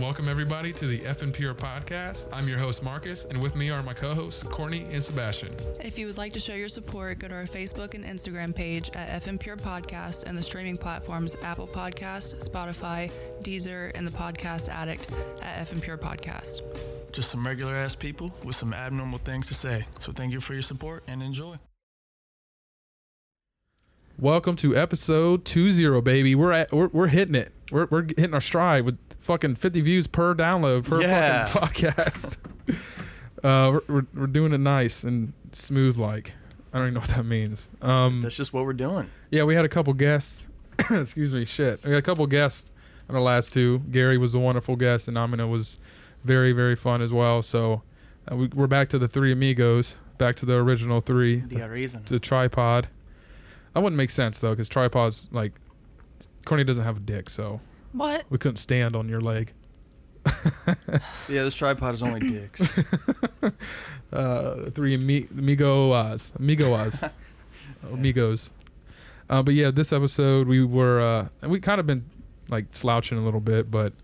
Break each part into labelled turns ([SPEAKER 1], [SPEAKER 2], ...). [SPEAKER 1] Welcome everybody to the F and Pure podcast. I'm your host Marcus, and with me are my co-hosts Courtney and Sebastian.
[SPEAKER 2] If you would like to show your support, go to our Facebook and Instagram page at FM Pure Podcast and the streaming platforms Apple Podcast, Spotify, Deezer, and the Podcast Addict at FM Pure Podcast.
[SPEAKER 3] Just some regular ass people with some abnormal things to say. So thank you for your support and enjoy.
[SPEAKER 1] Welcome to episode 20, baby. We're at we're, we're hitting it. We're, we're hitting our stride with fucking 50 views per download per
[SPEAKER 3] Yeah.
[SPEAKER 1] fucking podcast. uh, we're, we're, we're doing it nice and smooth like. I don't even know what that means. Um,
[SPEAKER 3] That's just what we're doing.
[SPEAKER 1] yeah, we had a couple guests. Excuse me, shit. We had a couple guests on the last two. Gary was a wonderful guest, and Amina was very, very fun as well. So uh, we, we're back to the three amigos, back to the original three,
[SPEAKER 3] You got reason.
[SPEAKER 1] to tripod. That wouldn't make sense though, because tripods like Courtney doesn't have a dick, so
[SPEAKER 2] What?
[SPEAKER 1] we couldn't stand on your leg.
[SPEAKER 3] Yeah, this tripod is only dicks.
[SPEAKER 1] Uh, three ami- amigos, amigos, amigos. Uh, but yeah, this episode we were uh, and we kind of been like slouching a little bit, but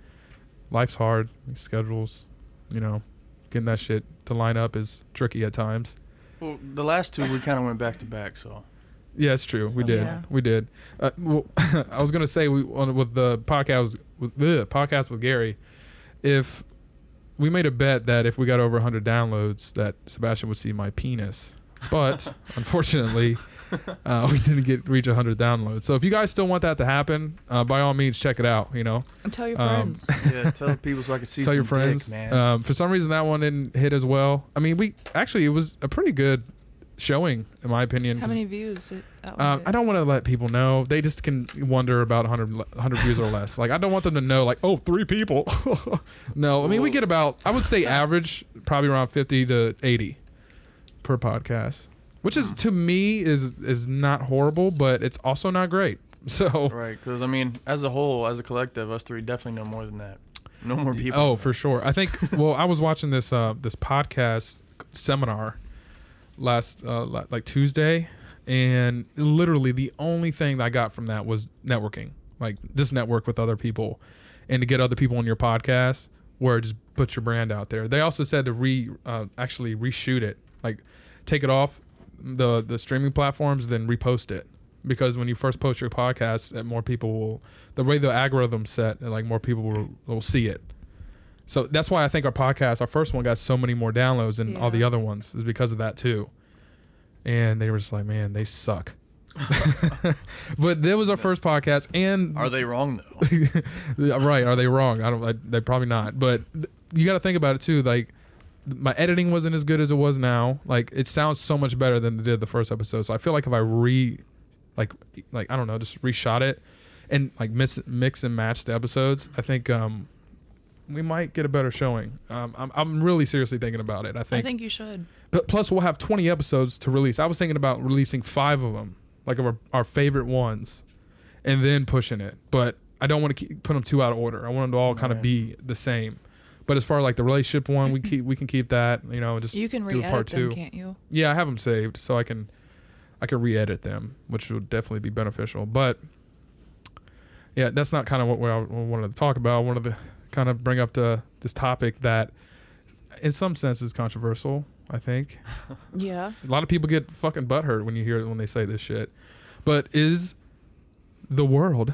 [SPEAKER 1] life's hard. Schedules, you know, getting that shit to line up is tricky at times.
[SPEAKER 3] well, the last two we kind of went back to back, so
[SPEAKER 1] Yeah, it's true.
[SPEAKER 3] Oh,
[SPEAKER 1] We did.
[SPEAKER 2] Yeah.
[SPEAKER 1] We did. Uh, well, I was gonna say we on, with the podcast with the podcast with Gary, if we made a bet that if we got over 100 downloads, that Sebastian would see my penis. But unfortunately, uh, we didn't get reach 100 downloads. So if you guys still want that to happen, uh, by all means, check it out. You know,
[SPEAKER 2] And tell your
[SPEAKER 1] Um,
[SPEAKER 2] friends.
[SPEAKER 3] yeah, tell people so I can see
[SPEAKER 1] tell
[SPEAKER 3] some
[SPEAKER 1] your friends.
[SPEAKER 3] dick, man.
[SPEAKER 1] Um, for some reason, that one didn't hit as well. I mean, we actually it was a pretty good showing, in my opinion.
[SPEAKER 2] How
[SPEAKER 1] 'cause-
[SPEAKER 2] many views? Did that
[SPEAKER 4] Oh,
[SPEAKER 2] one
[SPEAKER 1] um,
[SPEAKER 2] get?
[SPEAKER 1] I don't want to let people know. They just can wonder about 100, le- 100 views or less. Like, I don't want them to know, like, oh, three people. no, I mean, we get about, I would say average, probably around 50 to 80 per podcast, which is, to me, is is not horrible, but it's also not great. So,
[SPEAKER 3] right, because I mean, as a whole, as a collective, us three definitely know more than that. No more people.
[SPEAKER 1] oh, for sure. I think, well, I was watching this uh, this podcast seminar last, uh, la- like, Tuesday, and literally the only thing that I got from that was networking. Like just network with other people, and to get other people on your podcast, where it just put your brand out there. They also said to re uh, actually reshoot it, like take it off the the streaming platforms, then repost it. Because when you first post your podcast, that more people will the way the algorithm's set, and like more people will, will see it. So that's why I think our podcast, our first one, got so many more downloads than all the
[SPEAKER 2] Yeah.
[SPEAKER 1] other ones, is because of that too and they were just like, "Man, they suck." but that was our first podcast, and
[SPEAKER 3] Are they wrong though?
[SPEAKER 1] right? Are they wrong? I don't. I, they probably not. But th- you got to think about it too. Like, my editing wasn't as good as it was now. Like, it sounds so much better than it did the first episode. So I feel like if I re, like, like I don't know, just reshot it, and like mix mix and match the episodes, I think um, we might get a better showing. Um, I'm I'm really seriously thinking about it. I
[SPEAKER 2] I
[SPEAKER 1] think
[SPEAKER 2] think you should.
[SPEAKER 1] but plus, we'll have 20 episodes to release. I was thinking about releasing five of them, like of our, our favorite ones, and then pushing it. But I don't want to keep, put them two out of order. I want them to all kind of
[SPEAKER 3] Right.
[SPEAKER 1] be the same. But as far like the relationship one, we keep we can keep that. You know, just
[SPEAKER 2] You can
[SPEAKER 1] do
[SPEAKER 2] re-edit
[SPEAKER 1] part
[SPEAKER 2] them,
[SPEAKER 1] two.
[SPEAKER 2] can't you?
[SPEAKER 1] Yeah, I have them saved, so I can I can re-edit them, which would definitely be beneficial. But yeah, that's not kind of what we I wanted to talk about. I wanted to kind of bring up the this topic that, in some sense, is controversial. I think
[SPEAKER 2] Yeah.
[SPEAKER 1] a lot of people get fucking butthurt when you hear when they say this shit. But is the world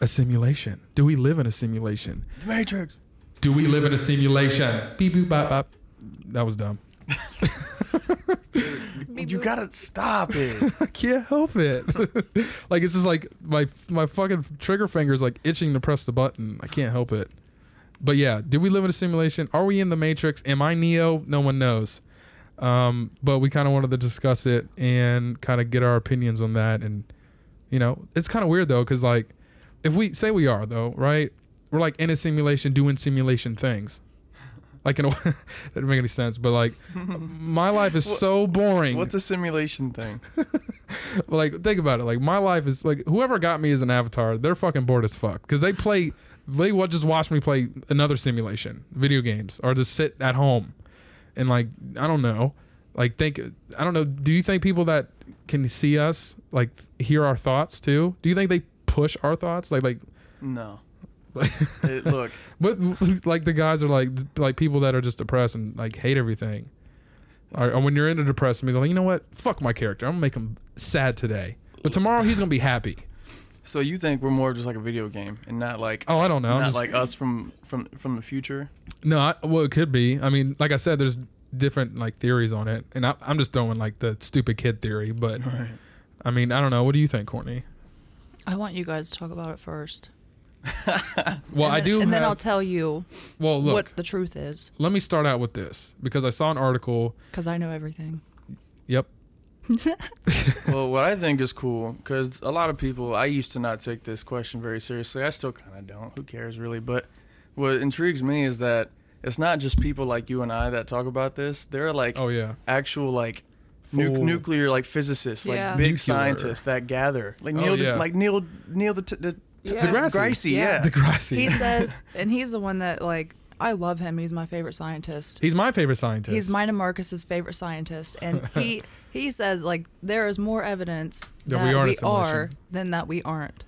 [SPEAKER 1] a simulation? Do we live in a simulation?
[SPEAKER 3] The Matrix.
[SPEAKER 1] Do we live in a simulation? Beep boop bop bop. That was dumb.
[SPEAKER 4] Beep
[SPEAKER 5] You
[SPEAKER 4] boop.
[SPEAKER 5] gotta stop it.
[SPEAKER 1] I can't help it. like it's just like my my fucking trigger finger's like itching to press the button. I can't help it. But yeah, do we live in a simulation? Are we in the Matrix? Am I Neo? No one knows. Um, but we kind of wanted to discuss it and kind of get our opinions on that. And you know, it's kind of weird though, because like if we say we are though, right? We're like in a simulation doing simulation things. Like in a, that didn't make any sense, but like my life is so boring
[SPEAKER 5] What's a simulation thing?
[SPEAKER 1] like think about it like my life is like whoever got me as an avatar they're fucking bored as fuck because they play they what just watch me play another simulation video games or just sit at home and like i don't know like think i don't know do you think people that can see us like hear our thoughts too do you think they push our thoughts like like
[SPEAKER 5] No. It- look,
[SPEAKER 1] what like the guys are like like people that are just depressed and like hate everything or, or when you're in a depressed mood they're like you know what fuck my character i'm gonna make him sad today but tomorrow he's gonna be happy
[SPEAKER 5] so you think we're more just like a video game and not like
[SPEAKER 1] Oh, I don't know. I'm
[SPEAKER 5] not
[SPEAKER 1] just-
[SPEAKER 5] like us from from from the future?
[SPEAKER 1] no, I, well, it could be. I mean, like I said, there's different like theories on it, and I, I'm just throwing like the stupid kid theory. But I mean, I don't know. What do you think, Courtney?
[SPEAKER 4] I want you guys to talk about it first.
[SPEAKER 1] Well,
[SPEAKER 4] and
[SPEAKER 1] I
[SPEAKER 4] then,
[SPEAKER 1] do.
[SPEAKER 4] And
[SPEAKER 1] have,
[SPEAKER 4] then I'll tell you
[SPEAKER 1] well, look.
[SPEAKER 4] what the truth is
[SPEAKER 1] Let me start out with this because I saw an article.
[SPEAKER 4] because I know everything.
[SPEAKER 1] Yep.
[SPEAKER 5] well, what I think is cool because a lot of people, I used to not take this question very seriously. I still kind of don't. Who cares, really? But what intrigues me is that it's not just people like you and I that talk about this. There are like
[SPEAKER 1] Oh yeah.
[SPEAKER 5] actual like nu-
[SPEAKER 1] Full-
[SPEAKER 5] nuclear like physicists,
[SPEAKER 4] Yeah.
[SPEAKER 5] like big
[SPEAKER 1] Nuclear.
[SPEAKER 5] scientists that gather. Like
[SPEAKER 1] Oh,
[SPEAKER 5] Neil,
[SPEAKER 1] yeah.
[SPEAKER 5] like Neil, Neil the, t- the
[SPEAKER 4] Yeah.
[SPEAKER 1] DeGrassi.
[SPEAKER 5] Gracie,
[SPEAKER 4] Yeah.
[SPEAKER 5] yeah.
[SPEAKER 1] Degrassi.
[SPEAKER 4] He says, and he's the one that like I love him. He's my favorite scientist.
[SPEAKER 1] He's my favorite scientist.
[SPEAKER 4] He's Mina Marcus's favorite scientist, and he he says like there is more evidence
[SPEAKER 1] That
[SPEAKER 4] that,
[SPEAKER 1] we
[SPEAKER 4] we,
[SPEAKER 1] are
[SPEAKER 4] are,
[SPEAKER 1] in a simulation.
[SPEAKER 4] than that we aren't.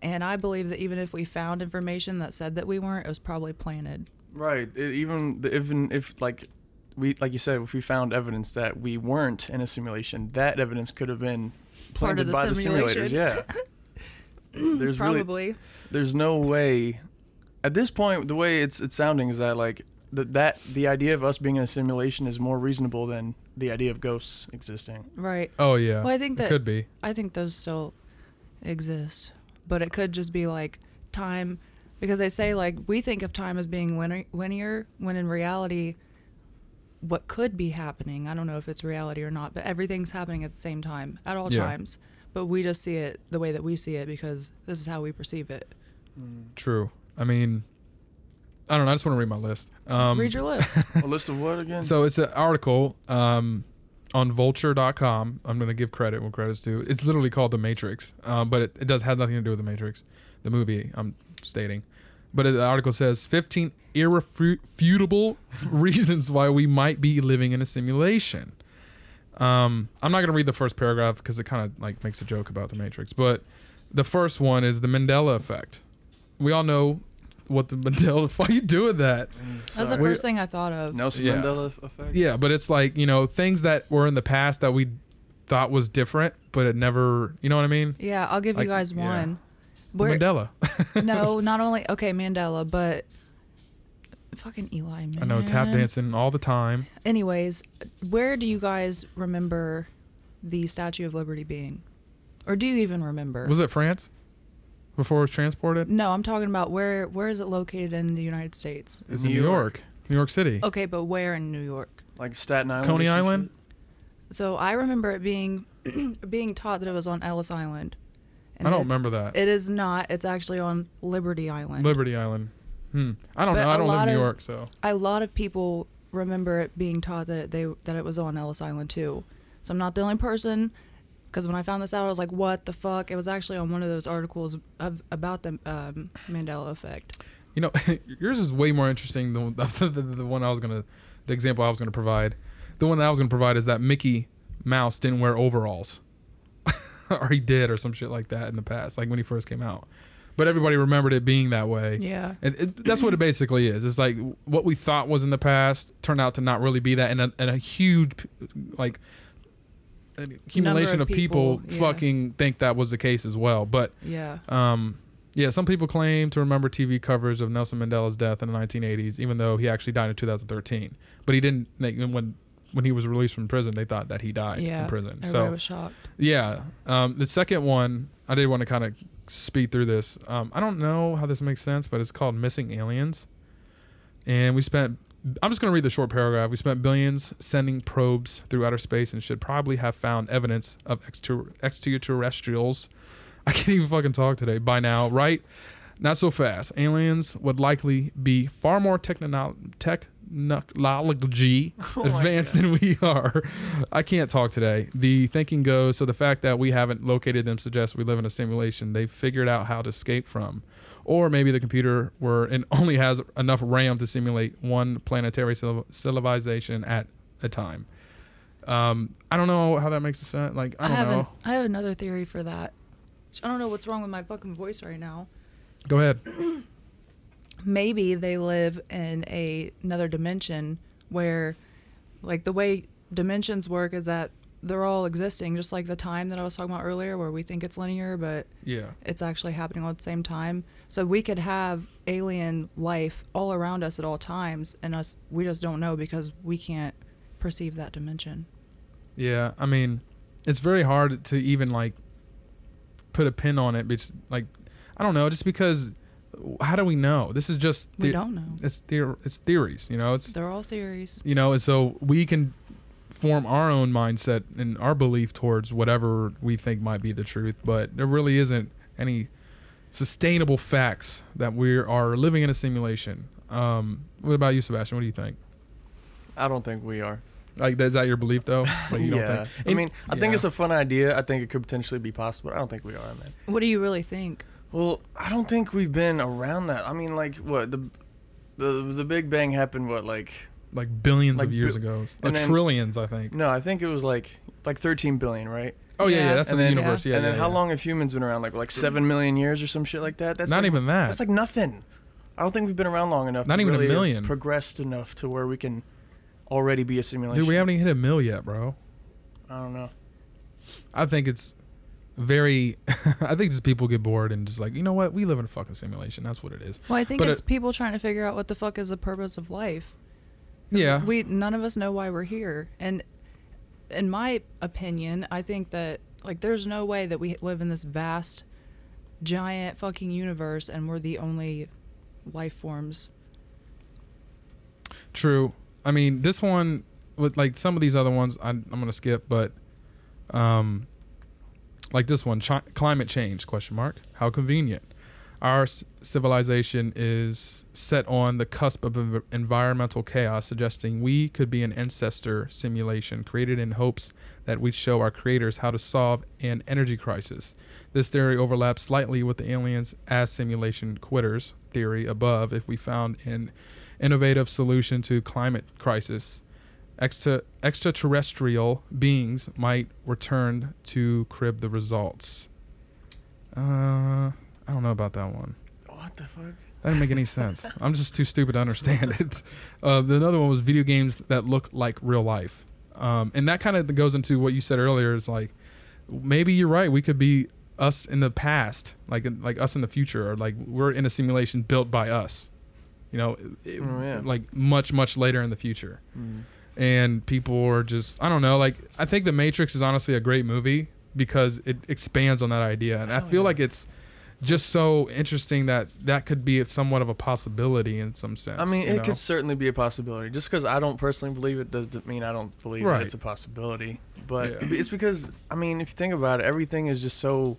[SPEAKER 4] And I believe that even if we found information that said that we weren't, it was probably planted.
[SPEAKER 5] Right. It, even the, even if like we like you said, if we found evidence that we weren't in a simulation, that evidence could have been
[SPEAKER 4] Part of
[SPEAKER 5] planted
[SPEAKER 4] the
[SPEAKER 5] by
[SPEAKER 4] simulation.
[SPEAKER 5] the simulators. Yeah. there's really
[SPEAKER 4] Probably.
[SPEAKER 5] there's no way. At this point, the way it's it's sounding is that like that that the idea of us being in a simulation is more reasonable than the idea of ghosts existing.
[SPEAKER 4] Right.
[SPEAKER 1] oh yeah.
[SPEAKER 4] Well, I think
[SPEAKER 1] It
[SPEAKER 4] that-
[SPEAKER 1] could be.
[SPEAKER 4] I think those still exist, but it could just be like time, because they say like we think of time as being linear, linear when in reality, what could be happening. I don't know if it's reality or not, but everything's happening at the same time at all
[SPEAKER 1] Yeah.
[SPEAKER 4] times. But we just see it the way that we see it because this is how we perceive it.
[SPEAKER 1] True. I mean, I don't know. I just want to read my list. Um,
[SPEAKER 4] Read your list.
[SPEAKER 5] a list of what again?
[SPEAKER 1] So it's an article um, on vulture.com. I'm going to give credit when credit's due. It's literally called The Matrix, um, but it, it does have nothing to do with The Matrix, the movie I'm stating. But the article says 15 irrefutable reasons why we might be living in a simulation. Um, I'm not going to read the first paragraph because it kind of like makes a joke about the Matrix. But the first one is the Mandela effect. We all know what the Mandela. Why are you doing that?
[SPEAKER 4] That's the
[SPEAKER 1] Sorry.
[SPEAKER 4] first thing I thought of.
[SPEAKER 5] Nelson
[SPEAKER 1] Yeah.
[SPEAKER 5] Mandela effect.
[SPEAKER 1] Yeah, but it's like, you know, things that were in the past that we thought was different, but it never, you know what I mean?
[SPEAKER 4] Yeah, I'll give
[SPEAKER 1] Like,
[SPEAKER 4] you guys
[SPEAKER 1] yeah.
[SPEAKER 4] one. Where,
[SPEAKER 1] Mandela.
[SPEAKER 4] no, not only okay Mandela, but fucking Eli. Man.
[SPEAKER 1] I know tap dancing all the time.
[SPEAKER 4] Anyways, where do you guys remember the Statue of Liberty being? Or do you even remember?
[SPEAKER 1] Was it France? Before it was transported?
[SPEAKER 4] no, I'm talking about where where is it located in the United States?
[SPEAKER 1] It's in
[SPEAKER 5] New
[SPEAKER 1] New York.
[SPEAKER 5] York.
[SPEAKER 1] New York City.
[SPEAKER 4] Okay, but where in New York?
[SPEAKER 5] Like Staten Island.
[SPEAKER 1] Coney
[SPEAKER 5] or some
[SPEAKER 1] Island?
[SPEAKER 5] shit.
[SPEAKER 4] So I remember it being being taught that it was on Ellis Island. And
[SPEAKER 1] I don't
[SPEAKER 4] it's-
[SPEAKER 1] remember that.
[SPEAKER 4] It is not. It's actually on Liberty Island.
[SPEAKER 1] Liberty Island. Hmm. I don't
[SPEAKER 4] But
[SPEAKER 1] know. I
[SPEAKER 4] a
[SPEAKER 1] don't live in
[SPEAKER 4] lot
[SPEAKER 1] New
[SPEAKER 4] of-
[SPEAKER 1] York, so.
[SPEAKER 4] a lot of people remember it being taught that it, they that it was on Ellis Island too. So I'm not the only person because when I found this out, I was like, "What the fuck?" It was actually on one of those articles of about the um, Mandela effect.
[SPEAKER 1] You know, yours is way more interesting than the, the, the one I was going to, the example I was going to provide. The one that I was going to provide is that Mickey Mouse didn't wear overalls. or he did, or some shit like that in the past, like when he first came out. But everybody remembered it being that way.
[SPEAKER 4] Yeah.
[SPEAKER 1] And it, that's what it basically is. It's like what we thought was in the past turned out to not really be that, and a, and a huge, like, an accumulation of
[SPEAKER 4] of
[SPEAKER 1] people,
[SPEAKER 4] people, yeah.
[SPEAKER 1] fucking think that was the case as well. But
[SPEAKER 4] Yeah.
[SPEAKER 1] um, Yeah, some people claim to remember TV covers of Nelson Mandela's death in the 1980s, even though he actually died in 2013. But he didn't. They, when when he was released from prison, they thought that he died
[SPEAKER 2] yeah.
[SPEAKER 1] in prison.
[SPEAKER 2] Everybody
[SPEAKER 1] So
[SPEAKER 2] was shocked.
[SPEAKER 1] yeah, um, the second one I did want to kind of speed through this. Um, I don't know how this makes sense, but it's called Missing Aliens, and we spent. I'm just going to read the short paragraph. We spent billions sending probes through outer space and should probably have found evidence of extra, extraterrestrials. I can't even fucking talk today. By now, right? Not so fast. Aliens would likely be far more techno- technology advanced than we are. I can't talk today. The thinking goes so the fact that we haven't located them suggests we live in a simulation they've figured out how to escape from. Or maybe the computer were and only has enough RAM to simulate one planetary civil- civilization at a time. Um, I don't know how that makes sense. Like I
[SPEAKER 2] I,
[SPEAKER 1] don't
[SPEAKER 2] have an-
[SPEAKER 1] know.
[SPEAKER 2] I have another theory for that. I don't know what's wrong with my fucking voice right now.
[SPEAKER 1] Go ahead.
[SPEAKER 2] maybe they live in a, another dimension where like the way dimensions work is that they're all existing just like the time that i was talking about earlier where we think it's linear but
[SPEAKER 1] Yeah.
[SPEAKER 2] it's actually happening all at the same time so we could have alien life all around us at all times and us we just don't know because we can't perceive that dimension
[SPEAKER 1] Yeah, I mean, it's very hard to even like put a pin on it. Because, like, I don't know, just because. How do we know? This is just
[SPEAKER 2] we
[SPEAKER 1] the-
[SPEAKER 2] don't know
[SPEAKER 1] It's theor- It's theories. You know, it's
[SPEAKER 2] they're all theories
[SPEAKER 1] you know, and so we can form our own mindset and our belief towards whatever we think might be the truth. But there really isn't any sustainable facts that we are living in a simulation. Um, what about you, Sebastian? What do you think?
[SPEAKER 5] I don't think we are.
[SPEAKER 1] Like, is that your belief though? Like, you
[SPEAKER 5] yeah.
[SPEAKER 1] don't think?
[SPEAKER 5] I mean, I think
[SPEAKER 1] Yeah.
[SPEAKER 5] it's a fun idea. I think it could potentially be possible. but I don't think we are, man.
[SPEAKER 2] what do you really think
[SPEAKER 5] Well, I don't think we've been around that. I mean, like what the the the Big Bang happened what like
[SPEAKER 1] like billions
[SPEAKER 5] Like
[SPEAKER 1] of years
[SPEAKER 5] bi-
[SPEAKER 1] ago, like
[SPEAKER 5] then-
[SPEAKER 1] trillions, I think.
[SPEAKER 5] no, I think it was like like 13 billion, right?
[SPEAKER 1] Oh yeah, yeah,
[SPEAKER 2] Yeah.
[SPEAKER 1] that's in
[SPEAKER 5] And
[SPEAKER 1] the
[SPEAKER 5] then-
[SPEAKER 1] universe. Yeah,
[SPEAKER 5] and then
[SPEAKER 1] yeah,
[SPEAKER 5] how
[SPEAKER 1] yeah.
[SPEAKER 5] long have humans been around? Like like 7 million years or some shit like that. That's
[SPEAKER 1] Not
[SPEAKER 5] like,
[SPEAKER 1] even that.
[SPEAKER 5] That's like nothing. I don't think we've been around long enough.
[SPEAKER 1] Not
[SPEAKER 5] to
[SPEAKER 1] even a
[SPEAKER 5] really have
[SPEAKER 1] million.
[SPEAKER 5] Progressed enough to where we can already be a simulation.
[SPEAKER 1] Dude, we haven't e- even hit a mill yet, bro.
[SPEAKER 5] I don't know.
[SPEAKER 1] I think it's very. I think just people get bored and just like, you know what? We live in a fucking simulation. That's what it is.
[SPEAKER 2] well i think
[SPEAKER 1] But
[SPEAKER 2] it's
[SPEAKER 1] it-
[SPEAKER 2] people trying to figure out what the fuck is the purpose of life
[SPEAKER 1] Yeah.
[SPEAKER 2] we none of us know why we're here and in my opinion i think that like there's no way that we live in this vast giant fucking universe and we're the only life forms
[SPEAKER 1] True. I mean, this one with like some of these other ones, I'm, I'm gonna skip, but um, like this one, chi- climate change? Question mark. How convenient. Our s- civilization is set on the cusp of env- environmental chaos, suggesting we could be an ancestor simulation created in hopes that we'd show our creators how to solve an energy crisis. This theory overlaps slightly with the aliens as simulation quitters theory above. If we found an innovative solution to climate crisis, extra extraterrestrial beings might return to crib the results. Uh, I don't know about that one.
[SPEAKER 5] What the fuck?
[SPEAKER 1] That didn't make any sense. I'm just too stupid to understand it. Uh, the another one was video games that look like real life, um, and that kind of goes into what you said earlier. Is like maybe you're right. We could be us in the past, like like us in the future, or like we're in a simulation built by us. You know, it-
[SPEAKER 5] Oh, yeah. Mm.
[SPEAKER 1] like much much later in the future and people are just I don't know. Like I think The Matrix is honestly a great movie because it expands on that idea, and I feel like it's just so interesting that that could be somewhat of a possibility in some sense.
[SPEAKER 5] I mean,
[SPEAKER 1] you
[SPEAKER 5] it
[SPEAKER 1] know?
[SPEAKER 5] could certainly be a possibility. Just because I don't personally believe it doesn't mean I don't believe
[SPEAKER 1] Right.
[SPEAKER 5] that it's a possibility. But
[SPEAKER 1] Yeah.
[SPEAKER 5] it's because I mean, if you think about it, everything is just so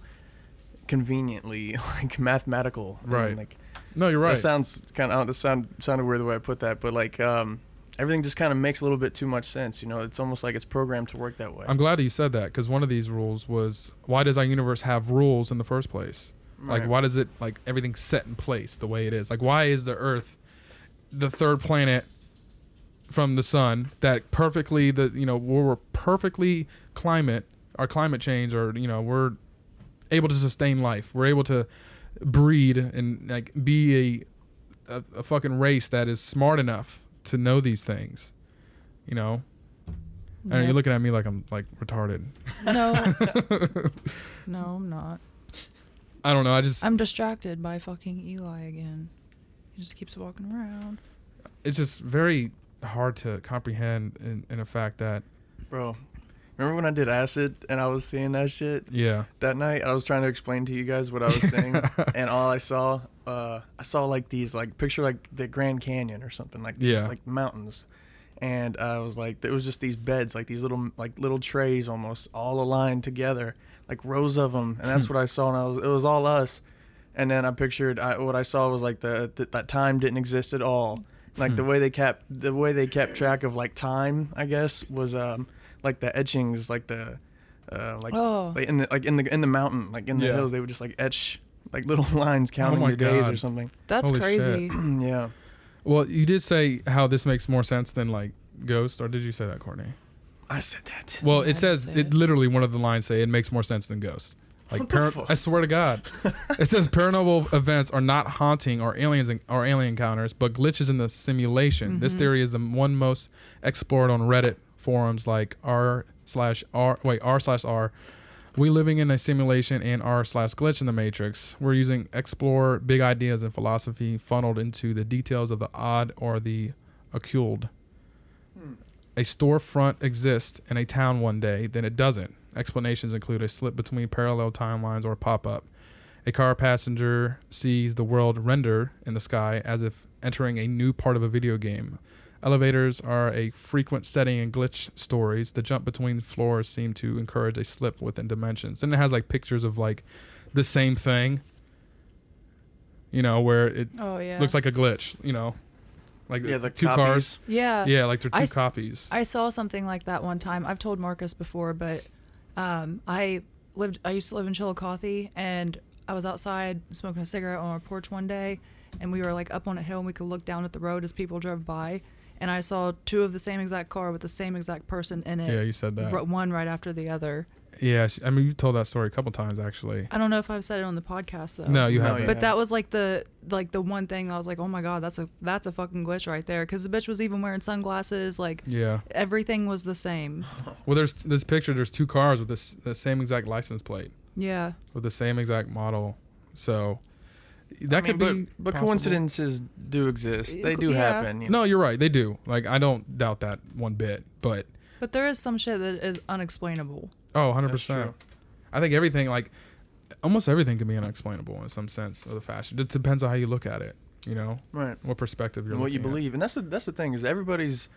[SPEAKER 5] conveniently like mathematical. I mean,
[SPEAKER 1] Right.
[SPEAKER 5] like
[SPEAKER 1] no, you're
[SPEAKER 5] that
[SPEAKER 1] right.
[SPEAKER 5] sounds kind of that sound sounded weird the way I put that, but like um, everything just kind of makes a little bit too much sense. You know, it's almost like it's programmed to work that way.
[SPEAKER 1] I'm glad that you said that because one of these rules was why does our universe have rules in the first place? Like
[SPEAKER 5] Right.
[SPEAKER 1] why does it like everything's set in place the way it is? Like why is the Earth the third planet from the sun that perfectly the you know we're we're perfectly climate our climate change or you know we're able to sustain life. We're able to breed and like be a a, a fucking race that is smart enough to know these things. You know, I know
[SPEAKER 2] Yeah.
[SPEAKER 1] you're looking at me like I'm like retarded.
[SPEAKER 2] no no i'm not
[SPEAKER 1] I don't know. I just
[SPEAKER 4] I'm distracted by fucking Eli again. He just keeps walking around.
[SPEAKER 1] it's just very hard to comprehend in, in a fact that
[SPEAKER 5] bro. Remember when I did acid and I was seeing that shit
[SPEAKER 1] yeah
[SPEAKER 5] that night? I was trying to explain to you guys what I was seeing, and all I saw, uh, I saw like these, like picture like the Grand Canyon or something, like these,
[SPEAKER 1] Yeah.
[SPEAKER 5] like mountains, and I was like, there was just these beds, like these little, like little trays, almost all aligned together, like rows of them, and that's what I saw, and I was, it was all us, and then I pictured I, what I saw was like the th- that time didn't exist at all. Like the way they kept the way they kept track of like time, I guess, was um like the etchings, like the uh like,
[SPEAKER 4] Oh.
[SPEAKER 5] like in the like in the in the mountain, like in the
[SPEAKER 1] Yeah. Oh
[SPEAKER 5] hills, they would just like etch like little lines counting
[SPEAKER 1] my
[SPEAKER 5] the days or
[SPEAKER 1] God.
[SPEAKER 5] something.
[SPEAKER 4] That's
[SPEAKER 1] Holy
[SPEAKER 4] crazy.
[SPEAKER 5] yeah.
[SPEAKER 1] well you did say how this makes more sense than like ghost or did you say that courtney
[SPEAKER 5] I said that.
[SPEAKER 1] well
[SPEAKER 4] I
[SPEAKER 1] it says
[SPEAKER 4] didn't say
[SPEAKER 1] it
[SPEAKER 4] it.
[SPEAKER 1] literally one of the lines say it makes more sense than ghost like
[SPEAKER 5] What the
[SPEAKER 1] para-
[SPEAKER 5] fuck?
[SPEAKER 1] i swear to god it says paranormal events are not haunting or aliens en- or alien encounters but glitches in the simulation this theory is the one most explored on reddit forums like r slash r wait r slash r we living in a simulation and r slash glitch in the matrix we're using explore big ideas and philosophy funneled into the details of the odd or the occulted a storefront exists in a town one day, then it doesn't. Explanations include a slip between parallel timelines or a pop up. A car passenger sees the world render in the sky as if entering a new part of a video game. Elevators are a frequent setting in glitch stories. The jump between floors seem to encourage a slip within dimensions. And it has like pictures of like the same thing, you know, where it
[SPEAKER 4] Oh yeah.
[SPEAKER 1] looks like a glitch, you know, like
[SPEAKER 5] Yeah, the
[SPEAKER 1] two
[SPEAKER 5] copies.
[SPEAKER 1] cars.
[SPEAKER 4] yeah.
[SPEAKER 1] Yeah, like they're two
[SPEAKER 4] I s-
[SPEAKER 1] copies.
[SPEAKER 4] I saw something like that one time. I've told Marcus before, but um, I lived. I used to live in Chillicothe, and I was outside smoking a cigarette on our porch one day, and we were like up on a hill, and we could look down at the road as people drove by, and I saw two of the same exact car with the same exact person in it.
[SPEAKER 1] Yeah, you said that.
[SPEAKER 4] ro- One right after the other.
[SPEAKER 1] Yeah, she, I mean, you've told that story a couple times actually.
[SPEAKER 4] I don't know if I've said it on the podcast though.
[SPEAKER 1] No, you
[SPEAKER 5] No,
[SPEAKER 1] haven't.
[SPEAKER 5] yeah.
[SPEAKER 4] But that was like the like the one thing I was like, oh my god, that's a that's a fucking glitch right there, because the bitch was even wearing sunglasses. Like
[SPEAKER 1] Yeah.
[SPEAKER 4] everything was the same.
[SPEAKER 1] Well, there's this picture. There's two cars with this the same exact license plate
[SPEAKER 4] Yeah.
[SPEAKER 1] with the same exact model. So that
[SPEAKER 5] I mean,
[SPEAKER 1] could
[SPEAKER 5] but,
[SPEAKER 1] be.
[SPEAKER 5] but
[SPEAKER 1] possible.
[SPEAKER 5] coincidences do exist. They do
[SPEAKER 4] Yeah.
[SPEAKER 5] happen. You know?
[SPEAKER 1] No, you're right. They do. Like I don't doubt that one bit. But
[SPEAKER 4] But there is some shit that is unexplainable.
[SPEAKER 1] oh, 100
[SPEAKER 5] That's true.
[SPEAKER 1] percent. I think everything, like almost everything, can be unexplainable in some sense of the fashion. It depends on how you look at it. You know,
[SPEAKER 5] Right.
[SPEAKER 1] what perspective you're.
[SPEAKER 5] and what you
[SPEAKER 1] looking at.
[SPEAKER 5] believe. And that's the that's the thing is everybody's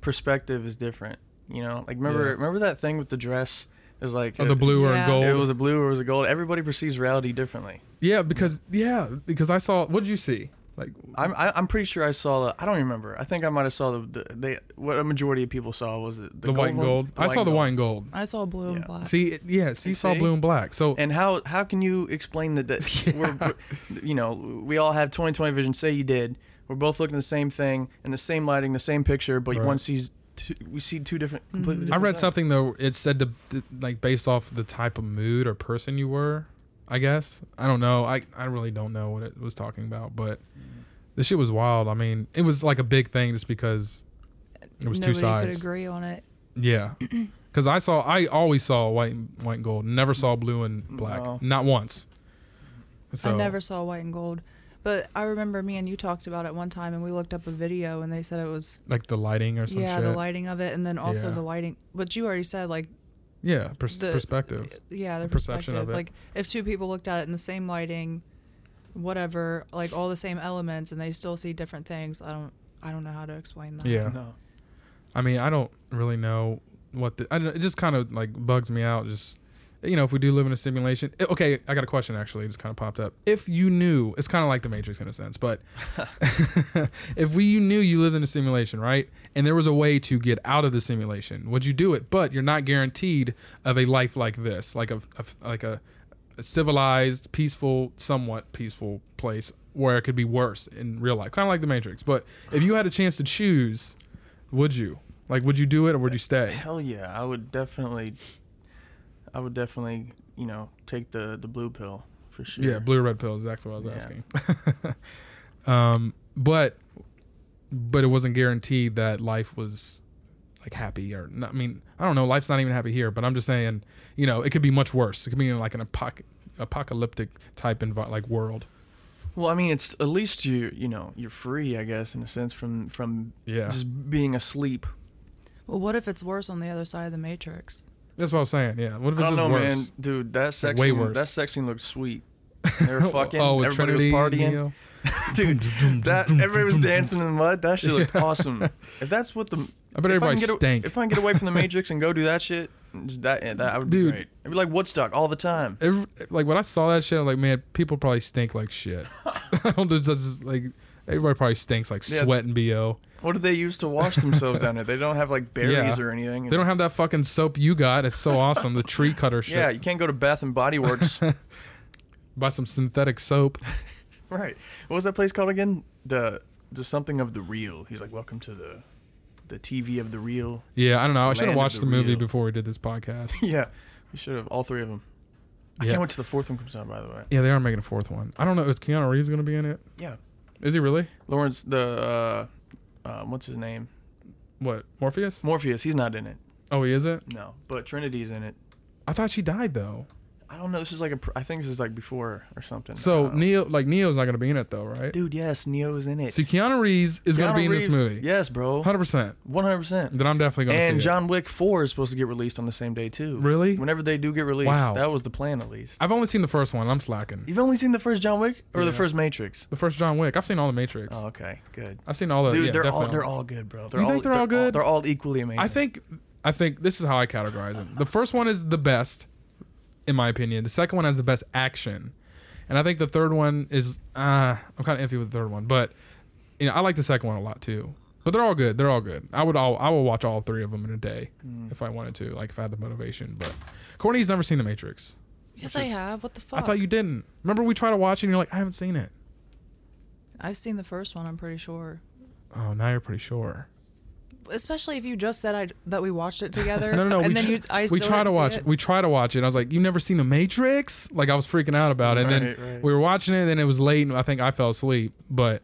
[SPEAKER 5] perspective is different. You know, like remember
[SPEAKER 1] Yeah.
[SPEAKER 5] remember that thing with the dress is like
[SPEAKER 1] Of the
[SPEAKER 5] uh,
[SPEAKER 1] blue or
[SPEAKER 4] Yeah.
[SPEAKER 1] gold.
[SPEAKER 5] It was a blue or it was a gold. Everybody perceives reality differently.
[SPEAKER 1] yeah, because yeah, because I saw. What did you see? Like
[SPEAKER 5] I'm I, I'm pretty sure I saw. The, I don't remember. I think I might have saw the, the they what a majority of people saw was the, the,
[SPEAKER 1] the, white and
[SPEAKER 5] one?
[SPEAKER 1] gold.
[SPEAKER 5] The
[SPEAKER 1] I saw the white and gold.
[SPEAKER 4] I saw blue and
[SPEAKER 5] Yeah.
[SPEAKER 4] black.
[SPEAKER 1] See, it- yeah, see, you
[SPEAKER 5] You
[SPEAKER 1] saw
[SPEAKER 5] see?
[SPEAKER 1] blue and black. So
[SPEAKER 5] And how how can you explain that that we're, we're- you know we all have 20/20 vision? Say you did. We're both looking at the same thing in the same lighting, the same picture, but
[SPEAKER 1] Right.
[SPEAKER 5] one sees two, we see two different.
[SPEAKER 1] I
[SPEAKER 5] Completely different
[SPEAKER 1] read
[SPEAKER 5] things.
[SPEAKER 1] something though. It said to th- like based off the type of mood or person you were. I guess I don't know. I I really don't know what it was talking about, but this shit was wild. I mean, it was like a big thing just because it was two
[SPEAKER 4] Nobody
[SPEAKER 1] sides.
[SPEAKER 4] could agree on it.
[SPEAKER 1] Yeah, because I saw I always saw white and, white and gold. Never saw blue and black.
[SPEAKER 5] No.
[SPEAKER 1] Not once. So
[SPEAKER 4] I never saw white and gold. But I remember me and you talked about it one time, and we looked up a video, and they said it was
[SPEAKER 1] like the lighting or some
[SPEAKER 4] yeah
[SPEAKER 1] shit.
[SPEAKER 4] the lighting of it, and then also
[SPEAKER 1] Yeah.
[SPEAKER 4] the lighting. But you already said like
[SPEAKER 1] yeah, pers-
[SPEAKER 4] the-
[SPEAKER 1] perspective.
[SPEAKER 4] yeah the
[SPEAKER 1] The perception of
[SPEAKER 4] perspective.
[SPEAKER 1] it.
[SPEAKER 4] Like if two people looked at it in the same lighting, whatever, like all the same elements, and they still see different things. I don't I don't know how to explain that.
[SPEAKER 1] Yeah.
[SPEAKER 5] No.
[SPEAKER 1] I mean, I don't really know what the. I don't, it just kind of like bugs me out. Just you know, if we do live in a simulation. Eh, Okay, I got a question actually. It just kind of popped up. If you knew, it's kind of like the Matrix in a sense, but if we you knew you lived in a simulation, right? And there was a way to get out of the simulation, would you do it? But you're not guaranteed of a life like this, like a, a like a, a civilized, peaceful, somewhat peaceful place where it could be worse in real life, kind of like the Matrix. But if you had a chance to choose, would you? Like, would you do it or would you stay?
[SPEAKER 5] Hell yeah, I would definitely. I would definitely you know take the the blue pill for sure.
[SPEAKER 1] Yeah, blue or red pill is exactly what I was
[SPEAKER 5] Yeah.
[SPEAKER 1] asking. um, but but it wasn't guaranteed that life was like happy or not, I mean I don't know. Life's not even happy here, but I'm just saying you know it could be much worse. It could be in like an apoc- apocalyptic type envi- like world.
[SPEAKER 5] Well, I mean, it's at least you you know you're free, I guess, in a sense from from
[SPEAKER 1] Yeah.
[SPEAKER 5] just being asleep.
[SPEAKER 4] Well, what if it's worse on the other side of the Matrix?
[SPEAKER 1] That's what I was saying. Yeah. What if
[SPEAKER 5] I
[SPEAKER 1] it's just
[SPEAKER 5] don't know,
[SPEAKER 1] worse?
[SPEAKER 5] man, dude. That sex
[SPEAKER 1] Way
[SPEAKER 5] scene,
[SPEAKER 1] worse.
[SPEAKER 5] that sex scene looked sweet. They were fucking.
[SPEAKER 1] oh, with
[SPEAKER 5] everybody
[SPEAKER 1] Trinity,
[SPEAKER 5] was partying,
[SPEAKER 1] Neo.
[SPEAKER 5] dude. That everybody was dancing in the mud. That shit looked awesome. If that's what the
[SPEAKER 1] I bet
[SPEAKER 5] if I
[SPEAKER 1] everybody
[SPEAKER 5] can get a-
[SPEAKER 1] stank.
[SPEAKER 5] if I can get away from the Matrix and go do that shit, that that, that would
[SPEAKER 1] Dude.
[SPEAKER 5] be great. It'd be like Woodstock all the time.
[SPEAKER 1] Every, like when I saw that shit, I'm like, man, people probably stink like shit. I don't just, just like everybody probably stinks like
[SPEAKER 5] Yeah.
[SPEAKER 1] sweat and bo.
[SPEAKER 5] What do they use to wash themselves down there? They don't have like berries
[SPEAKER 1] Yeah.
[SPEAKER 5] or anything.
[SPEAKER 1] They don't have that fucking soap you got. It's so awesome. The tree cutter shit.
[SPEAKER 5] yeah, you can't go to Bath and Body Works.
[SPEAKER 1] Buy some synthetic soap.
[SPEAKER 5] Right. What was that place called again? The the something of the real. He's like, welcome to the the TV of the real.
[SPEAKER 1] Yeah, I don't know. I should
[SPEAKER 5] Land
[SPEAKER 1] have
[SPEAKER 5] of
[SPEAKER 1] watched the
[SPEAKER 5] the
[SPEAKER 1] movie
[SPEAKER 5] real.
[SPEAKER 1] before we did this podcast.
[SPEAKER 5] yeah, we should have all three of them. I
[SPEAKER 1] Yeah.
[SPEAKER 5] can't wait till the fourth one comes out. By the way,
[SPEAKER 1] Yeah, they are making a fourth one. I don't know. Is Keanu Reeves going to be in it?
[SPEAKER 5] yeah,
[SPEAKER 1] Is he really?
[SPEAKER 5] Lawrence the uh, uh, what's his name
[SPEAKER 1] What Morpheus?
[SPEAKER 5] Morpheus. He's not in it.
[SPEAKER 1] Oh, he is it.
[SPEAKER 5] No, but Trinity's in it.
[SPEAKER 1] I thought she died though.
[SPEAKER 5] I don't know. This is like a. pr- I think this is like before or something. I
[SPEAKER 1] So
[SPEAKER 5] don't know.
[SPEAKER 1] Neo, like Neo's not going to be in it though, right?
[SPEAKER 5] dude, yes, Neo's in it.
[SPEAKER 1] See, Keanu Reeves is going to
[SPEAKER 5] Keanu
[SPEAKER 1] be in this
[SPEAKER 5] Reeves-
[SPEAKER 1] movie.
[SPEAKER 5] Yes, bro.
[SPEAKER 1] hundred percent.
[SPEAKER 5] One hundred percent.
[SPEAKER 1] Then I'm definitely going to see
[SPEAKER 5] And
[SPEAKER 1] it.
[SPEAKER 5] John Wick Four is supposed to get released on the same day too.
[SPEAKER 1] Really?
[SPEAKER 5] Whenever they do get released,
[SPEAKER 1] Wow.
[SPEAKER 5] that was the plan at least.
[SPEAKER 1] I've only seen the first one. I'm slacking.
[SPEAKER 5] You've only seen the first John Wick or
[SPEAKER 1] Yeah.
[SPEAKER 5] the first Matrix?
[SPEAKER 1] The first John Wick. I've seen all the Matrix.
[SPEAKER 5] Oh, okay, good.
[SPEAKER 1] I've seen all the.
[SPEAKER 5] Dude,
[SPEAKER 1] yeah,
[SPEAKER 5] they're all
[SPEAKER 1] definitely.
[SPEAKER 5] they're all good, bro. They're
[SPEAKER 1] You
[SPEAKER 5] all,
[SPEAKER 1] think they're all good?
[SPEAKER 5] they're all equally amazing.
[SPEAKER 1] I think. I think this is how I categorize them. The first one is the best, in my opinion. The second one has the best action, and I think the third one is. Uh, I'm kind of iffy with the third one, but you know I like the second one a lot too. But they're all good. They're all good. I would all I will watch all three of them in a day if I wanted to, like if I had the motivation. But Courtney's never seen The Matrix.
[SPEAKER 4] Yes, I have. What the fuck?
[SPEAKER 1] I thought you didn't. Remember we tried to watch it and you're like, I haven't seen it.
[SPEAKER 4] I've seen the first one. I'm pretty sure.
[SPEAKER 1] Oh, now you're pretty sure.
[SPEAKER 4] Especially if you just said I that we watched it together.
[SPEAKER 1] No, no, no.
[SPEAKER 4] And
[SPEAKER 1] we
[SPEAKER 4] then
[SPEAKER 1] tr-
[SPEAKER 4] you, I
[SPEAKER 1] we
[SPEAKER 4] still
[SPEAKER 1] try to
[SPEAKER 4] didn't see
[SPEAKER 1] watch it.
[SPEAKER 4] it.
[SPEAKER 1] We try to watch it. And I was like, "You've never seen The Matrix?" Like I was freaking out about it. And
[SPEAKER 5] Right,
[SPEAKER 1] then
[SPEAKER 5] right.
[SPEAKER 1] we were watching it, and then it was late, and I think I fell asleep. But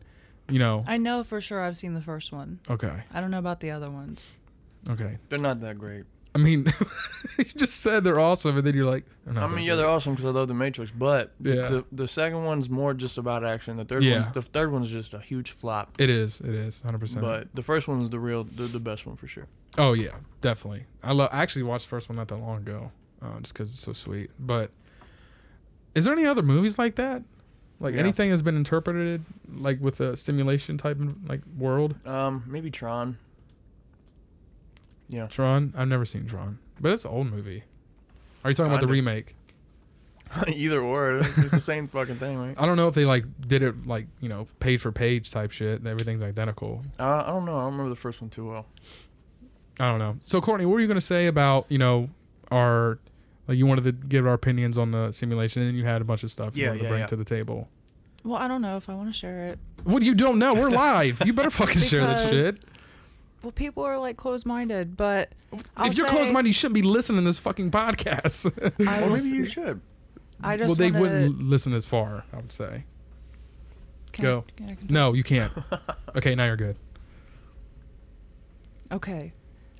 [SPEAKER 1] you know,
[SPEAKER 4] I know for sure I've seen the first one.
[SPEAKER 1] okay,
[SPEAKER 4] I don't know about the other ones.
[SPEAKER 1] okay.
[SPEAKER 5] they're not that great.
[SPEAKER 1] I mean, you just said they're awesome, and then you're like, they're not
[SPEAKER 5] I
[SPEAKER 1] that
[SPEAKER 5] mean, yeah,
[SPEAKER 1] good.
[SPEAKER 5] they're awesome because I love the Matrix, but
[SPEAKER 1] Yeah.
[SPEAKER 5] the the second one's more just about action. The third
[SPEAKER 1] Yeah.
[SPEAKER 5] one's the third one's just a huge flop.
[SPEAKER 1] It is. It is 100. percent
[SPEAKER 5] But the first one's the real, the, the best one for sure.
[SPEAKER 1] Oh yeah, definitely. I love. I actually watched the first one not that long ago, uh, just because it's so sweet. But is there any other movies like that? Like
[SPEAKER 5] Yeah.
[SPEAKER 1] anything has been interpreted like with a simulation type of, like world.
[SPEAKER 5] Um, maybe Tron. Yeah,
[SPEAKER 1] Tron. I've never seen Tron, but it's an old movie. Are you talking about the
[SPEAKER 5] Kinda.
[SPEAKER 1] remake?
[SPEAKER 5] either or, it's the same fucking thing, right?
[SPEAKER 1] I don't know if they like did it like you know page for page type shit and everything's identical.
[SPEAKER 5] Uh, I don't know. I don't remember the first one too well.
[SPEAKER 1] I don't know. So Courtney, what were you gonna say about you know our like you wanted to give our opinions on the simulation and then you had a bunch of stuff you
[SPEAKER 5] Yeah,
[SPEAKER 1] wanted to
[SPEAKER 5] yeah,
[SPEAKER 1] bring
[SPEAKER 5] yeah.
[SPEAKER 1] to the table.
[SPEAKER 4] Well, I don't know if I want to share it.
[SPEAKER 1] What you don't know? We're live. You better fucking share this
[SPEAKER 4] Because
[SPEAKER 1] shit.
[SPEAKER 4] Well, people are like closed-minded, but I'll
[SPEAKER 1] if you're
[SPEAKER 4] say-
[SPEAKER 1] closed minded, you shouldn't be listening to this fucking podcast.
[SPEAKER 4] I,
[SPEAKER 5] Or
[SPEAKER 4] will
[SPEAKER 5] maybe you
[SPEAKER 4] s-
[SPEAKER 5] should.
[SPEAKER 4] I just
[SPEAKER 1] well, they
[SPEAKER 4] wanna-
[SPEAKER 1] wouldn't listen this far. I would say.
[SPEAKER 4] Can I-
[SPEAKER 1] go.
[SPEAKER 4] can I continue?
[SPEAKER 1] No, you can't. okay, now you're good.
[SPEAKER 4] Okay.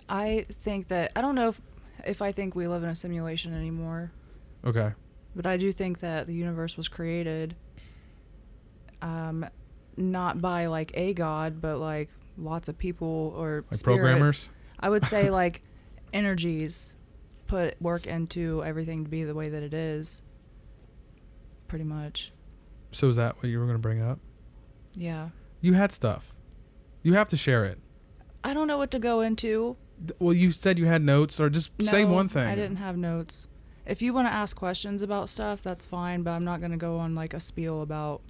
[SPEAKER 4] I think that I don't know if, if I think we live in a simulation anymore,
[SPEAKER 1] Okay.
[SPEAKER 4] but I do think that the universe was created um not by like a god, but like lots of people or
[SPEAKER 1] Like
[SPEAKER 4] spirits.
[SPEAKER 1] programmers.
[SPEAKER 4] I would say like energies put work into everything to be the way that it is. Pretty much.
[SPEAKER 1] So is that what you were going to bring up?
[SPEAKER 4] Yeah.
[SPEAKER 1] You had stuff. You have to share it.
[SPEAKER 4] I don't know what to go into.
[SPEAKER 1] Th- Well, you said you had notes, or just say
[SPEAKER 4] No,
[SPEAKER 1] one thing.
[SPEAKER 4] I didn't have notes. If you want to ask questions about stuff, that's fine, but I'm not going to go on like a spiel about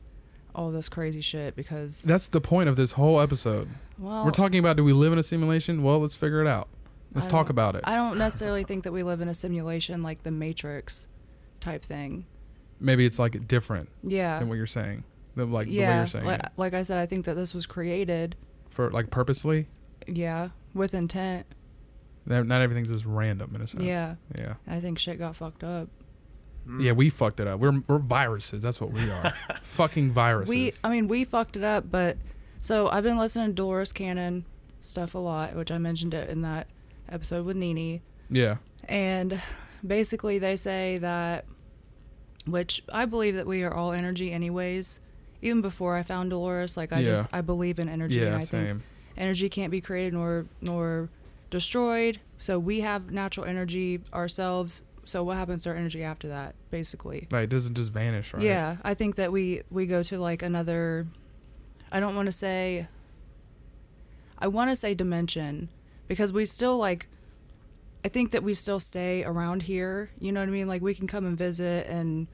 [SPEAKER 4] all this crazy shit because
[SPEAKER 1] That's the point of this whole episode.
[SPEAKER 4] well,
[SPEAKER 1] We're talking about do we live in a simulation? Well, let's figure it out. Let's
[SPEAKER 4] Oh. I
[SPEAKER 1] talk
[SPEAKER 4] don't-
[SPEAKER 1] about it.
[SPEAKER 4] I don't necessarily think that we live in a simulation like the Matrix type thing.
[SPEAKER 1] Maybe it's like different
[SPEAKER 4] Yeah.
[SPEAKER 1] than what you're saying. Than like the way
[SPEAKER 4] yeah.
[SPEAKER 1] you're saying
[SPEAKER 4] Like,
[SPEAKER 1] it.
[SPEAKER 4] like I said, I think that this was created,
[SPEAKER 1] For like purposely.
[SPEAKER 4] yeah, with intent.
[SPEAKER 1] Not not everything's just random in a sense.
[SPEAKER 4] Yeah.
[SPEAKER 1] Yeah.
[SPEAKER 4] And I think shit got fucked up.
[SPEAKER 1] Yeah, we fucked it up. We're, we're viruses. That's what we are. Fucking viruses.
[SPEAKER 4] We, um, I mean, we fucked it up, but so I've been listening to Dolores Cannon stuff a lot, which I mentioned it in that episode with Nene.
[SPEAKER 1] yeah.
[SPEAKER 4] And basically, they say that which I believe that we are all energy anyways. Even before I found Dolores, like I
[SPEAKER 1] Yeah.
[SPEAKER 4] just I believe in energy and
[SPEAKER 1] Yeah,
[SPEAKER 4] I think
[SPEAKER 1] same.
[SPEAKER 4] energy can't be created nor nor destroyed. So we have natural energy ourselves. So what happens to our energy after that, basically?
[SPEAKER 1] Like it doesn't just vanish, right?
[SPEAKER 4] Yeah, I think that we we go to like another. I don't want to say. I want to say dimension, because we still like. I think that we still stay around here. You know what I mean? Like we can come and visit and.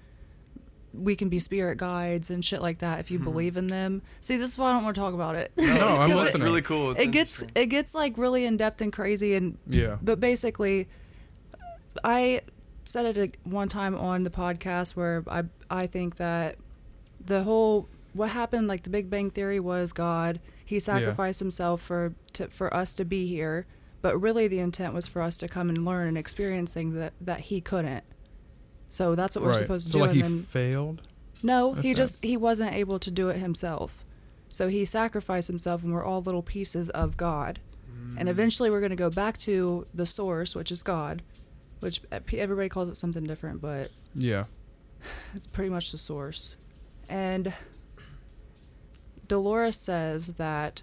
[SPEAKER 4] We can be spirit guides and shit like that if you believe in them. See, this is why I don't want to talk about it.
[SPEAKER 1] Hmm. No, I'm
[SPEAKER 4] Because
[SPEAKER 5] Well,
[SPEAKER 4] it-
[SPEAKER 5] It's
[SPEAKER 1] listening.
[SPEAKER 5] really cool. It's
[SPEAKER 4] it gets
[SPEAKER 5] interesting.
[SPEAKER 4] it gets like really in depth and crazy and
[SPEAKER 1] Yeah.
[SPEAKER 4] but basically i said it like, one time on the podcast where i i think that the whole what happened like the big bang theory was god he sacrificed himself for to, for us to be here but really the intent was for us to come and learn and experience things that that he couldn't so that's what we're
[SPEAKER 1] right.
[SPEAKER 4] supposed to
[SPEAKER 1] so
[SPEAKER 4] do
[SPEAKER 1] like
[SPEAKER 4] and
[SPEAKER 1] he
[SPEAKER 4] then
[SPEAKER 1] failed.
[SPEAKER 4] no,
[SPEAKER 1] That's
[SPEAKER 4] he just
[SPEAKER 1] nice.
[SPEAKER 4] he wasn't able to do it himself. So he sacrificed himself and we're all little pieces of God.
[SPEAKER 1] Mm.
[SPEAKER 4] And eventually we're going to go back to the source, which is God, which e- everybody calls it something different, but
[SPEAKER 1] Yeah.
[SPEAKER 4] it's pretty much the source. And Dolores says that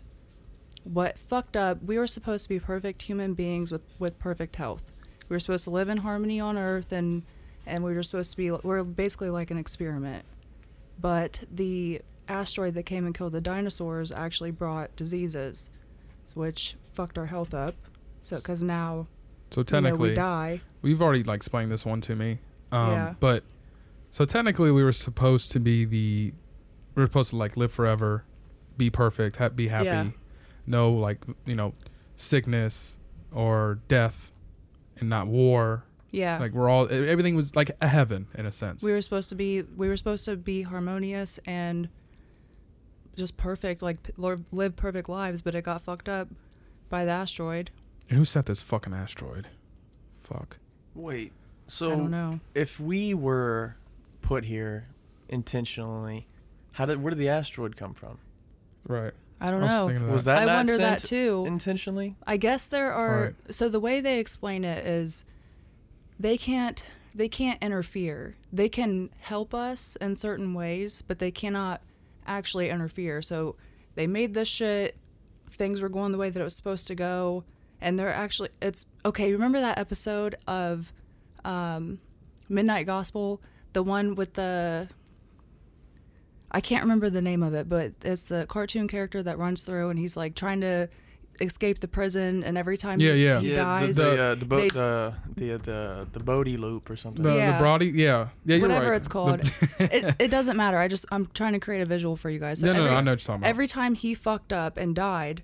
[SPEAKER 4] what fucked up, we were supposed to be perfect human beings with, with perfect health. We were supposed to live in harmony on earth and and we were supposed to be we're basically like an experiment. But the asteroid that came and killed the dinosaurs actually brought diseases which fucked our health up. So cuz now
[SPEAKER 1] So
[SPEAKER 4] you know,
[SPEAKER 1] technically,
[SPEAKER 4] we die.
[SPEAKER 1] we've already like explained this one to me. Um,
[SPEAKER 4] Yeah.
[SPEAKER 1] But so technically, we were supposed to be the we were supposed to like live forever, be perfect, ha- be happy,
[SPEAKER 4] Yeah.
[SPEAKER 1] no like you know sickness or death, and not war.
[SPEAKER 4] Yeah.
[SPEAKER 1] Like we're all e- everything was like a heaven in a sense.
[SPEAKER 4] we were supposed to be we were supposed to be harmonious and just perfect like p- lor- live perfect lives but it got fucked up by the asteroid
[SPEAKER 1] and who sent this fucking asteroid? Fuck.
[SPEAKER 4] i
[SPEAKER 5] Wait.
[SPEAKER 4] don't
[SPEAKER 5] So
[SPEAKER 4] know
[SPEAKER 5] if we were put here intentionally, how did where did the asteroid come from?
[SPEAKER 1] Right.
[SPEAKER 4] i don't
[SPEAKER 1] I was
[SPEAKER 4] know
[SPEAKER 1] thinking of
[SPEAKER 5] Was
[SPEAKER 1] that.
[SPEAKER 5] that
[SPEAKER 4] I
[SPEAKER 5] not
[SPEAKER 4] wonder that
[SPEAKER 5] sent
[SPEAKER 4] too.
[SPEAKER 5] intentionally?
[SPEAKER 4] I guess there are
[SPEAKER 1] Right.
[SPEAKER 4] so the way they explain it is they can't they can't interfere. They can help us in certain ways, but they cannot actually interfere. So they made this shit, things were going the way that it was supposed to go, and they're actually it's okay, remember that episode of um Midnight Gospel, the one with the I can't remember the name of it, but it's the cartoon character that runs through and he's like trying to escape the prison and every time
[SPEAKER 1] Yeah,
[SPEAKER 4] he,
[SPEAKER 1] yeah.
[SPEAKER 4] he
[SPEAKER 5] yeah,
[SPEAKER 4] dies
[SPEAKER 5] the
[SPEAKER 1] the-
[SPEAKER 5] the, uh, the, bo-
[SPEAKER 4] they-
[SPEAKER 5] the the uh, the the Bodhi loop or something.
[SPEAKER 1] The,
[SPEAKER 4] Yeah.
[SPEAKER 1] the Brody, yeah, yeah, you're
[SPEAKER 4] whatever
[SPEAKER 1] right.
[SPEAKER 4] it's
[SPEAKER 1] The-
[SPEAKER 4] called. it, it doesn't matter. I just I'm trying to create a visual for you guys.
[SPEAKER 1] No, no, no, I know what you're talking about.
[SPEAKER 4] Every time he fucked up and died,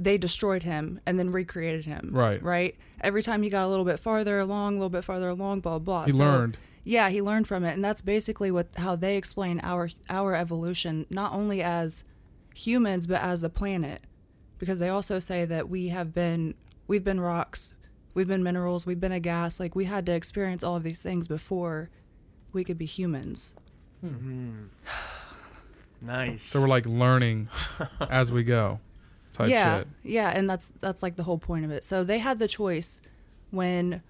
[SPEAKER 4] they destroyed him and then recreated him.
[SPEAKER 1] Right.
[SPEAKER 4] Right. Every time he got a little bit farther along, a little bit farther along, blah blah.
[SPEAKER 1] He learned.
[SPEAKER 4] Yeah, he learned from it, and that's basically what how they explain our our evolution, not only as humans but as the planet, because they also say that we have been we've been rocks, we've been minerals, we've been a gas. Like we had to experience all of these things before we could be humans.
[SPEAKER 5] Nice.
[SPEAKER 1] so we're like learning as we go, type
[SPEAKER 4] yeah,
[SPEAKER 1] shit.
[SPEAKER 4] yeah, and that's that's like the whole point of it. So they had the choice when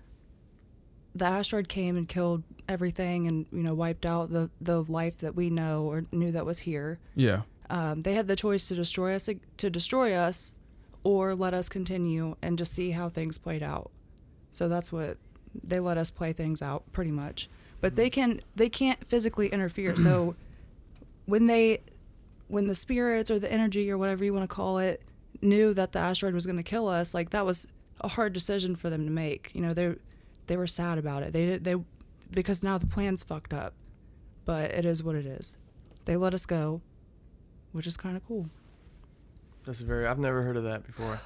[SPEAKER 4] the asteroid came and killed everything, and you know wiped out the the life that we know or knew that was here.
[SPEAKER 1] Yeah,
[SPEAKER 4] Um, they had the choice to destroy us to destroy us, or let us continue and just see how things played out. So that's what they let us play things out pretty much. But they can they can't physically interfere. so when they when the spirits or the energy or whatever you want to call it knew that the asteroid was going to kill us, like that was a hard decision for them to make. You know, they they were sad about it. They did they because now the plan's fucked up. But it is what it is. They let us go, which is kind of cool.
[SPEAKER 5] That's very. I've never heard of that before.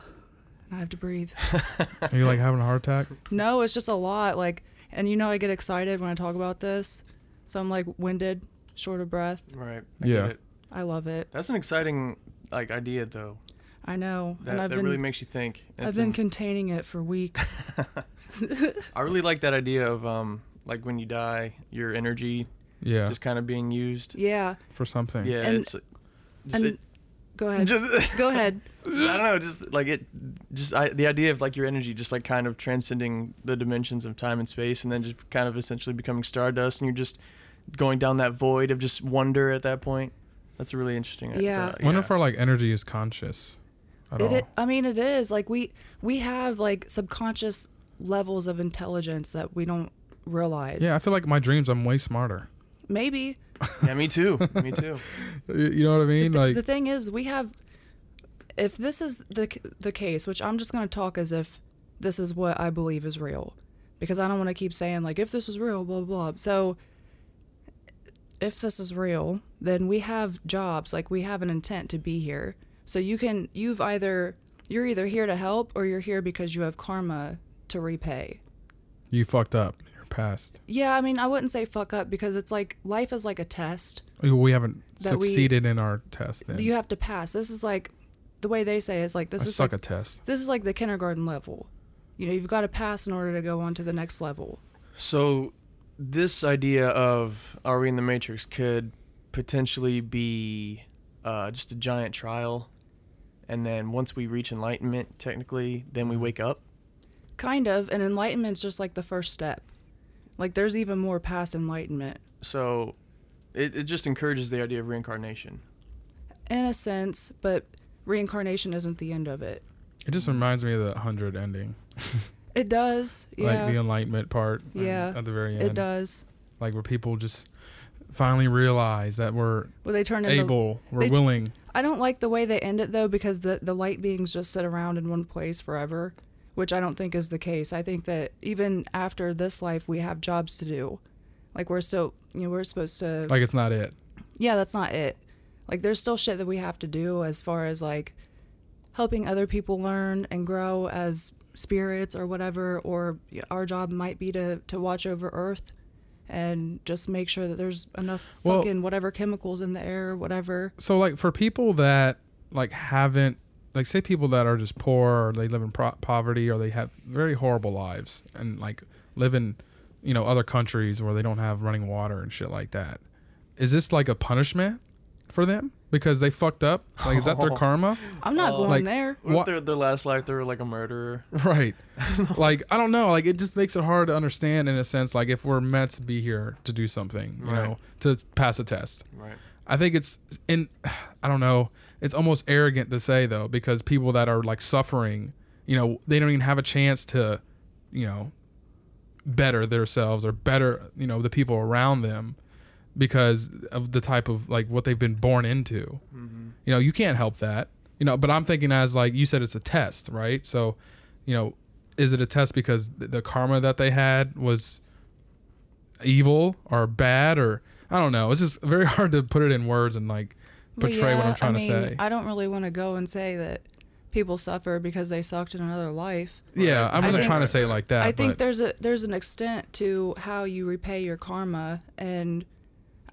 [SPEAKER 4] I have to breathe.
[SPEAKER 1] are you like having a heart attack?
[SPEAKER 4] No, it's just a lot. Like, and you know, I get excited when I talk about this. So I'm like winded, short of breath.
[SPEAKER 5] Right.
[SPEAKER 1] Yeah.
[SPEAKER 4] I love it.
[SPEAKER 5] That's an exciting like idea though.
[SPEAKER 4] I know.
[SPEAKER 5] That,
[SPEAKER 4] and I've
[SPEAKER 5] that
[SPEAKER 4] been,
[SPEAKER 5] really makes you think.
[SPEAKER 4] I've
[SPEAKER 5] It's
[SPEAKER 4] been
[SPEAKER 5] in-
[SPEAKER 4] containing it for weeks.
[SPEAKER 5] I really like that idea of um like when you die, your energy
[SPEAKER 1] Yeah,
[SPEAKER 5] just kind of being used.
[SPEAKER 4] yeah.
[SPEAKER 1] for something.
[SPEAKER 5] Yeah,
[SPEAKER 4] And-
[SPEAKER 5] it's just,
[SPEAKER 4] and-
[SPEAKER 5] it,
[SPEAKER 4] Go ahead.
[SPEAKER 5] just
[SPEAKER 4] Go ahead.
[SPEAKER 5] I don't know, just like it, just I, the idea of like your energy just like kind of transcending the dimensions of time and space, and then just kind of essentially becoming stardust, and you're just going down that void of just wonder at that point. That's a really interesting. uh,
[SPEAKER 4] Yeah.
[SPEAKER 5] thought,
[SPEAKER 1] Wonder if our like energy is conscious at
[SPEAKER 4] It,
[SPEAKER 1] all.
[SPEAKER 4] i- I mean, it is like we we have like subconscious levels of intelligence that we don't realize.
[SPEAKER 1] yeah, I feel like in my dreams I'm way smarter.
[SPEAKER 4] Maybe
[SPEAKER 5] yeah, me too. Me too.
[SPEAKER 1] Y- You know what I mean? Like
[SPEAKER 4] the thing is, we have. If this is the c- the case, which I'm just going to talk as if this is what I believe is real, because I don't want to keep saying like if this is real, blah blah. blah. So, if this is real, then we have jobs, like we have an intent to be here. So you can you've either you're either here to help or you're here because you have karma to repay.
[SPEAKER 1] you fucked up in your past.
[SPEAKER 4] Yeah, I mean, I wouldn't say fuck up because it's like life is like a test.
[SPEAKER 1] We haven't
[SPEAKER 4] That we-
[SPEAKER 1] succeeded in our test. Then.
[SPEAKER 4] You have to pass. This is like the way they say is like this
[SPEAKER 1] I
[SPEAKER 4] is
[SPEAKER 1] suck
[SPEAKER 4] like,
[SPEAKER 1] at tests.
[SPEAKER 4] this is like the kindergarten level. You know, you've got to pass in order to go on to the next level.
[SPEAKER 5] So, this idea of are we in the Matrix could potentially be uh, just a giant trial, and then once we reach enlightenment, technically, then we wake up.
[SPEAKER 4] Kind of, and enlightenment's just like the first step. Like there's even more past enlightenment.
[SPEAKER 5] So, it, it just encourages the idea of reincarnation.
[SPEAKER 4] In a sense, but reincarnation isn't the end of it.
[SPEAKER 1] It just reminds me of the hundred ending,
[SPEAKER 4] It does.
[SPEAKER 1] like the
[SPEAKER 4] Yeah.
[SPEAKER 1] enlightenment part. uh,
[SPEAKER 4] Yeah.
[SPEAKER 1] at the very end,
[SPEAKER 4] it does.
[SPEAKER 1] like where people just finally realize that we're
[SPEAKER 4] Well, they turn into
[SPEAKER 1] able, we're
[SPEAKER 4] they ch-
[SPEAKER 1] willing.
[SPEAKER 4] I don't like the way they end it though because the the light beings just sit around in one place forever, which I don't think is the case. I think that even after this life, we have jobs to do. Like we're still, you know, we're supposed to.
[SPEAKER 1] Like it's not it.
[SPEAKER 4] yeah, that's not it. Like there's still shit that we have to do as far as like helping other people learn and grow as spirits or whatever. Or our job might be to to watch over Earth and just make sure that there's enough
[SPEAKER 1] Well-
[SPEAKER 4] fucking whatever chemicals in the air, whatever.
[SPEAKER 1] so like for people that like haven't like say people that are just poor or they live in pro- poverty or they have very horrible lives and like live in you know other countries where they don't have running water and shit like that is this like a punishment for them because they fucked up like is that their karma
[SPEAKER 4] I'm not going
[SPEAKER 1] Uh, like-
[SPEAKER 4] there.
[SPEAKER 5] What,
[SPEAKER 1] What-
[SPEAKER 5] If their, their last life, they were like a murderer.
[SPEAKER 1] right like i don't know like it just makes it hard to understand in a sense like if we're meant to be here to do something you
[SPEAKER 5] Right.
[SPEAKER 1] know to pass a test
[SPEAKER 5] Right.
[SPEAKER 1] I think it's in I don't know. It's almost arrogant to say though because people that are like suffering, you know, they don't even have a chance to, you know, better themselves or better, you know, the people around them because of the type of like what they've been born into. You know, you can't help that. You know, but I'm thinking as like you said it's a test, right? So, you know, is it a test because th- the karma that they had was evil or bad or I don't know. It's just very hard to put it in words and like
[SPEAKER 4] But
[SPEAKER 1] portray what
[SPEAKER 4] yeah,
[SPEAKER 1] I'm trying
[SPEAKER 4] I mean,
[SPEAKER 1] to say.
[SPEAKER 4] I don't really want to go and say that people suffer because they sucked in another life.
[SPEAKER 1] yeah, I wasn't
[SPEAKER 4] think-
[SPEAKER 1] trying to say it like that.
[SPEAKER 4] I think
[SPEAKER 1] but
[SPEAKER 4] there's a there's an extent to how you repay your karma and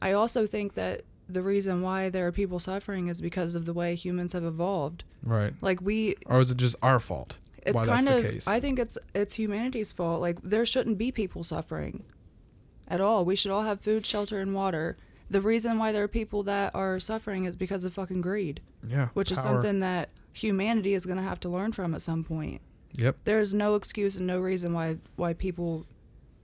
[SPEAKER 4] I also think that the reason why there are people suffering is because of the way humans have evolved.
[SPEAKER 1] right.
[SPEAKER 4] Like we
[SPEAKER 1] Or is it just our fault?
[SPEAKER 4] it's
[SPEAKER 1] why
[SPEAKER 4] kind
[SPEAKER 1] that's
[SPEAKER 4] of
[SPEAKER 1] the case.
[SPEAKER 4] I think it's it's humanity's fault. Like there shouldn't be people suffering at all. We should all have food, shelter and water. The reason why there are people that are suffering is because of fucking greed.
[SPEAKER 1] yeah,
[SPEAKER 4] which is
[SPEAKER 1] power.
[SPEAKER 4] something that humanity is going to have to learn from at some point.
[SPEAKER 1] Yep.
[SPEAKER 4] There is no excuse and no reason why why people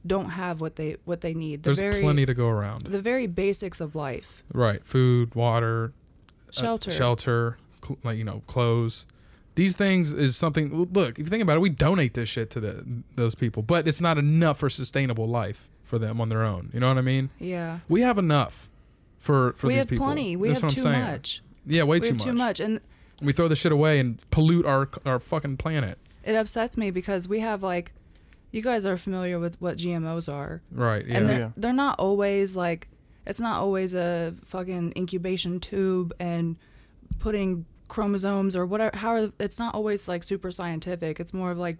[SPEAKER 4] don't have what they what they need. The
[SPEAKER 1] There's
[SPEAKER 4] very
[SPEAKER 1] plenty to go around.
[SPEAKER 4] the very basics of life.
[SPEAKER 1] Right. Food, water, uh,
[SPEAKER 4] Shelter.
[SPEAKER 1] shelter, cl- like you know, clothes. These things is something. Look, if you think about it, we donate this shit to the, those people, but it's not enough for sustainable life for them on their own. You know what I mean?
[SPEAKER 4] Yeah.
[SPEAKER 1] We have enough for for
[SPEAKER 4] we
[SPEAKER 1] these
[SPEAKER 4] have
[SPEAKER 1] people.
[SPEAKER 4] plenty. We
[SPEAKER 1] That's
[SPEAKER 4] have
[SPEAKER 1] what
[SPEAKER 4] too
[SPEAKER 1] I'm saying.
[SPEAKER 4] much.
[SPEAKER 1] Yeah, way
[SPEAKER 4] we
[SPEAKER 1] too
[SPEAKER 4] have
[SPEAKER 1] much.
[SPEAKER 4] too much and
[SPEAKER 1] We throw the shit away and pollute our our fucking planet.
[SPEAKER 4] it upsets me because we have like you guys are familiar with what GMOs are.
[SPEAKER 1] Right. Yeah.
[SPEAKER 4] and
[SPEAKER 5] Yeah.
[SPEAKER 4] they're,
[SPEAKER 5] Yeah.
[SPEAKER 4] they're not always like it's not always a fucking incubation tube and putting chromosomes or whatever how are, it's not always like super scientific it's more of like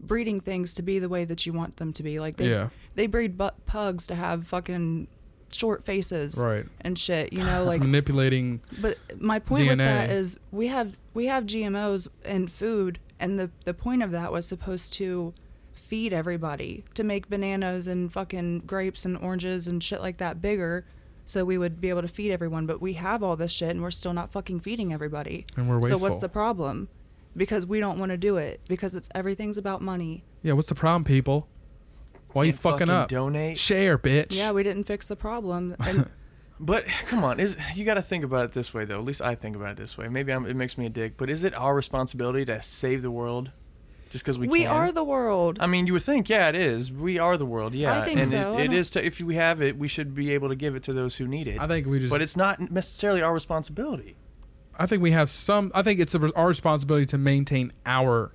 [SPEAKER 4] breeding things to be the way that you want them to be like they
[SPEAKER 1] Yeah.
[SPEAKER 4] they breed bu- pugs to have fucking short faces
[SPEAKER 1] Right.
[SPEAKER 4] and shit you know
[SPEAKER 1] It's
[SPEAKER 4] like
[SPEAKER 1] manipulating.
[SPEAKER 4] but my point with that
[SPEAKER 1] DNA.
[SPEAKER 4] is we have we have GMOs in food, and the the point of that was supposed to feed everybody to make bananas and fucking grapes and oranges and shit like that bigger, so we would be able to feed everyone. But we have all this shit, and we're still not fucking feeding everybody.
[SPEAKER 1] And we're
[SPEAKER 4] So what's
[SPEAKER 1] wasteful.
[SPEAKER 4] the problem? Because we don't want to do it because it's everything's about money.
[SPEAKER 1] Yeah. What's the problem, people? Why you
[SPEAKER 3] Can't
[SPEAKER 1] fucking,
[SPEAKER 3] fucking
[SPEAKER 1] up?
[SPEAKER 3] donate.
[SPEAKER 1] Share, bitch.
[SPEAKER 4] Yeah, we didn't fix the problem. And
[SPEAKER 5] But
[SPEAKER 3] Come on, is you got to think about it this way though. At least I think about it this way. Maybe I'm, it makes me a dick, but is it our responsibility to save the world just because we,
[SPEAKER 4] we,
[SPEAKER 3] can?
[SPEAKER 4] are the world.
[SPEAKER 3] I mean, you would think, yeah, it is. We are the world, yeah.
[SPEAKER 4] I think
[SPEAKER 3] and
[SPEAKER 4] so. I
[SPEAKER 3] It, it
[SPEAKER 4] don't-
[SPEAKER 3] is. To, if we have it, we should be able to give it to those who need it.
[SPEAKER 1] I think we just.
[SPEAKER 3] but it's not necessarily our responsibility.
[SPEAKER 1] I think we have some. I think it's a, our responsibility to maintain our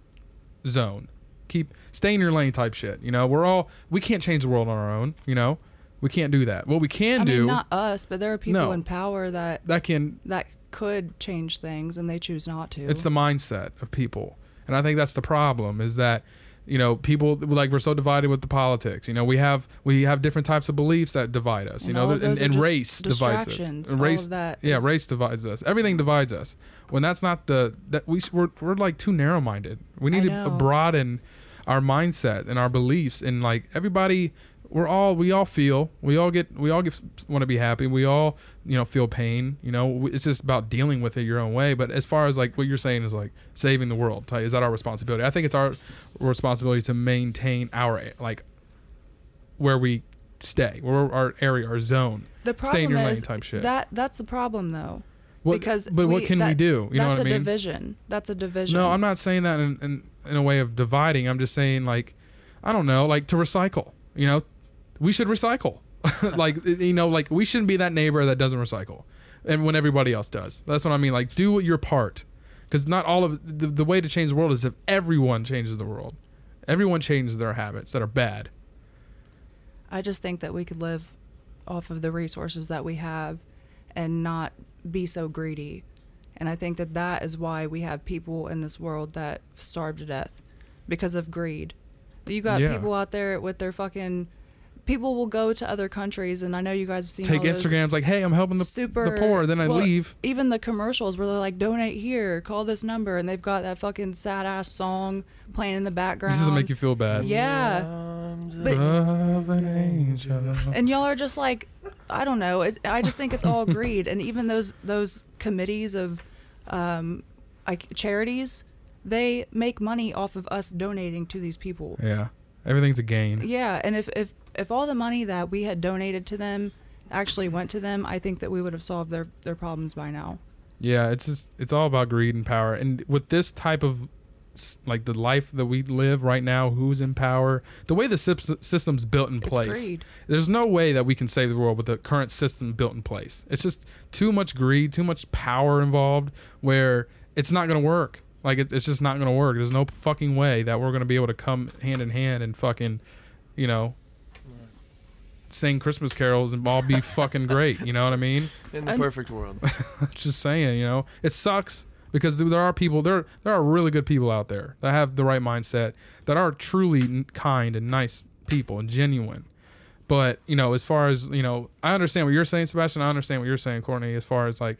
[SPEAKER 1] zone. Keep stay in your lane type shit. You know, we're all we can't change the world on our own. You know, we can't do that. What we can
[SPEAKER 4] I
[SPEAKER 1] do
[SPEAKER 4] mean, not us, but there are people
[SPEAKER 1] No.
[SPEAKER 4] in power that
[SPEAKER 1] that can
[SPEAKER 4] that could change things, and they choose not to.
[SPEAKER 1] it's the mindset of people, and I think that's the problem. Is that you know people like we're so divided with the politics. You know, we have we have different types of beliefs that divide us. you
[SPEAKER 4] And
[SPEAKER 1] know,
[SPEAKER 4] all of
[SPEAKER 1] th- and,
[SPEAKER 4] those are
[SPEAKER 1] and
[SPEAKER 4] just
[SPEAKER 1] race divides us.
[SPEAKER 4] distractions.
[SPEAKER 1] And
[SPEAKER 4] All
[SPEAKER 1] race
[SPEAKER 4] of that
[SPEAKER 1] yeah,
[SPEAKER 4] is-
[SPEAKER 1] race divides us. Everything divides us. When that's not the that we s- we're, we're like too narrow minded. We need to
[SPEAKER 4] know.
[SPEAKER 1] broaden our mindset and our beliefs and like everybody. We're all we all feel we all get we all get want to be happy we all you know feel pain you know We- it's just about dealing with it your own way but as far as like what you're saying is like saving the world like, is that our responsibility I think it's our responsibility to maintain our like where we stay where our area our zone
[SPEAKER 4] the problem
[SPEAKER 1] stay in your lane
[SPEAKER 4] is
[SPEAKER 1] type shit.
[SPEAKER 4] that that's the problem though.
[SPEAKER 1] What-
[SPEAKER 4] because
[SPEAKER 1] but what
[SPEAKER 4] we-
[SPEAKER 1] can we
[SPEAKER 4] that-
[SPEAKER 1] do? You know
[SPEAKER 4] that's
[SPEAKER 1] what I
[SPEAKER 4] a
[SPEAKER 1] mean?
[SPEAKER 4] division. That's a division.
[SPEAKER 1] No, I'm not saying that in, in, in a way of dividing. I'm just saying like, I don't know, like to recycle. You know, we should recycle. like you know, like we shouldn't be that neighbor that doesn't recycle, and when everybody else does. That's what I mean. Like do your part, because not all of the, the way to change the world is if everyone changes the world. Everyone changes their habits that are bad.
[SPEAKER 4] I just think that we could live off of the resources that we have and not be so greedy. And I think that that is why we have people in this world that starve to death because of greed. You got
[SPEAKER 1] Yeah.
[SPEAKER 4] people out there with their fucking people will go to other countries and I know you guys have seen
[SPEAKER 1] Take
[SPEAKER 4] all those
[SPEAKER 1] Instagrams like, hey, I'm helping the
[SPEAKER 4] super
[SPEAKER 1] the poor, then I
[SPEAKER 4] well,
[SPEAKER 1] leave.
[SPEAKER 4] Even the commercials where they're like donate here, call this number and they've got that fucking sad ass song playing in the background.
[SPEAKER 1] This doesn't make you feel bad.
[SPEAKER 4] Yeah. But
[SPEAKER 1] Of an angel.
[SPEAKER 4] and y'all are just like i don't know it, i just think it's all greed and even those those committees of um like charities they make money off of us donating to these people
[SPEAKER 1] Yeah, everything's a gain.
[SPEAKER 4] yeah and if if if all the money that we had donated to them actually went to them i think that we would have solved their their problems by now
[SPEAKER 1] Yeah, it's just it's all about greed and power. And with this type of s- like the life that we live right now, who's in power, the way the sys- system's built in place,
[SPEAKER 4] greed.
[SPEAKER 1] there's no way that we can save the world with the current system built in place. It's just too much greed, too much power involved, where it's not gonna work. Like it, it's just not gonna work. There's no fucking way that we're gonna be able to come hand in hand and fucking, you know. Sing Christmas carols and all be fucking great. You know what I mean?
[SPEAKER 5] in the perfect world,
[SPEAKER 1] just saying, you know, it sucks because there are people there. There are really good people out there that have the right mindset, that are truly n- kind and nice people and genuine. But you know, as far as you know, I understand what you're saying, Sebastian. I understand what you're saying, Courtney. As far as like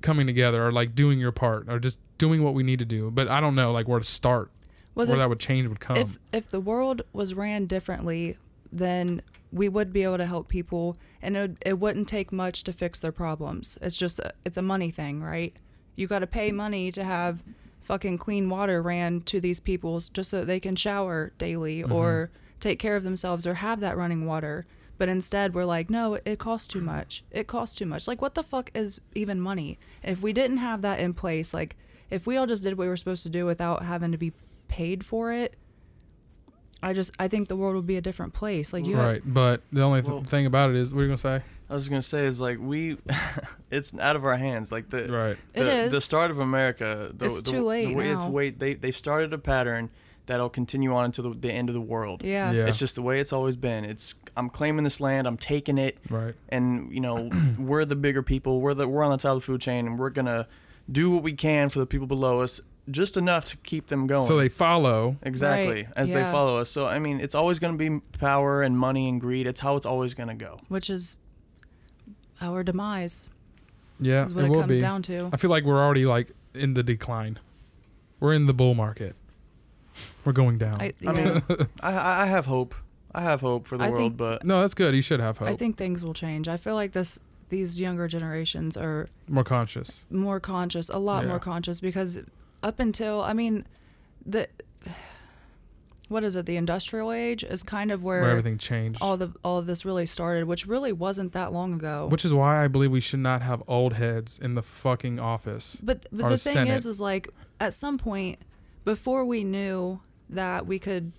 [SPEAKER 1] coming together or like doing your part or just doing what we need to do. But I don't know like where to start,
[SPEAKER 4] Well,
[SPEAKER 1] where
[SPEAKER 4] the-
[SPEAKER 1] that would change would come.
[SPEAKER 4] if if the world was ran differently, then we would be able to help people, and it, would- it wouldn't take much to fix their problems. It's just a, it's a money thing, right? You got to pay money to have fucking clean water ran to these people just so they can shower daily or take care of themselves or have that running water. But instead, we're like, no, it costs too much. It costs too much. Like, what the fuck is even money? If we didn't have that in place, like, if we all just did what we were supposed to do without having to be paid for it, I just I think the world would be a different place. Like you,
[SPEAKER 1] right, but the only th-
[SPEAKER 5] Well-
[SPEAKER 1] thing about it is, what are you gonna say?
[SPEAKER 5] I was gonna say is like we, it's out of our hands. Like the
[SPEAKER 1] Right.
[SPEAKER 5] the,
[SPEAKER 4] It is.
[SPEAKER 5] the start of America. The,
[SPEAKER 4] It's
[SPEAKER 5] the,
[SPEAKER 4] too
[SPEAKER 5] the
[SPEAKER 4] late
[SPEAKER 5] way- It's
[SPEAKER 4] now.
[SPEAKER 5] wait. They they started a pattern that'll continue on until the, the end of the world.
[SPEAKER 4] yeah,
[SPEAKER 1] Yeah.
[SPEAKER 5] It's just the way it's always been. It's I'm claiming this land. I'm taking it.
[SPEAKER 1] Right.
[SPEAKER 5] And you know we're the bigger people. We're the we're on the top of the food chain, and we're gonna do what we can for the people below us, just enough to keep them going.
[SPEAKER 1] So they follow.
[SPEAKER 5] exactly
[SPEAKER 4] Right,
[SPEAKER 5] as they
[SPEAKER 4] yeah.
[SPEAKER 5] follow us. So I mean, it's always gonna be power and money and greed. It's how it's always gonna go.
[SPEAKER 4] which is our demise.
[SPEAKER 1] Yeah,
[SPEAKER 4] Is what it
[SPEAKER 1] will
[SPEAKER 4] comes
[SPEAKER 1] be.
[SPEAKER 4] down to.
[SPEAKER 1] I feel like we're already like in the decline. We're in the bull market. We're going down.
[SPEAKER 4] I,
[SPEAKER 5] I
[SPEAKER 4] yeah.
[SPEAKER 5] mean, I- I I have hope. I have hope for the
[SPEAKER 4] I
[SPEAKER 5] world,
[SPEAKER 4] think-
[SPEAKER 5] but
[SPEAKER 1] no, that's good. You should have hope.
[SPEAKER 4] I think things will change. I feel like this these younger generations are
[SPEAKER 1] More conscious.
[SPEAKER 4] more conscious, a lot
[SPEAKER 1] Yeah.
[SPEAKER 4] more conscious because up until I mean, the what is it? The industrial age is kind of where,
[SPEAKER 1] where everything changed.
[SPEAKER 4] all the all of this really started, which really wasn't that long ago.
[SPEAKER 1] Which is why I believe we should not have old heads in the fucking office.
[SPEAKER 4] But
[SPEAKER 1] or
[SPEAKER 4] but the thing
[SPEAKER 1] Senate.
[SPEAKER 4] is, is like at some point before we knew that we could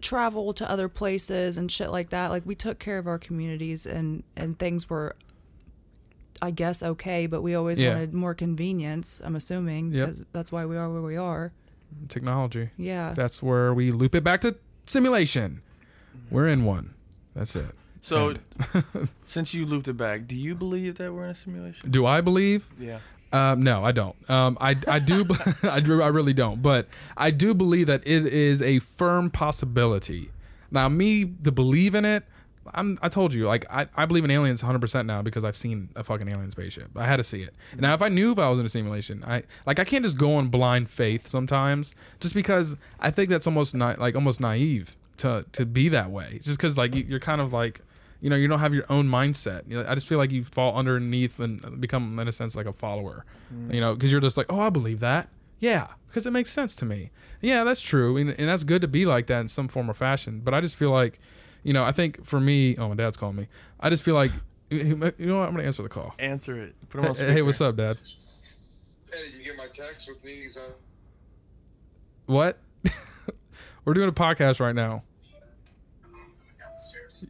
[SPEAKER 4] travel to other places and shit like that, like we took care of our communities and and things were, I guess, okay. But we always
[SPEAKER 1] Yeah.
[SPEAKER 4] wanted more convenience. I'm assuming
[SPEAKER 1] Yep.
[SPEAKER 4] because that's why we are where we are.
[SPEAKER 1] technology.
[SPEAKER 4] Yeah.
[SPEAKER 1] That's where we loop it back to simulation. We're in one. That's it.
[SPEAKER 5] So,
[SPEAKER 1] And-
[SPEAKER 5] since you looped it back, do you believe that we're in a simulation?
[SPEAKER 1] do I believe?
[SPEAKER 5] Yeah.
[SPEAKER 1] Um, no, I don't. Um, I, I do. I do. I really don't. But I do believe that it is a firm possibility. Now, me to believe in it, I'm. I told you, like I, I believe in aliens 100 percent now because I've seen a fucking alien spaceship. I had to see it. Now, if I knew if I was in a simulation, I like I can't just go on blind faith sometimes, just because I think that's almost not like almost naive to to be that way. Just because like you- you're kind of like you know you don't have your own mindset you know, i just feel like you fall underneath and become in a sense like a follower you know because you're just like oh i believe that yeah because it makes sense to me yeah that's true and, and that's good to be like that in some form or fashion but i just feel like you know i think for me oh my dad's calling me i just feel like you know what i'm gonna answer the call
[SPEAKER 5] Answer it. Put 'em on
[SPEAKER 1] hey what's up dad
[SPEAKER 6] Hey, you get my text with these? Uh,
[SPEAKER 1] what we're doing a podcast right now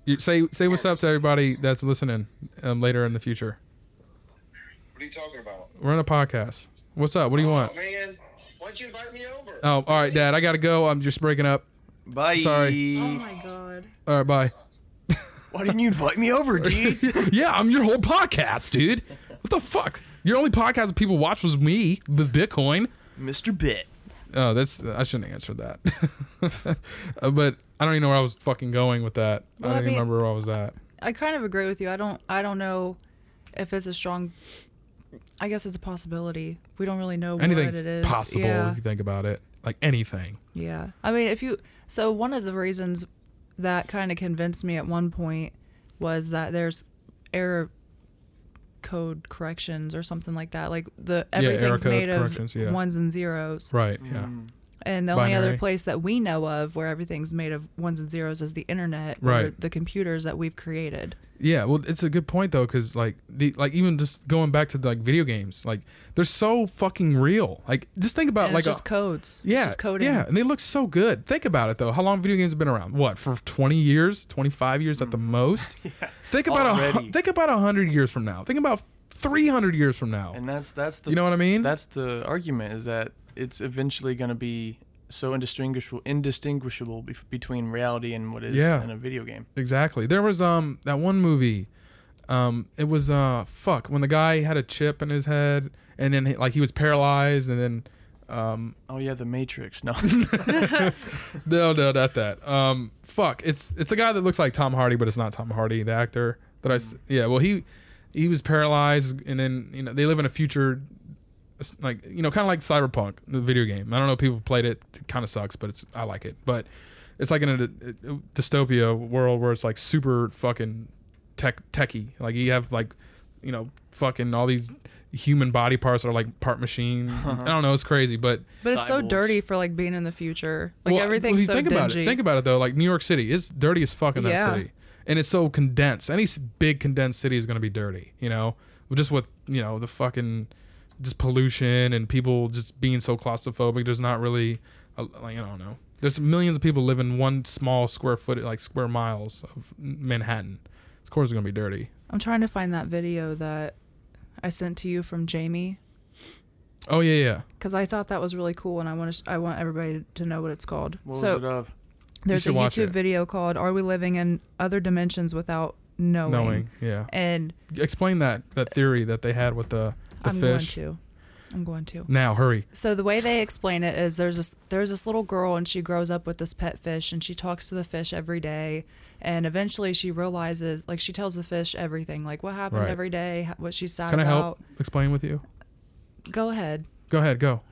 [SPEAKER 1] you say say what's up to everybody that's listening um, later in the future
[SPEAKER 6] what are you talking about?
[SPEAKER 1] we're on a podcast what's up what do you want
[SPEAKER 6] Oh, man, why don't you invite me over?
[SPEAKER 1] Oh, all right, Dad. I gotta go. I'm just breaking up.
[SPEAKER 5] Bye.
[SPEAKER 1] Sorry.
[SPEAKER 4] my god.
[SPEAKER 1] All right, bye.
[SPEAKER 5] Why didn't you invite me over, D?
[SPEAKER 1] yeah, I'm your whole podcast, dude. What the fuck? Your only podcast that people watch was me with Bitcoin.
[SPEAKER 5] Mr. Bit.
[SPEAKER 1] Oh, that's I shouldn't answer that. Uh, but I don't even know where I was fucking going with that.
[SPEAKER 4] Well,
[SPEAKER 1] I don't
[SPEAKER 4] I
[SPEAKER 1] even
[SPEAKER 4] mean-
[SPEAKER 1] remember where I was at.
[SPEAKER 4] I kind of agree with you. I don't I don't know if it's a strong I guess it's a possibility. We don't really know what it is.
[SPEAKER 1] Anything's possible
[SPEAKER 4] Yeah.
[SPEAKER 1] if you think about it. Like anything.
[SPEAKER 4] Yeah. I mean, if you so one of the reasons that kind of convinced me at one point was that there's error code corrections or something like that. Like the
[SPEAKER 1] error
[SPEAKER 4] everything's
[SPEAKER 1] code
[SPEAKER 4] made
[SPEAKER 1] corrections,
[SPEAKER 4] of
[SPEAKER 1] yeah.
[SPEAKER 4] ones and zeros.
[SPEAKER 1] Right. Yeah.
[SPEAKER 4] Mm. And the only other
[SPEAKER 1] Binary.
[SPEAKER 4] place that we know of where everything's made of ones and zeros is the internet or
[SPEAKER 1] Right.
[SPEAKER 4] the computers that we've created.
[SPEAKER 1] Yeah, well, it's a good point though, because like the like even just going back to like video games, like they're so fucking real. Like just think about
[SPEAKER 4] And
[SPEAKER 1] Uh, like
[SPEAKER 4] it's just
[SPEAKER 1] a-
[SPEAKER 4] codes.
[SPEAKER 1] Yeah,
[SPEAKER 4] It's just coding.
[SPEAKER 1] yeah, and they look so good. Think about it though. How long video games have been around? What for? Twenty years, twenty five years at the most. Think about a
[SPEAKER 5] Mm. Already.
[SPEAKER 1] hu- think about hundred years from now. Think about three hundred years from now.
[SPEAKER 5] And that's that's the
[SPEAKER 1] You know what I mean?
[SPEAKER 5] That's the argument is that it's eventually going to be so indistinguishable indistinguishable bef between reality and what is
[SPEAKER 1] Yeah.
[SPEAKER 5] in a video game.
[SPEAKER 1] exactly. There was um that one movie. Um, it was uh fuck when the guy had a chip in his head and then he, like he was paralyzed and then
[SPEAKER 5] Oh yeah, the Matrix. No.
[SPEAKER 1] No, no, not that. Um, fuck. It's it's a guy that looks like Tom Hardy, but it's not Tom Hardy, the actor. That I s- yeah. Well, he he was paralyzed, and then you know they live in a future, it's like you know, kind of like Cyberpunk, the video game. I don't know if people played it. It kind of sucks, but it's I like it. But it's like in a, a dystopia world where it's like super fucking tech techie. Like you have like you know fucking all these human body parts that are like part machine. I don't know. It's crazy, but
[SPEAKER 4] But it's so
[SPEAKER 5] Cyborgs.
[SPEAKER 4] dirty for like being in the future. Like
[SPEAKER 1] well,
[SPEAKER 4] everything's
[SPEAKER 1] well, you
[SPEAKER 4] so
[SPEAKER 1] think about
[SPEAKER 4] dingy.
[SPEAKER 1] it. Think about it though. Like New York City is dirty as fuck in that
[SPEAKER 4] Yeah.
[SPEAKER 1] city, and it's so condensed. Any s- big condensed city is going to be dirty. You know, just with you know the fucking just pollution and people just being so claustrophobic. There's not really, a, like I don't know. There's millions of people live in one small square foot, like square miles of Manhattan. Of course, it's going to be dirty.
[SPEAKER 4] I'm trying to find that video that I sent to you from Jamie
[SPEAKER 1] Oh yeah, yeah.
[SPEAKER 4] because I thought that was really cool and I want to, I want everybody to know what it's called.
[SPEAKER 5] What
[SPEAKER 4] so
[SPEAKER 5] was it uh, of?
[SPEAKER 4] there's a
[SPEAKER 1] should watch
[SPEAKER 4] YouTube
[SPEAKER 1] it.
[SPEAKER 4] video called "Are We Living in Other Dimensions Without Knowing?"
[SPEAKER 1] Knowing, yeah.
[SPEAKER 4] And
[SPEAKER 1] Explain that that theory that they had with the the
[SPEAKER 4] I'm
[SPEAKER 1] fish.
[SPEAKER 4] going to, I'm going to.
[SPEAKER 1] Now hurry.
[SPEAKER 4] So the way they explain it is there's this there's this little girl and she grows up with this pet fish and she talks to the fish every day and eventually she realizes like she tells the fish everything like what happened
[SPEAKER 1] Right.
[SPEAKER 4] every day h- what she's sad
[SPEAKER 1] Can I
[SPEAKER 4] about.
[SPEAKER 1] help explain with you?
[SPEAKER 4] Go ahead.
[SPEAKER 1] Go ahead. Go.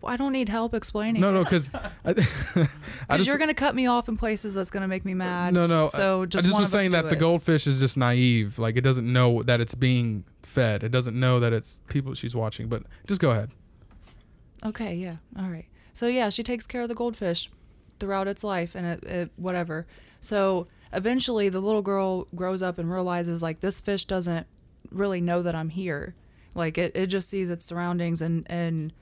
[SPEAKER 4] Well, I don't need help explaining.
[SPEAKER 1] No, no, because I, I
[SPEAKER 4] Because
[SPEAKER 1] just
[SPEAKER 4] you're gonna cut me off in places that's gonna make me mad.
[SPEAKER 1] no, no.
[SPEAKER 4] So
[SPEAKER 1] I- I
[SPEAKER 4] just,
[SPEAKER 1] just
[SPEAKER 4] one
[SPEAKER 1] was
[SPEAKER 4] of us
[SPEAKER 1] saying
[SPEAKER 4] do
[SPEAKER 1] that the
[SPEAKER 4] it.
[SPEAKER 1] goldfish is just naive. Like it doesn't know that it's being fed. It doesn't know that it's people she's watching. But just go ahead.
[SPEAKER 4] Okay, yeah, all right. So yeah, she takes care of the goldfish. throughout its life and it, it whatever. So eventually, the little girl grows up and realizes like this fish doesn't really know that I'm here. Like it, it just sees its surroundings and and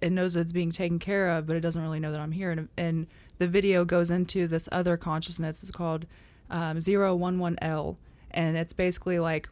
[SPEAKER 4] it knows it's being taken care of, but it doesn't really know that I'm here. And, and the video goes into this other consciousness. It's called um, 011L. And it's basically like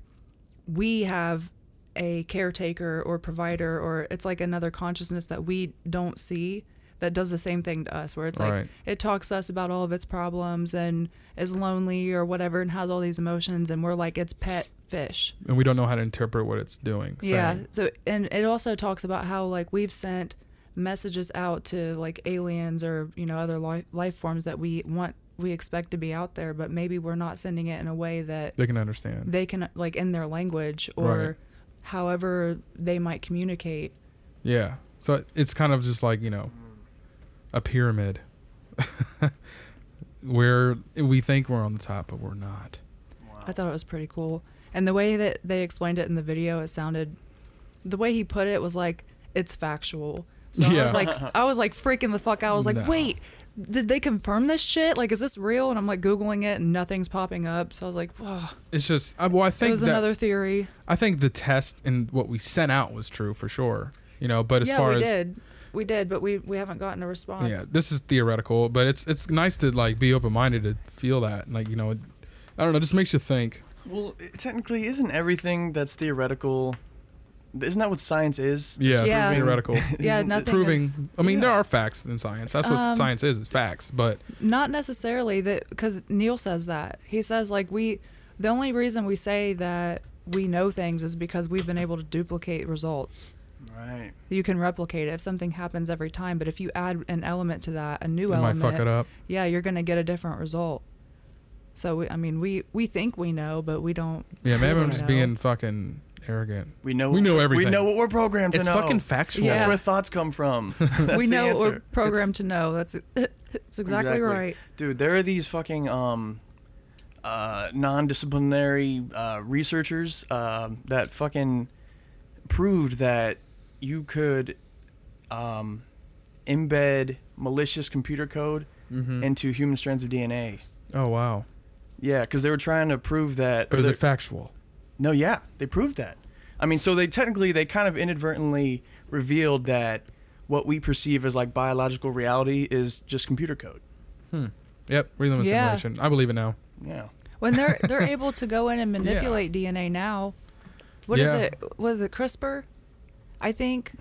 [SPEAKER 4] we have a caretaker or provider, or it's like another consciousness that we don't see that does the same thing to us, where it's like
[SPEAKER 1] Right.
[SPEAKER 4] it talks to us about all of its problems and is lonely or whatever and has all these emotions. And we're like its pet fish.
[SPEAKER 1] and we don't know how to interpret what it's doing.
[SPEAKER 4] Yeah.
[SPEAKER 1] saying.
[SPEAKER 4] So and it also talks about how like we've sent messages out to like aliens or you know other life life forms that we want we expect to be out there, but maybe we're not sending it in a way that
[SPEAKER 1] they can understand.
[SPEAKER 4] they can like in their language or
[SPEAKER 1] Right.
[SPEAKER 4] however they might communicate.
[SPEAKER 1] yeah, so it's kind of just like you know, a pyramid, where we think we're on the top, but we're not.
[SPEAKER 4] I thought it was pretty cool. And the way that they explained it in the video, it sounded the way he put it was like it's factual. So I
[SPEAKER 1] Yeah.
[SPEAKER 4] was like I was like freaking the fuck out. I was like,
[SPEAKER 1] No.
[SPEAKER 4] "Wait, did they confirm this shit? Like is this real?" And I'm like googling it and nothing's popping up. So I was like, "Ugh."
[SPEAKER 1] It's just I, well, I
[SPEAKER 4] It
[SPEAKER 1] think
[SPEAKER 4] was
[SPEAKER 1] that,
[SPEAKER 4] another theory.
[SPEAKER 1] I think the test and what we sent out was true for sure. You know, but as
[SPEAKER 4] yeah,
[SPEAKER 1] far
[SPEAKER 4] we
[SPEAKER 1] as
[SPEAKER 4] did. We did, but we we haven't gotten a response.
[SPEAKER 1] yeah, this is theoretical, but it's it's nice to like be open minded to feel that, like you know, it, I don't know, it just makes you think.
[SPEAKER 5] Well, it technically, isn't everything that's theoretical? Isn't that what science is?
[SPEAKER 1] Yeah,
[SPEAKER 4] Yeah.
[SPEAKER 1] theoretical.
[SPEAKER 4] Yeah,
[SPEAKER 5] Isn't it
[SPEAKER 4] nothing
[SPEAKER 1] proving.
[SPEAKER 4] is Um,
[SPEAKER 1] I mean, there are facts in science. That's what science is. It's facts, but
[SPEAKER 4] Not necessarily that, because Neil says that he says like we, the only reason we say that we know things is because we've been able to duplicate results.
[SPEAKER 5] Right.
[SPEAKER 4] You can replicate it if something happens every time, but if you add an element to that, a
[SPEAKER 1] You
[SPEAKER 4] new
[SPEAKER 1] might
[SPEAKER 4] element,
[SPEAKER 1] fuck it up.
[SPEAKER 4] Yeah, you're gonna get a different result. So we, I mean, we we think we know, but we don't.
[SPEAKER 1] yeah, maybe I'm
[SPEAKER 4] really
[SPEAKER 1] just
[SPEAKER 4] know.
[SPEAKER 1] being fucking arrogant.
[SPEAKER 5] We know.
[SPEAKER 1] We know everything.
[SPEAKER 5] We know what we're programmed
[SPEAKER 1] It's
[SPEAKER 5] to know.
[SPEAKER 1] fucking factual.
[SPEAKER 4] Yeah.
[SPEAKER 5] That's where thoughts come from. That's
[SPEAKER 4] we
[SPEAKER 5] the
[SPEAKER 4] know what we're
[SPEAKER 5] answer.
[SPEAKER 4] programmed to know. That's it's exactly, right.
[SPEAKER 5] Dude, there are these fucking um, uh, non-disciplinary uh, researchers um, that fucking proved that you could um, embed malicious computer code
[SPEAKER 1] Mm-hmm.
[SPEAKER 5] into human strands of DNA.
[SPEAKER 1] Oh wow,
[SPEAKER 5] Yeah, because they were trying to prove that.
[SPEAKER 1] but is
[SPEAKER 5] they're-
[SPEAKER 1] it factual?
[SPEAKER 5] no, yeah, they proved that. I mean, so they technically they kind of inadvertently revealed that what we perceive as like biological reality is just computer code.
[SPEAKER 1] Yep, rhythm and
[SPEAKER 4] Yeah.
[SPEAKER 1] simulation. I believe it now.
[SPEAKER 5] Yeah.
[SPEAKER 4] When they're they're able to go in and manipulate DNA now. What is
[SPEAKER 1] Yeah.
[SPEAKER 4] it? Was it CRISPR? I think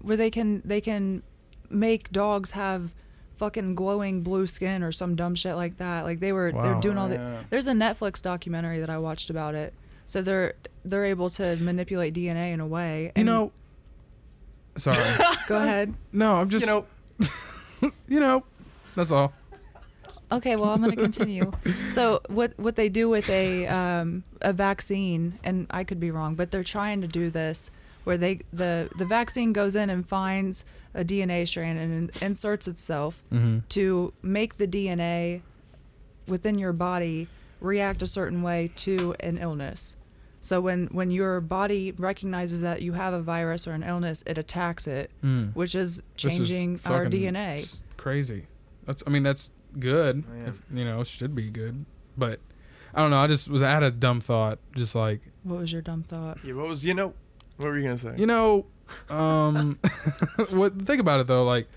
[SPEAKER 4] where they can they can make dogs have fucking glowing blue skin or some dumb shit like that. Like they were
[SPEAKER 1] Wow.
[SPEAKER 4] they're doing all
[SPEAKER 5] Yeah.
[SPEAKER 4] the There's a Netflix documentary that I watched about it. So they're they're able to manipulate DNA in a way.
[SPEAKER 1] You
[SPEAKER 4] and-
[SPEAKER 1] know, sorry.
[SPEAKER 4] go ahead.
[SPEAKER 1] no, I'm just
[SPEAKER 5] You know,
[SPEAKER 1] you know, that's all.
[SPEAKER 4] Okay, well, I'm going to continue. so, what what they do with a um, a vaccine, and I could be wrong, but they're trying to do this where they the the vaccine goes in and finds a DNA strand and in- inserts itself
[SPEAKER 1] Mm-hmm.
[SPEAKER 4] to make the DNA within your body react a certain way to an illness. So when when your body recognizes that you have a virus or an illness, it attacks it, which is
[SPEAKER 1] This Mm. is
[SPEAKER 4] changing our
[SPEAKER 1] fucking
[SPEAKER 4] DNA.
[SPEAKER 1] s- Crazy. That's. I mean, that's good. If, you know, it should be good, but I don't know. I just was at a dumb thought, just like
[SPEAKER 4] What was your dumb thought?
[SPEAKER 5] yeah, what was you know? What were you gonna say?
[SPEAKER 1] you know, um, what think about it though, like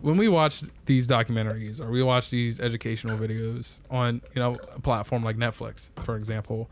[SPEAKER 1] when we watch these documentaries or we watch these educational videos on you know a platform like Netflix, for example,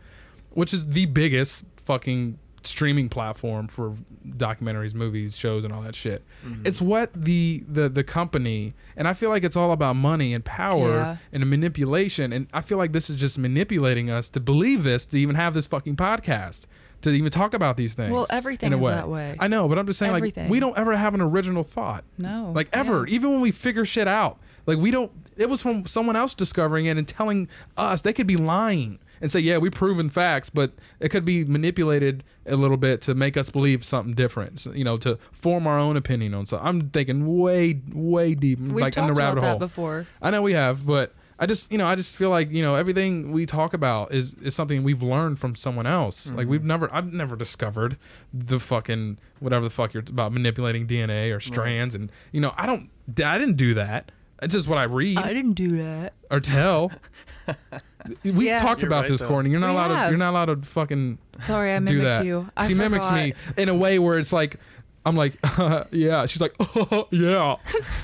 [SPEAKER 1] which is the biggest fucking streaming platform for documentaries, movies, shows, and all that shit. It's what the the the company and I feel like it's all about money and power
[SPEAKER 4] Yeah.
[SPEAKER 1] and manipulation. And I feel like this is just manipulating us to believe this, to even have this fucking podcast, to even talk about these things.
[SPEAKER 4] Well,
[SPEAKER 1] in
[SPEAKER 4] everything
[SPEAKER 1] a
[SPEAKER 4] is that way.
[SPEAKER 1] I know, but I'm just saying,
[SPEAKER 4] Everything.
[SPEAKER 1] like, we don't ever have an original thought.
[SPEAKER 4] No,
[SPEAKER 1] Like, ever.
[SPEAKER 4] yeah.
[SPEAKER 1] Even when we figure shit out, like, we don't, it was from someone else discovering it and telling us. They could be lying and say, yeah, we've proven facts, but it could be manipulated a little bit to make us believe something different, so, you know, to form our own opinion on something. I'm thinking way, way deep,
[SPEAKER 4] We've
[SPEAKER 1] like in
[SPEAKER 4] talked
[SPEAKER 1] the rabbit
[SPEAKER 4] about that
[SPEAKER 1] hole.
[SPEAKER 4] before.
[SPEAKER 1] I know we have, but I just you know I just feel like you know everything we talk about is is something we've learned from someone else. Like
[SPEAKER 4] Mm-hmm.
[SPEAKER 1] we've never I've never discovered the fucking whatever the fuck you're about manipulating DNA or strands and you know I don't I didn't do that. It's just what I read
[SPEAKER 4] I didn't do that.
[SPEAKER 1] or tell. We
[SPEAKER 4] Yeah.
[SPEAKER 1] talked
[SPEAKER 3] You're
[SPEAKER 1] about
[SPEAKER 3] right,
[SPEAKER 1] this,
[SPEAKER 3] though.
[SPEAKER 1] Courtney. You're not
[SPEAKER 4] We
[SPEAKER 1] allowed. To,
[SPEAKER 4] have.
[SPEAKER 1] you're not allowed to fucking
[SPEAKER 4] Sorry, I
[SPEAKER 1] do
[SPEAKER 4] mimicked
[SPEAKER 1] that.
[SPEAKER 4] you. I
[SPEAKER 1] she mimics
[SPEAKER 4] forgot.
[SPEAKER 1] me in a way where it's like, I'm like, yeah. She's like, yeah,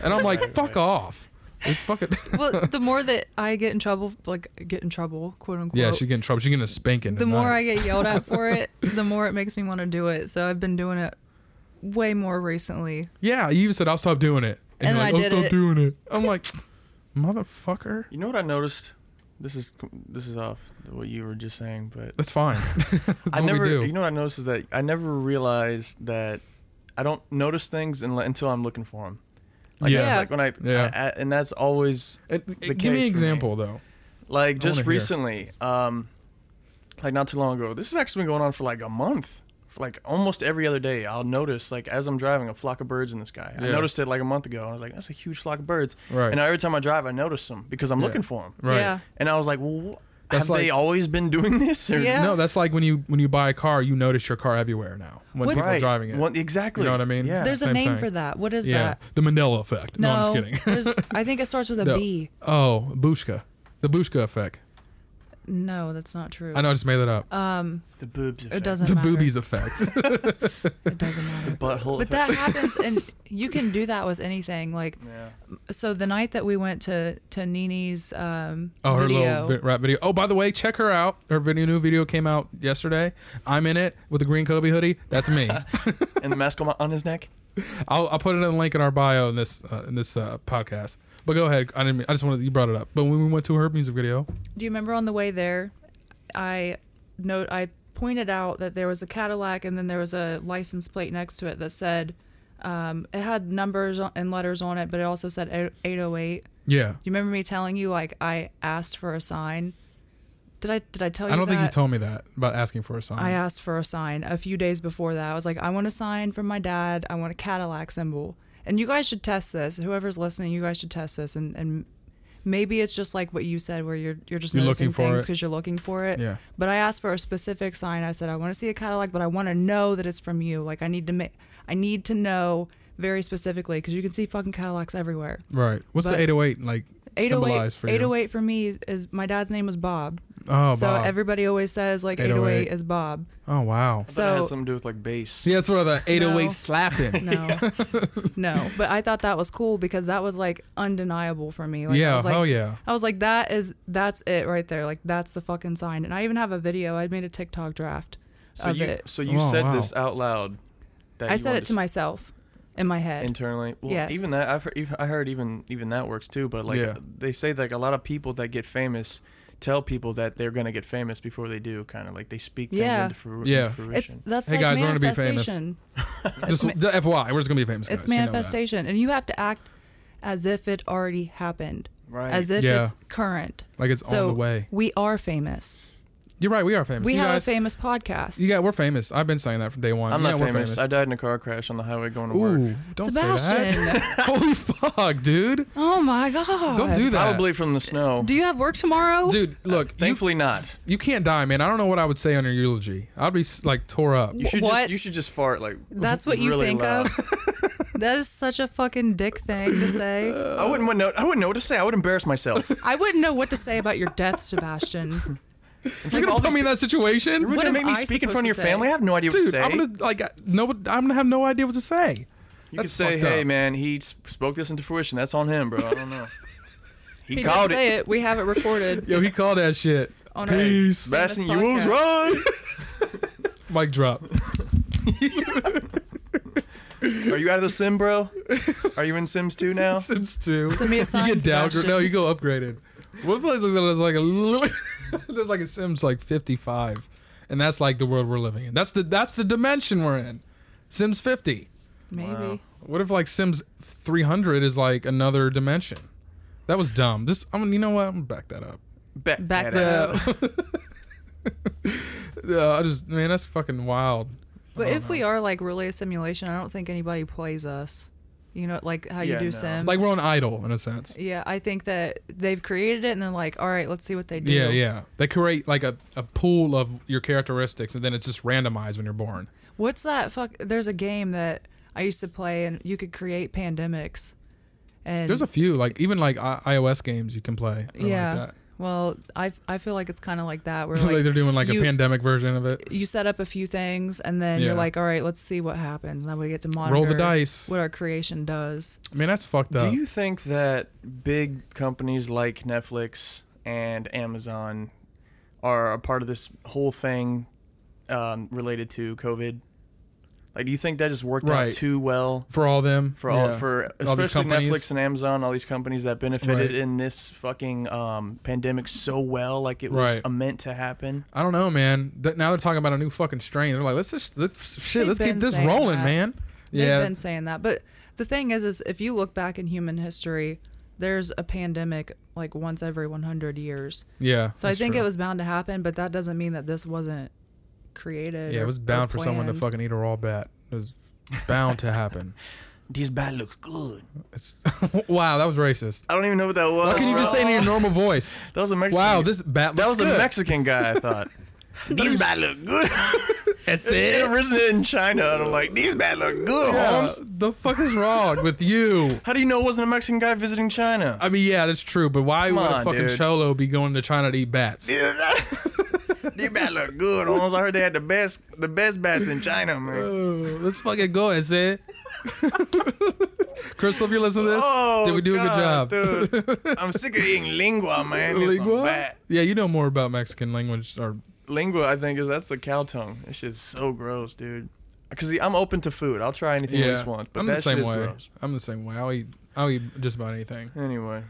[SPEAKER 1] and I'm like, fuck off. Like, fuck it.
[SPEAKER 4] well, the more that I get in trouble, like get in trouble, quote unquote.
[SPEAKER 1] yeah, she's getting in trouble. She's getting a spanking.
[SPEAKER 4] the more I get yelled at for it, the more it makes me want to do it. So I've been doing it way more recently.
[SPEAKER 1] yeah, you even said I'll stop doing it,
[SPEAKER 4] And
[SPEAKER 1] you're
[SPEAKER 4] I
[SPEAKER 1] like,
[SPEAKER 4] did
[SPEAKER 1] I'll stop
[SPEAKER 4] it.
[SPEAKER 1] doing it. I'm like, motherfucker.
[SPEAKER 5] You know what I noticed? This is this is off what you were just saying, but
[SPEAKER 1] That's fine. That's
[SPEAKER 5] I
[SPEAKER 1] what
[SPEAKER 5] never.
[SPEAKER 1] we do.
[SPEAKER 5] You know what I noticed is that I never realized that I don't notice things unle- until I'm looking for them. Like,
[SPEAKER 1] Yeah.
[SPEAKER 5] yeah. Like when I,
[SPEAKER 1] Yeah.
[SPEAKER 5] I- I- and that's always
[SPEAKER 1] And-
[SPEAKER 5] the
[SPEAKER 1] give me an
[SPEAKER 5] case for
[SPEAKER 1] example though.
[SPEAKER 5] Like just
[SPEAKER 1] hear.
[SPEAKER 5] recently, um, like not too long ago, this has actually been going on for like a month. For, Like almost every other day, I'll notice like as I'm driving a flock of birds in the sky. I
[SPEAKER 1] Yeah.
[SPEAKER 5] noticed it like a month ago. and I was like, that's a huge flock of birds.
[SPEAKER 1] Right.
[SPEAKER 5] And now every time I drive, I notice them because I'm looking for them.
[SPEAKER 1] Right.
[SPEAKER 4] Yeah.
[SPEAKER 5] And I was like, well, wh-
[SPEAKER 1] That's
[SPEAKER 5] have they
[SPEAKER 1] like-
[SPEAKER 5] always been doing this? Or
[SPEAKER 4] Yeah.
[SPEAKER 1] No, that's like when you when you buy a car, you notice your car everywhere now when
[SPEAKER 4] What's-
[SPEAKER 1] people are driving it.
[SPEAKER 5] Well, exactly.
[SPEAKER 1] You know what I mean?
[SPEAKER 5] Yeah.
[SPEAKER 4] There's a
[SPEAKER 1] same
[SPEAKER 4] name
[SPEAKER 1] thing.
[SPEAKER 4] for that. What is
[SPEAKER 1] yeah,
[SPEAKER 4] that?
[SPEAKER 1] the Mandela effect. No, I'm just kidding.
[SPEAKER 4] there's- I think it starts with a B.
[SPEAKER 1] No. Oh, Bushka, the Bushka effect.
[SPEAKER 4] No, that's not true.
[SPEAKER 1] I know I just made that
[SPEAKER 4] Oh,
[SPEAKER 1] up.
[SPEAKER 5] the boobs.
[SPEAKER 4] It
[SPEAKER 5] effect.
[SPEAKER 4] doesn't
[SPEAKER 1] the
[SPEAKER 4] matter.
[SPEAKER 1] boobies effect.
[SPEAKER 4] It doesn't matter.
[SPEAKER 5] Butthole.
[SPEAKER 4] But that happens, and you can do that with anything. Like, so the night that we went to to Nini's um,
[SPEAKER 1] oh, her
[SPEAKER 4] video,
[SPEAKER 1] little vi- rap video. Oh, by the way, check her out. Her video, new video came out yesterday. I'm in it with the green Kobe hoodie. That's me.
[SPEAKER 5] and the mask on, my, on his neck.
[SPEAKER 1] I'll, I'll put it in the link in our bio in this uh, in this uh, podcast. But go ahead. I didn't. mean- I just wanted you brought it up. But when we went to her music video,
[SPEAKER 4] do you remember on the way there, I note I pointed out that there was a Cadillac, and then there was a license plate next to it that said um, it had numbers on- and letters on it, but it also said eight- 808.
[SPEAKER 1] yeah,
[SPEAKER 4] Do you remember me telling you like I asked for a sign? Did I did I tell Oh, you?
[SPEAKER 1] I don't think you
[SPEAKER 4] that?
[SPEAKER 1] told me that about asking for a song.
[SPEAKER 4] I uh, asked for a sign a few days before that. I was like, I want a sign from my dad. I want a Cadillac symbol. And you guys should test this. Whoever's listening, you guys should test this. And, and maybe it's just like what you said, where you're you're just
[SPEAKER 1] You're
[SPEAKER 4] noticing
[SPEAKER 1] looking for
[SPEAKER 4] things
[SPEAKER 1] it.
[SPEAKER 4] because you're looking for it.
[SPEAKER 1] Yeah.
[SPEAKER 4] But I asked for a specific sign. I said, I want to see a Cadillac, but I want to know that it's from you. Like I need to make, I need to know very specifically because you can see fucking Cadillacs everywhere. oh
[SPEAKER 1] Right. What's the
[SPEAKER 4] But-
[SPEAKER 1] 808 like
[SPEAKER 4] 808,
[SPEAKER 1] symbolized for you?
[SPEAKER 4] 808 for me is my dad's name was Bob.
[SPEAKER 1] Oh,
[SPEAKER 4] so
[SPEAKER 1] Bob.
[SPEAKER 4] everybody always says like
[SPEAKER 1] 808.
[SPEAKER 4] 808 is Bob.
[SPEAKER 1] Oh wow.
[SPEAKER 5] So that
[SPEAKER 4] So
[SPEAKER 5] has something to do with like bass.
[SPEAKER 1] Yeah, that's where the 808
[SPEAKER 4] No.
[SPEAKER 1] slapping.
[SPEAKER 4] No, no. But I thought that was cool because that was like undeniable for me. Like,
[SPEAKER 1] Yeah,
[SPEAKER 4] I was like,
[SPEAKER 1] hell yeah.
[SPEAKER 4] I was like, that is that's it right there. Like that's the fucking sign. And I even have a video. I made a TikTok draft
[SPEAKER 5] So
[SPEAKER 4] of
[SPEAKER 5] you,
[SPEAKER 4] it.
[SPEAKER 5] so you
[SPEAKER 1] Oh,
[SPEAKER 5] said
[SPEAKER 1] wow.
[SPEAKER 5] this out loud. That
[SPEAKER 4] I
[SPEAKER 5] you
[SPEAKER 4] said
[SPEAKER 5] wanted
[SPEAKER 4] it to myself in my head.
[SPEAKER 5] internally. Well,
[SPEAKER 4] Yes.
[SPEAKER 5] even that I've heard, even, I heard even even that works too. But like
[SPEAKER 1] Yeah.
[SPEAKER 5] they say, like a lot of people that get famous tell people that they're gonna get famous before they do. Kind of like they speak things
[SPEAKER 4] Yeah.
[SPEAKER 5] into fru-
[SPEAKER 1] Yeah.
[SPEAKER 5] into fruition.
[SPEAKER 4] it's that's
[SPEAKER 1] Hey,
[SPEAKER 4] like
[SPEAKER 1] guys, learn to be famous.
[SPEAKER 4] manifestation.
[SPEAKER 1] Just the FY, we're just gonna be famous.
[SPEAKER 4] It's
[SPEAKER 1] guys, you know that.
[SPEAKER 4] manifestation, and you have to act as if it already happened,
[SPEAKER 5] Right.
[SPEAKER 4] as if
[SPEAKER 1] Yeah.
[SPEAKER 4] it's current.
[SPEAKER 1] Like it's
[SPEAKER 4] so
[SPEAKER 1] on the way.
[SPEAKER 4] We are famous.
[SPEAKER 1] You're right. We are famous.
[SPEAKER 4] We
[SPEAKER 1] you
[SPEAKER 4] have
[SPEAKER 1] guys,
[SPEAKER 4] a famous podcast.
[SPEAKER 1] You got. We're famous. I've been saying that from day one.
[SPEAKER 5] I'm
[SPEAKER 1] yeah,
[SPEAKER 5] not
[SPEAKER 1] we're
[SPEAKER 5] famous. I died in a car crash on the highway going to
[SPEAKER 1] Ooh,
[SPEAKER 5] work.
[SPEAKER 1] don't say
[SPEAKER 4] Sebastian.
[SPEAKER 1] that. Holy fuck, dude!
[SPEAKER 4] Oh my god!
[SPEAKER 1] Don't do that.
[SPEAKER 5] Probably from the snow.
[SPEAKER 4] Do you have work tomorrow?
[SPEAKER 1] dude. Look, you,
[SPEAKER 5] Thankfully not.
[SPEAKER 1] you can't die, man. I don't know what I would say on your eulogy. I'd be s- like tore up.
[SPEAKER 5] You should
[SPEAKER 4] What?
[SPEAKER 5] just you should just fart like
[SPEAKER 4] That's what you
[SPEAKER 5] really
[SPEAKER 4] think
[SPEAKER 5] loud.
[SPEAKER 4] of. that is such a fucking dick thing to say.
[SPEAKER 5] I wouldn't want know. I wouldn't know what to say. I would embarrass myself. If
[SPEAKER 4] I wouldn't know what to say about your death, Sebastian.
[SPEAKER 1] You're
[SPEAKER 5] all
[SPEAKER 1] gonna put
[SPEAKER 5] these-
[SPEAKER 1] me in that situation,
[SPEAKER 5] You're
[SPEAKER 4] What
[SPEAKER 5] gonna
[SPEAKER 4] am
[SPEAKER 5] make
[SPEAKER 4] I
[SPEAKER 5] me speak in front of your
[SPEAKER 4] supposed to
[SPEAKER 5] family? I
[SPEAKER 4] say?
[SPEAKER 5] have no idea what to
[SPEAKER 1] dude.
[SPEAKER 5] say.
[SPEAKER 1] I'm gonna like I- no. I'm gonna have no idea what to say.
[SPEAKER 5] you could
[SPEAKER 1] That's
[SPEAKER 5] say,
[SPEAKER 1] fucked
[SPEAKER 5] "Hey,
[SPEAKER 1] up.
[SPEAKER 5] man, he s- spoke this into fruition. That's on him, bro. I don't know. He,
[SPEAKER 4] He did
[SPEAKER 5] called
[SPEAKER 4] say
[SPEAKER 5] it.
[SPEAKER 4] it. We have it recorded.
[SPEAKER 1] Yo, he called that shit.
[SPEAKER 4] On our-
[SPEAKER 1] Peace.
[SPEAKER 5] Sebastian,
[SPEAKER 4] Famous
[SPEAKER 5] you was
[SPEAKER 4] podcast.
[SPEAKER 5] right.
[SPEAKER 1] Mic drop.
[SPEAKER 5] Are you out of the sim, bro? Are you in Sims 2 now?
[SPEAKER 1] Sims 2.
[SPEAKER 4] Send me a sign,
[SPEAKER 1] you get downgrade.
[SPEAKER 4] Sebastian.
[SPEAKER 1] No, you go upgraded. What if like, there's like a little, there's like a Sims like 55, and that's like the world we're living in. That's the that's the dimension we're in. Sims 50.
[SPEAKER 4] Maybe.
[SPEAKER 1] What if like Sims 300 is like another dimension? That was dumb. This I'm you know what I'm gonna back that up.
[SPEAKER 5] Back,
[SPEAKER 4] Back
[SPEAKER 5] badass.
[SPEAKER 4] up. Uh,
[SPEAKER 1] Yeah, I just man, that's fucking wild.
[SPEAKER 4] But if we are like really a simulation, I don't think anybody plays us. You know, like how you
[SPEAKER 5] Yeah,
[SPEAKER 4] do
[SPEAKER 5] no.
[SPEAKER 4] Sims.
[SPEAKER 1] Like we're on idle in a sense.
[SPEAKER 4] yeah, I think that they've created it and they're like, all right, let's see what they do.
[SPEAKER 1] Yeah, yeah. They create like a, a pool of your characteristics, and then it's just randomized when you're born.
[SPEAKER 4] What's that fuck? There's a game that I used to play, and you could create pandemics, And
[SPEAKER 1] There's a few like even like I- iOS games you can play. that are
[SPEAKER 4] yeah.
[SPEAKER 1] Like that.
[SPEAKER 4] Well, I I feel like it's kind of like that where
[SPEAKER 1] Like,
[SPEAKER 4] like
[SPEAKER 1] they're doing like
[SPEAKER 4] you-
[SPEAKER 1] a pandemic version of it.
[SPEAKER 4] you set up a few things and then
[SPEAKER 1] Yeah.
[SPEAKER 4] you're like, all right, let's see what happens. Now we get to monitor
[SPEAKER 1] Roll the dice.
[SPEAKER 4] what our creation does.
[SPEAKER 1] I mean that's fucked up.
[SPEAKER 5] Do you think that big companies like Netflix and Amazon are a part of this whole thing um, related to COVID? Like, do you think that just worked
[SPEAKER 1] Right.
[SPEAKER 5] out too well
[SPEAKER 1] for all them
[SPEAKER 5] for all
[SPEAKER 1] yeah.
[SPEAKER 5] for
[SPEAKER 1] these
[SPEAKER 5] especially
[SPEAKER 1] companies.
[SPEAKER 5] Netflix and Amazon, all these companies that benefited
[SPEAKER 1] Right.
[SPEAKER 5] in this fucking um, pandemic so well, like it was
[SPEAKER 1] Right.
[SPEAKER 5] a meant to happen?
[SPEAKER 1] I don't know, man. Th- now they're talking about a new fucking strain. They're like, let's just let's, shit,
[SPEAKER 4] They've
[SPEAKER 1] let's keep
[SPEAKER 4] been
[SPEAKER 1] this
[SPEAKER 4] saying
[SPEAKER 1] rolling,
[SPEAKER 4] that.
[SPEAKER 1] man.
[SPEAKER 4] They've
[SPEAKER 1] Yeah,
[SPEAKER 4] been saying that. But the thing is is if you look back in human history, there's a pandemic like once every 100 years.
[SPEAKER 1] yeah.
[SPEAKER 4] So I
[SPEAKER 1] that's
[SPEAKER 4] think
[SPEAKER 1] true.
[SPEAKER 4] it was bound to happen, but that doesn't mean that this wasn't created.
[SPEAKER 1] Yeah,
[SPEAKER 4] or-
[SPEAKER 1] it was
[SPEAKER 4] or
[SPEAKER 1] bound for someone to
[SPEAKER 4] planned.
[SPEAKER 1] fucking eat a raw bat. It was bound to happen.
[SPEAKER 5] This bat looks good.
[SPEAKER 1] It's wow, that was racist.
[SPEAKER 5] I don't even know what that was.
[SPEAKER 1] How can you just say it in your normal voice?
[SPEAKER 5] that was a Mexican?
[SPEAKER 1] Wow, this bat
[SPEAKER 5] that
[SPEAKER 1] looks
[SPEAKER 5] was a
[SPEAKER 1] good.
[SPEAKER 5] Mexican guy. I thought these bat look good.
[SPEAKER 1] That's
[SPEAKER 5] It originated in China, and I'm like, these bad look good,
[SPEAKER 1] Yeah,
[SPEAKER 5] Holmes.
[SPEAKER 1] the fuck is wrong with you?
[SPEAKER 5] How do you know it wasn't a Mexican guy visiting China?
[SPEAKER 1] I mean, yeah, that's true, but why
[SPEAKER 5] Come
[SPEAKER 1] would a
[SPEAKER 5] on,
[SPEAKER 1] fucking
[SPEAKER 5] dude.
[SPEAKER 1] cholo be going to China to eat bats?
[SPEAKER 5] these bats look good, Holmes. I heard they had the best, the best bats in China, man.
[SPEAKER 1] Oh, let's fucking go, I said. Crystal, if you're listening to this, did we do
[SPEAKER 5] God,
[SPEAKER 1] a good job?
[SPEAKER 5] dude. I'm sick of eating lingua, man. It's a
[SPEAKER 1] Lingua?
[SPEAKER 5] bat.
[SPEAKER 1] Yeah, you know more about Mexican language or
[SPEAKER 5] Lingua, I think is that's the cow tongue. This shit's so gross, dude. Cause I'm open to food. I'll try anything at
[SPEAKER 1] yeah.
[SPEAKER 5] least once, but
[SPEAKER 1] I'm
[SPEAKER 5] that
[SPEAKER 1] the same
[SPEAKER 5] shit is
[SPEAKER 1] way.
[SPEAKER 5] gross.
[SPEAKER 1] I'm the same way. I'll eat I'll eat just about anything.
[SPEAKER 5] Anyway,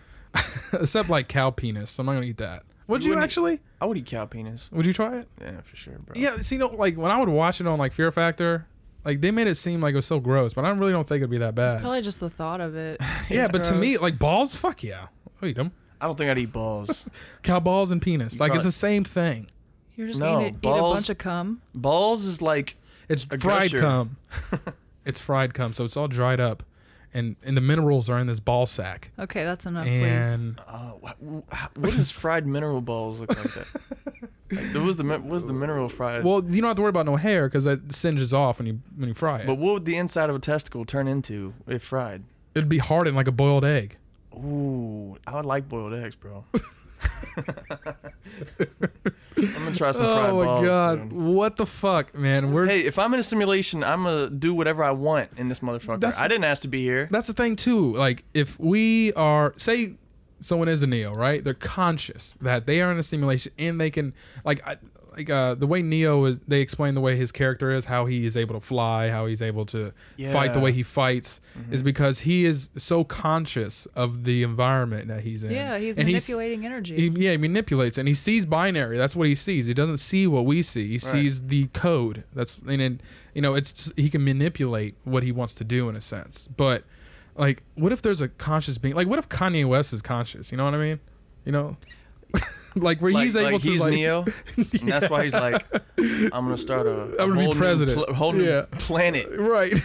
[SPEAKER 1] Except like cow penis. I'm not gonna eat that. Would
[SPEAKER 5] You
[SPEAKER 1] you,
[SPEAKER 5] wouldn't-
[SPEAKER 1] actually?
[SPEAKER 5] I would eat cow penis.
[SPEAKER 1] Would you try it?
[SPEAKER 5] Yeah, for sure, bro.
[SPEAKER 1] Yeah, see, no, like when I would watch it on like Fear Factor, like they made it seem like it was so gross, but I really don't think it'd be that bad.
[SPEAKER 4] It's probably just the thought of it.
[SPEAKER 1] yeah,
[SPEAKER 4] It's
[SPEAKER 1] but to me,
[SPEAKER 4] gross.
[SPEAKER 1] like balls, fuck yeah, I'll eat them.
[SPEAKER 5] I don't think I'd eat balls.
[SPEAKER 1] Cow balls and penis, like it's
[SPEAKER 5] probably-
[SPEAKER 1] the same thing.
[SPEAKER 4] you're just
[SPEAKER 5] no,
[SPEAKER 4] gonna eat, a
[SPEAKER 5] balls-
[SPEAKER 4] bunch of cum.
[SPEAKER 5] balls is like
[SPEAKER 1] It's
[SPEAKER 5] A
[SPEAKER 1] fried
[SPEAKER 5] gusher.
[SPEAKER 1] cum. it's fried cum, so it's all dried up, and and the minerals are in this ball sack.
[SPEAKER 4] Okay, that's enough, please.
[SPEAKER 1] And
[SPEAKER 5] Oh, wha- wha- what does fried mineral balls look like? That like, what was the mi- what was the mineral fried?
[SPEAKER 1] well, you don't have to worry about no hair because that singes off when you when you fry it.
[SPEAKER 5] but what would the inside of a testicle turn into if fried?
[SPEAKER 1] It'd be hardened like a boiled egg.
[SPEAKER 5] Ooh, I would like boiled eggs, bro. I'm gonna try some
[SPEAKER 1] Oh
[SPEAKER 5] fried balls. soon.
[SPEAKER 1] what the fuck, man? We're
[SPEAKER 5] Hey, if I'm in a simulation, I'm gonna do whatever I want in this motherfucker.
[SPEAKER 1] That's-
[SPEAKER 5] I didn't ask to be here.
[SPEAKER 1] that's the thing too. Like if we are say someone is a neo, right? They're conscious that they are in a simulation and they can like I, like uh, the way Neo is. They explain the way his character is, how he is able to fly, how he's able to fight the
[SPEAKER 5] Yeah.
[SPEAKER 1] way he fights,
[SPEAKER 4] Mm-hmm.
[SPEAKER 1] is because he is so conscious of the environment that he's in.
[SPEAKER 4] Yeah, he's
[SPEAKER 1] And
[SPEAKER 4] manipulating energy.
[SPEAKER 1] He, yeah, he manipulates and he sees binary. That's what he sees. He doesn't see what we see. He sees the code. That's and then you know it's he can manipulate what he wants to do in a sense. But like, what if there's a conscious being? Like, what if Kanye West is conscious? You know what I mean? You know, like where
[SPEAKER 5] Like,
[SPEAKER 1] he's able
[SPEAKER 5] like
[SPEAKER 1] to
[SPEAKER 5] he's
[SPEAKER 1] like
[SPEAKER 5] Neo, and that's why he's like, I'm gonna start a, a
[SPEAKER 1] gonna be
[SPEAKER 5] whole new
[SPEAKER 1] president.
[SPEAKER 5] pl- whole new
[SPEAKER 1] Yeah.
[SPEAKER 5] planet.
[SPEAKER 1] right.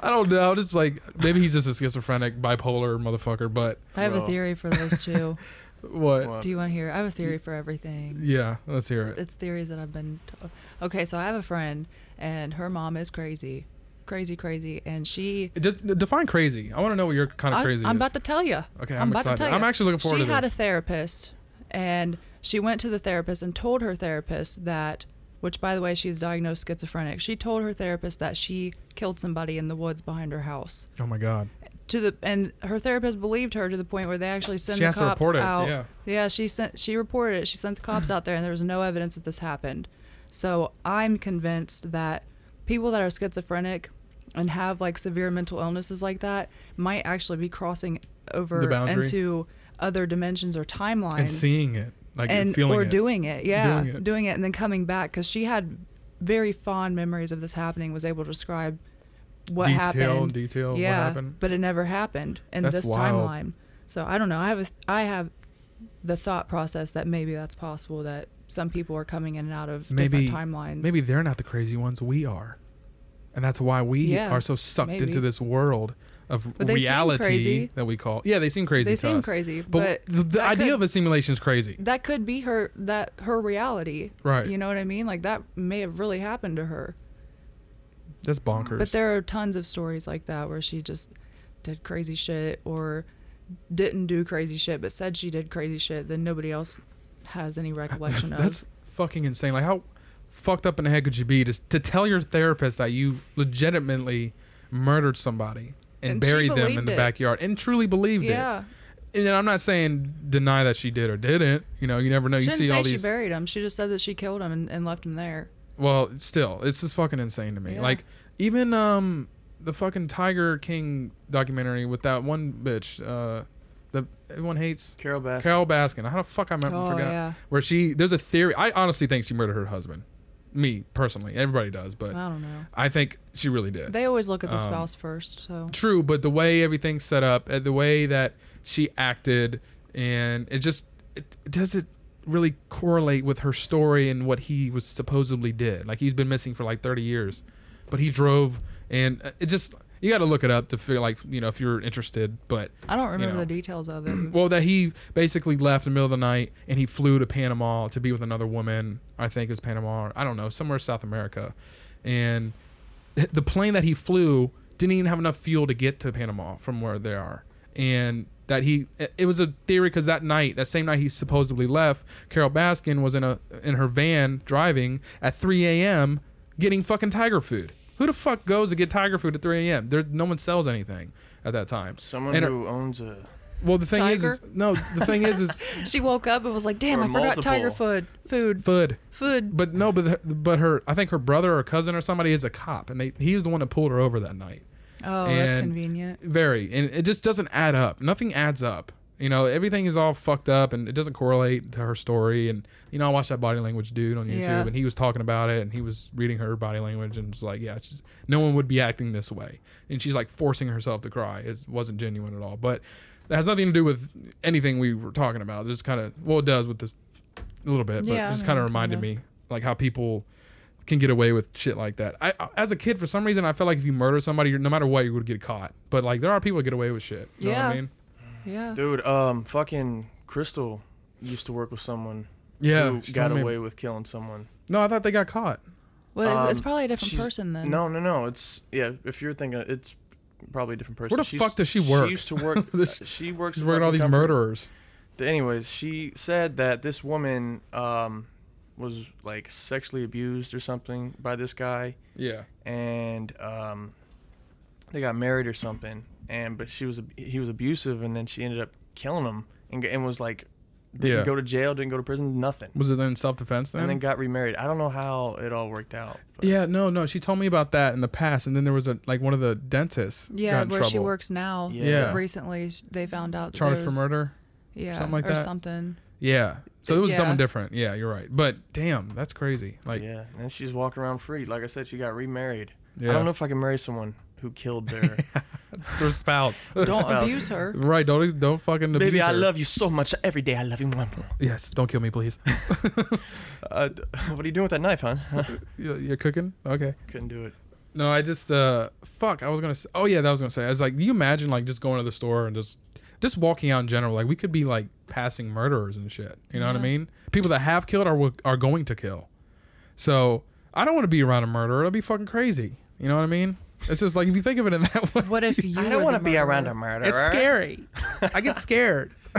[SPEAKER 1] I don't know. Just like maybe he's just a schizophrenic, bipolar motherfucker. But
[SPEAKER 4] I have a
[SPEAKER 5] Bro.
[SPEAKER 4] theory for those two.
[SPEAKER 1] what?
[SPEAKER 5] What?
[SPEAKER 4] Do you want to hear? I have a theory for everything.
[SPEAKER 1] Yeah, let's hear it.
[SPEAKER 4] It's theories that I've been. To- okay, so I have a friend, and her mom is crazy, crazy, crazy, and she.
[SPEAKER 1] Just define crazy. I want to know what your kind of
[SPEAKER 4] I,
[SPEAKER 1] crazy
[SPEAKER 4] I'm
[SPEAKER 1] is.
[SPEAKER 4] about to tell you.
[SPEAKER 1] Okay, I'm
[SPEAKER 4] about
[SPEAKER 1] excited.
[SPEAKER 4] To tell you.
[SPEAKER 1] I'm actually looking forward
[SPEAKER 4] she
[SPEAKER 1] to
[SPEAKER 4] had
[SPEAKER 1] this.
[SPEAKER 4] a therapist, and she went to the therapist and told her therapist that, which by the way, she's diagnosed schizophrenic. She told her therapist that she killed somebody in the woods behind her house.
[SPEAKER 1] oh my god.
[SPEAKER 4] to the and her therapist believed her to the point where they actually sent
[SPEAKER 1] She
[SPEAKER 4] the
[SPEAKER 1] has to
[SPEAKER 4] cops
[SPEAKER 1] report it,
[SPEAKER 4] out.
[SPEAKER 1] yeah.
[SPEAKER 4] she sent she reported it. She sent the cops out there, and there was no evidence that this happened. So I'm convinced that people that are schizophrenic and have like severe mental illnesses like that might actually be crossing over
[SPEAKER 1] The boundary.
[SPEAKER 4] into other dimensions or timelines
[SPEAKER 1] and seeing it, like you're
[SPEAKER 4] and
[SPEAKER 1] feeling
[SPEAKER 4] or
[SPEAKER 1] it.
[SPEAKER 4] doing it, yeah,
[SPEAKER 1] Doing it.
[SPEAKER 4] and then coming back because she had very fond memories of this happening. Was able to describe what
[SPEAKER 1] Detail,
[SPEAKER 4] happened,
[SPEAKER 1] detail, what
[SPEAKER 4] yeah,
[SPEAKER 1] happened.
[SPEAKER 4] but it never happened in
[SPEAKER 1] That's
[SPEAKER 4] this
[SPEAKER 1] wild.
[SPEAKER 4] timeline. So I don't know. I have a, I have the thought process that maybe that's possible that some people are coming in and out of
[SPEAKER 1] maybe
[SPEAKER 4] different timelines.
[SPEAKER 1] Maybe they're not the crazy ones. We are, and that's why we
[SPEAKER 4] Yeah,
[SPEAKER 1] are so sucked
[SPEAKER 4] maybe.
[SPEAKER 1] into this world of
[SPEAKER 4] But they seem
[SPEAKER 1] reality
[SPEAKER 4] crazy.
[SPEAKER 1] that we call. Yeah, they seem crazy.
[SPEAKER 4] They
[SPEAKER 1] to
[SPEAKER 4] seem
[SPEAKER 1] us.
[SPEAKER 4] crazy,
[SPEAKER 1] but,
[SPEAKER 4] but
[SPEAKER 1] the, the
[SPEAKER 4] that
[SPEAKER 1] idea
[SPEAKER 4] could-
[SPEAKER 1] of a simulation is crazy.
[SPEAKER 4] that could be her that her reality.
[SPEAKER 1] Right.
[SPEAKER 4] You know what I mean? Like that may have really happened to her.
[SPEAKER 1] That's bonkers.
[SPEAKER 4] But there are tons of stories like that where she just did crazy shit or didn't do crazy shit but said she did crazy shit, then nobody else has any recollection of.
[SPEAKER 1] That's fucking insane. Like how fucked up in the head could you be just to tell your therapist that you legitimately murdered somebody and,
[SPEAKER 4] And she
[SPEAKER 1] buried them in
[SPEAKER 4] believed
[SPEAKER 1] the
[SPEAKER 4] it.
[SPEAKER 1] backyard and truly believed
[SPEAKER 4] yeah.
[SPEAKER 1] it. And then I'm not saying deny that she did or didn't. You know, you never know.
[SPEAKER 4] She
[SPEAKER 1] you
[SPEAKER 4] didn't
[SPEAKER 1] see
[SPEAKER 4] say
[SPEAKER 1] all
[SPEAKER 4] she
[SPEAKER 1] these.
[SPEAKER 4] buried him. She just said that she killed him and, and left him there.
[SPEAKER 1] well, still, it's just fucking insane to me.
[SPEAKER 4] Yeah.
[SPEAKER 1] Like even um the fucking Tiger King documentary with that one bitch uh that everyone hates.
[SPEAKER 5] Carol Baskin.
[SPEAKER 1] Carol Baskin. How the fuck I remember?
[SPEAKER 4] Oh,
[SPEAKER 1] forgot.
[SPEAKER 4] yeah.
[SPEAKER 1] Where she there's a theory. I honestly think she murdered her husband. Me personally, everybody does, but
[SPEAKER 4] I don't know.
[SPEAKER 1] I think she really did.
[SPEAKER 4] They always look at the
[SPEAKER 1] Um,
[SPEAKER 4] spouse first, so
[SPEAKER 1] True, but the way everything's set up, and the way that she acted, and it just it, it doesn't really correlate with her story and what he was supposedly did. Like he's been missing for like 30 years, but he drove, and uh, it just you got to look it up to feel like you know if you're interested. But
[SPEAKER 4] I don't remember
[SPEAKER 1] know.
[SPEAKER 4] the details of it.
[SPEAKER 1] well, that he basically left in the middle of the night and he flew to Panama to be with another woman. I think it was Panama or I don't know, somewhere in South America. And th- the plane that he flew didn't even have enough fuel to get to Panama from where they are. And that he, it- it was a theory because that night, that same night he supposedly left, Carol Baskin was in a in her van driving at 3 a.m. getting fucking tiger food. Who the fuck goes to get tiger food at 3 a.m.? There, no one sells anything at that time.
[SPEAKER 5] Someone
[SPEAKER 1] And her-
[SPEAKER 5] who owns a.
[SPEAKER 1] well, the thing is,
[SPEAKER 4] Tiger?
[SPEAKER 1] is, no, the thing is, is
[SPEAKER 4] She woke up and was like, "Damn,
[SPEAKER 5] Or
[SPEAKER 4] I forgot
[SPEAKER 5] multiple.
[SPEAKER 4] tiger food, food,
[SPEAKER 1] food.
[SPEAKER 4] food."
[SPEAKER 1] But no, but the, but her, I think her brother or cousin or somebody is a cop, and they he was the one that pulled her over that night.
[SPEAKER 4] Oh, that's
[SPEAKER 1] And-
[SPEAKER 4] convenient.
[SPEAKER 1] Very, and it just doesn't add up. Nothing adds up. You know, everything is all fucked up, and it doesn't correlate to her story. And you know, I watched that body language dude on YouTube,
[SPEAKER 4] Yeah.
[SPEAKER 1] and he was talking about it, and he was reading her body language, and it's like, yeah, she's, no one would be acting this way, and she's like forcing herself to cry. It wasn't genuine at all, but. That has nothing to do with anything we were talking about. It just kind of, well, it does with this a little bit, but
[SPEAKER 4] Yeah,
[SPEAKER 1] it
[SPEAKER 4] I
[SPEAKER 1] just kind of
[SPEAKER 4] mean,
[SPEAKER 1] reminded
[SPEAKER 4] kinda.
[SPEAKER 1] me like how people can get away with shit like that. I, I- as a kid, for some reason, I felt like if you murder somebody, you're, no matter what, you would get caught. But like, there are people that get away with shit. You know what
[SPEAKER 4] Yeah.
[SPEAKER 1] I mean?
[SPEAKER 4] Yeah.
[SPEAKER 5] Dude, um, fucking Crystal used to work with someone
[SPEAKER 1] Yeah,
[SPEAKER 5] who
[SPEAKER 1] she
[SPEAKER 5] got
[SPEAKER 1] told me-
[SPEAKER 5] away with killing someone.
[SPEAKER 1] No, I thought they got caught.
[SPEAKER 4] Well, it- it's
[SPEAKER 5] Um,
[SPEAKER 4] probably a different
[SPEAKER 5] she's-
[SPEAKER 4] person then.
[SPEAKER 5] No, no, no. It's yeah. If you're thinking, it's probably a different person.
[SPEAKER 1] the
[SPEAKER 5] She's-
[SPEAKER 1] fuck does she work?
[SPEAKER 5] She used to work.
[SPEAKER 1] This-
[SPEAKER 5] uh, she works.
[SPEAKER 1] She's
[SPEAKER 5] at
[SPEAKER 1] working all
[SPEAKER 5] fucking
[SPEAKER 1] these
[SPEAKER 5] comfort-
[SPEAKER 1] murderers.
[SPEAKER 5] Anyways, she said that this woman um was like sexually abused or something by this guy,
[SPEAKER 1] Yeah.
[SPEAKER 5] and um they got married or something. And but she was he was abusive, and then she ended up killing him and and was like didn't
[SPEAKER 1] Yeah.
[SPEAKER 5] go to jail, didn't go to prison, nothing.
[SPEAKER 1] Was it then self defense then?
[SPEAKER 5] and then got remarried. I don't know how it all worked out. But
[SPEAKER 1] yeah, no, no. She told me about that in the past, and then there was a like one of the dentists.
[SPEAKER 4] Yeah,
[SPEAKER 1] got in
[SPEAKER 4] where she
[SPEAKER 1] trouble.
[SPEAKER 4] works now.
[SPEAKER 5] Yeah.
[SPEAKER 4] that Recently, s- they found out that
[SPEAKER 1] Charged
[SPEAKER 4] there
[SPEAKER 1] for
[SPEAKER 4] was-
[SPEAKER 1] murder.
[SPEAKER 4] Yeah,
[SPEAKER 1] something like
[SPEAKER 4] or
[SPEAKER 1] that.
[SPEAKER 4] something.
[SPEAKER 1] Yeah. So it was
[SPEAKER 4] Yeah.
[SPEAKER 1] someone different. Yeah, you're right. But damn, that's crazy. Like,
[SPEAKER 5] Yeah, and then she's walking around free. Like I said, she got remarried.
[SPEAKER 1] Yeah.
[SPEAKER 5] I don't know if I can marry someone who killed their
[SPEAKER 1] it's their spouse.
[SPEAKER 4] Don't
[SPEAKER 5] spouse.
[SPEAKER 4] abuse her.
[SPEAKER 1] right. Don't don't fucking abuse
[SPEAKER 5] baby. I
[SPEAKER 1] her.
[SPEAKER 5] love you so much. Every day I love you more. and more."
[SPEAKER 1] Yes. Don't kill me, please.
[SPEAKER 5] Uh, d- what are you doing with that knife, huh?
[SPEAKER 1] You- You're cooking? Okay.
[SPEAKER 5] Couldn't do it.
[SPEAKER 1] No, I just uh fuck, I was going to say Oh yeah, that was going to say. I was like, "Do you imagine like just going to the store and just just walking out in general, like we could be like passing murderers and shit. You know what I mean? People that have killed are wi- are going to kill. So, I don't want to be around a murderer. It'd be fucking crazy. You know what I mean? It's just like if you think of it in that way.
[SPEAKER 4] What if you?
[SPEAKER 5] I don't
[SPEAKER 4] want to
[SPEAKER 5] be around a murderer.
[SPEAKER 1] scary. I get scared.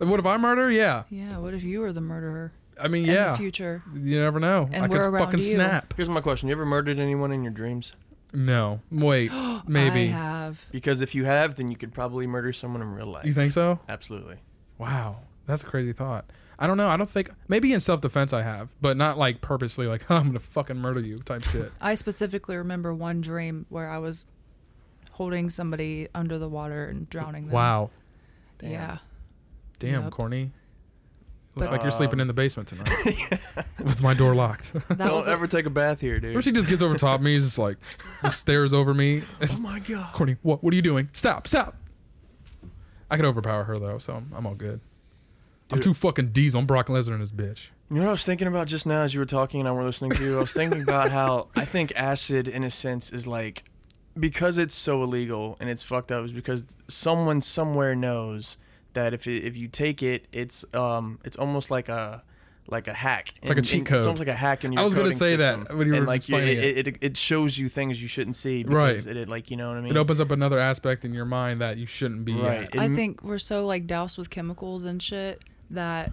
[SPEAKER 1] what if I murder? Yeah.
[SPEAKER 4] Yeah. What if you were the murderer
[SPEAKER 1] I mean,
[SPEAKER 4] in
[SPEAKER 1] yeah.
[SPEAKER 4] the future?
[SPEAKER 1] You never know.
[SPEAKER 4] And
[SPEAKER 1] I
[SPEAKER 4] we're
[SPEAKER 1] could
[SPEAKER 4] around
[SPEAKER 1] fucking
[SPEAKER 4] you.
[SPEAKER 1] snap.
[SPEAKER 5] Here's my question: You ever murdered anyone in your dreams?
[SPEAKER 1] No. Wait.
[SPEAKER 4] I
[SPEAKER 1] Maybe.
[SPEAKER 4] have.
[SPEAKER 5] Because if you have, then you could probably murder someone in real life.
[SPEAKER 1] You think so?
[SPEAKER 5] Absolutely.
[SPEAKER 1] Wow, that's a crazy thought. I don't know. I don't think maybe in self defense I have, but not like purposely. Like I'm gonna fucking murder you type shit.
[SPEAKER 4] I specifically remember one dream where I was holding somebody under the water and drowning them.
[SPEAKER 1] wow,
[SPEAKER 4] Yeah.
[SPEAKER 1] damn,
[SPEAKER 4] Yep.
[SPEAKER 1] corny. Looks
[SPEAKER 4] But-
[SPEAKER 1] like you're sleeping
[SPEAKER 5] um,
[SPEAKER 1] in the basement tonight with my door locked.
[SPEAKER 4] That
[SPEAKER 5] Don't
[SPEAKER 4] was a-
[SPEAKER 5] ever take a bath here,
[SPEAKER 1] or
[SPEAKER 5] dude.
[SPEAKER 1] she just gets over top of me, just like just stares over me.
[SPEAKER 5] oh my god.
[SPEAKER 1] corny, what? What are you doing? Stop! Stop! I could overpower her though, so I'm, I'm all good. I'm too fucking diesel. I'm Brock Lesnar and this bitch.
[SPEAKER 5] You know what I was thinking about just now as you were talking and I were listening to you? I was thinking about how I think acid, in a sense, is like because it's so illegal and it's fucked up. Is because someone somewhere knows that if it, if you take it, it's um it's almost like a like a hack. It's
[SPEAKER 1] like a cheat
[SPEAKER 5] It's
[SPEAKER 1] code.
[SPEAKER 5] almost like a hack in your.
[SPEAKER 1] I was gonna
[SPEAKER 5] coding
[SPEAKER 1] say that
[SPEAKER 5] system.
[SPEAKER 1] when you were
[SPEAKER 5] and like you-
[SPEAKER 1] explaining
[SPEAKER 5] it, it, it, it shows you things you shouldn't see.
[SPEAKER 1] Right.
[SPEAKER 5] Because It, it like you know what I mean.
[SPEAKER 1] It opens up another aspect in your mind that you shouldn't be.
[SPEAKER 5] Right.
[SPEAKER 1] at.
[SPEAKER 5] It
[SPEAKER 4] I
[SPEAKER 5] m-
[SPEAKER 4] think we're so like doused with chemicals and shit that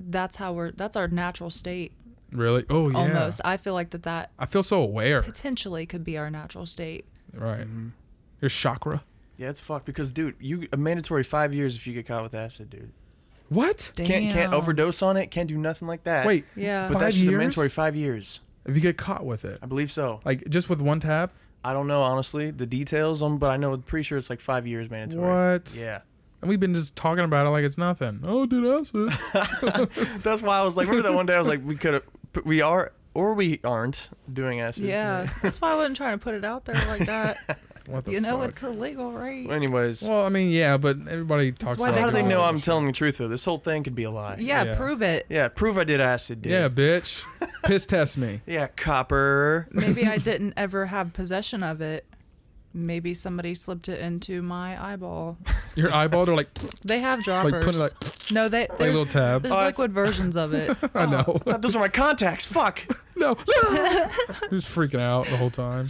[SPEAKER 4] that's how we're that's our natural state
[SPEAKER 1] Really? Oh yeah.
[SPEAKER 4] almost. I feel like that that
[SPEAKER 1] I feel so aware.
[SPEAKER 4] potentially could be our natural state.
[SPEAKER 1] Right. Your chakra.
[SPEAKER 5] Yeah, it's fucked because dude, you a mandatory five years if you get caught with acid, dude.
[SPEAKER 1] What?
[SPEAKER 4] Damn.
[SPEAKER 5] Can't can't overdose on it. Can't do nothing like that.
[SPEAKER 1] Wait.
[SPEAKER 4] Yeah.
[SPEAKER 5] but
[SPEAKER 1] Five
[SPEAKER 5] that's just a
[SPEAKER 1] years.
[SPEAKER 5] mandatory five years.
[SPEAKER 1] If you get caught with it,
[SPEAKER 5] I believe so.
[SPEAKER 1] like just with one tab.
[SPEAKER 5] I don't know honestly the details on, but I know I'm pretty sure it's like five years mandatory.
[SPEAKER 1] What?
[SPEAKER 5] Yeah.
[SPEAKER 1] And we've been just talking about it like it's nothing. Oh, dude, acid.
[SPEAKER 5] That's why I was like, remember that one day I was like, we could have, we are or we aren't doing acid.
[SPEAKER 4] Yeah. that's why I wasn't trying to put it out there like that.
[SPEAKER 1] What the
[SPEAKER 4] you know
[SPEAKER 1] fuck?
[SPEAKER 4] it's illegal, right?
[SPEAKER 5] tonight. Anyways,
[SPEAKER 1] Well, I mean, yeah, but everybody talks
[SPEAKER 4] why
[SPEAKER 1] about.
[SPEAKER 4] they
[SPEAKER 5] how do they
[SPEAKER 4] God.
[SPEAKER 5] know
[SPEAKER 1] all
[SPEAKER 5] I'm
[SPEAKER 1] this
[SPEAKER 5] telling the truth though? This whole thing could be a lie.
[SPEAKER 4] yeah,
[SPEAKER 1] yeah.
[SPEAKER 4] prove it.
[SPEAKER 5] Yeah. Prove I did acid,
[SPEAKER 1] shit.
[SPEAKER 5] dude.
[SPEAKER 1] Yeah, bitch. Piss test me.
[SPEAKER 5] Yeah. Copper.
[SPEAKER 4] Maybe I didn't ever have possession of it. Maybe somebody slipped it into my eyeball.
[SPEAKER 1] Your eyeball, they're like,
[SPEAKER 4] They have
[SPEAKER 1] like
[SPEAKER 4] droppers.
[SPEAKER 1] put it like.
[SPEAKER 4] no, they there's,
[SPEAKER 1] little tab.
[SPEAKER 4] there's
[SPEAKER 5] Oh, I-
[SPEAKER 4] liquid versions of it.
[SPEAKER 1] I know.
[SPEAKER 5] I thought those are my contacts. Fuck.
[SPEAKER 1] no. just freaking out the whole time.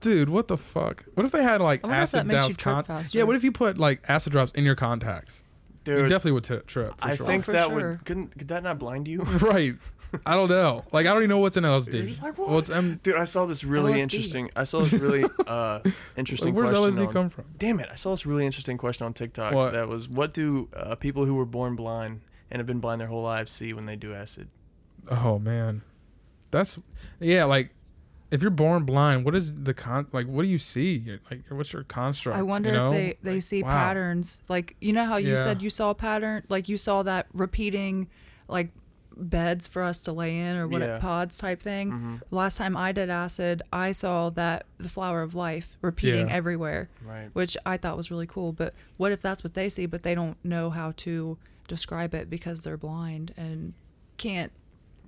[SPEAKER 1] Dude, what the fuck? What if they had like
[SPEAKER 4] I wonder if that
[SPEAKER 1] acid
[SPEAKER 4] makes you
[SPEAKER 1] doused
[SPEAKER 4] trip
[SPEAKER 1] con-
[SPEAKER 4] faster.
[SPEAKER 1] Yeah, what if you put like acid drops in your contacts?
[SPEAKER 5] Dude.
[SPEAKER 1] you definitely would t- trip. For
[SPEAKER 5] I
[SPEAKER 1] sure.
[SPEAKER 5] think
[SPEAKER 4] For
[SPEAKER 5] that
[SPEAKER 4] sure.
[SPEAKER 5] would couldn't could that not blind you?
[SPEAKER 1] right. I don't know. Like I don't even know what's in LSD. Well, it's M-
[SPEAKER 5] Dude, I saw this really
[SPEAKER 4] LSD.
[SPEAKER 5] interesting. I saw this really uh, interesting.
[SPEAKER 1] Where does
[SPEAKER 5] question
[SPEAKER 1] LSD
[SPEAKER 5] on-
[SPEAKER 1] come from?
[SPEAKER 5] Damn it! I saw this really interesting question on TikTok.
[SPEAKER 1] What?
[SPEAKER 5] That was, what do uh, people who were born blind and have been blind their whole lives see when they do acid?
[SPEAKER 1] Oh man, that's yeah. Like if you're born blind, what is the con? Like what do you see? Like what's your construct?
[SPEAKER 4] I wonder
[SPEAKER 1] you know?
[SPEAKER 4] if they, they
[SPEAKER 1] Like,
[SPEAKER 4] see
[SPEAKER 1] wow.
[SPEAKER 4] patterns. Like you know how you
[SPEAKER 1] Yeah.
[SPEAKER 4] said you saw a pattern, like you saw that repeating, like beds for us to lay in or what
[SPEAKER 5] Yeah. Mm-hmm.
[SPEAKER 4] pods type thing. Last time I did acid, I saw that the flower of life repeating
[SPEAKER 1] Yeah.
[SPEAKER 4] everywhere,
[SPEAKER 5] Right.
[SPEAKER 4] which I thought was really cool. But what if that's what they see, but they don't know how to describe it because they're blind and can't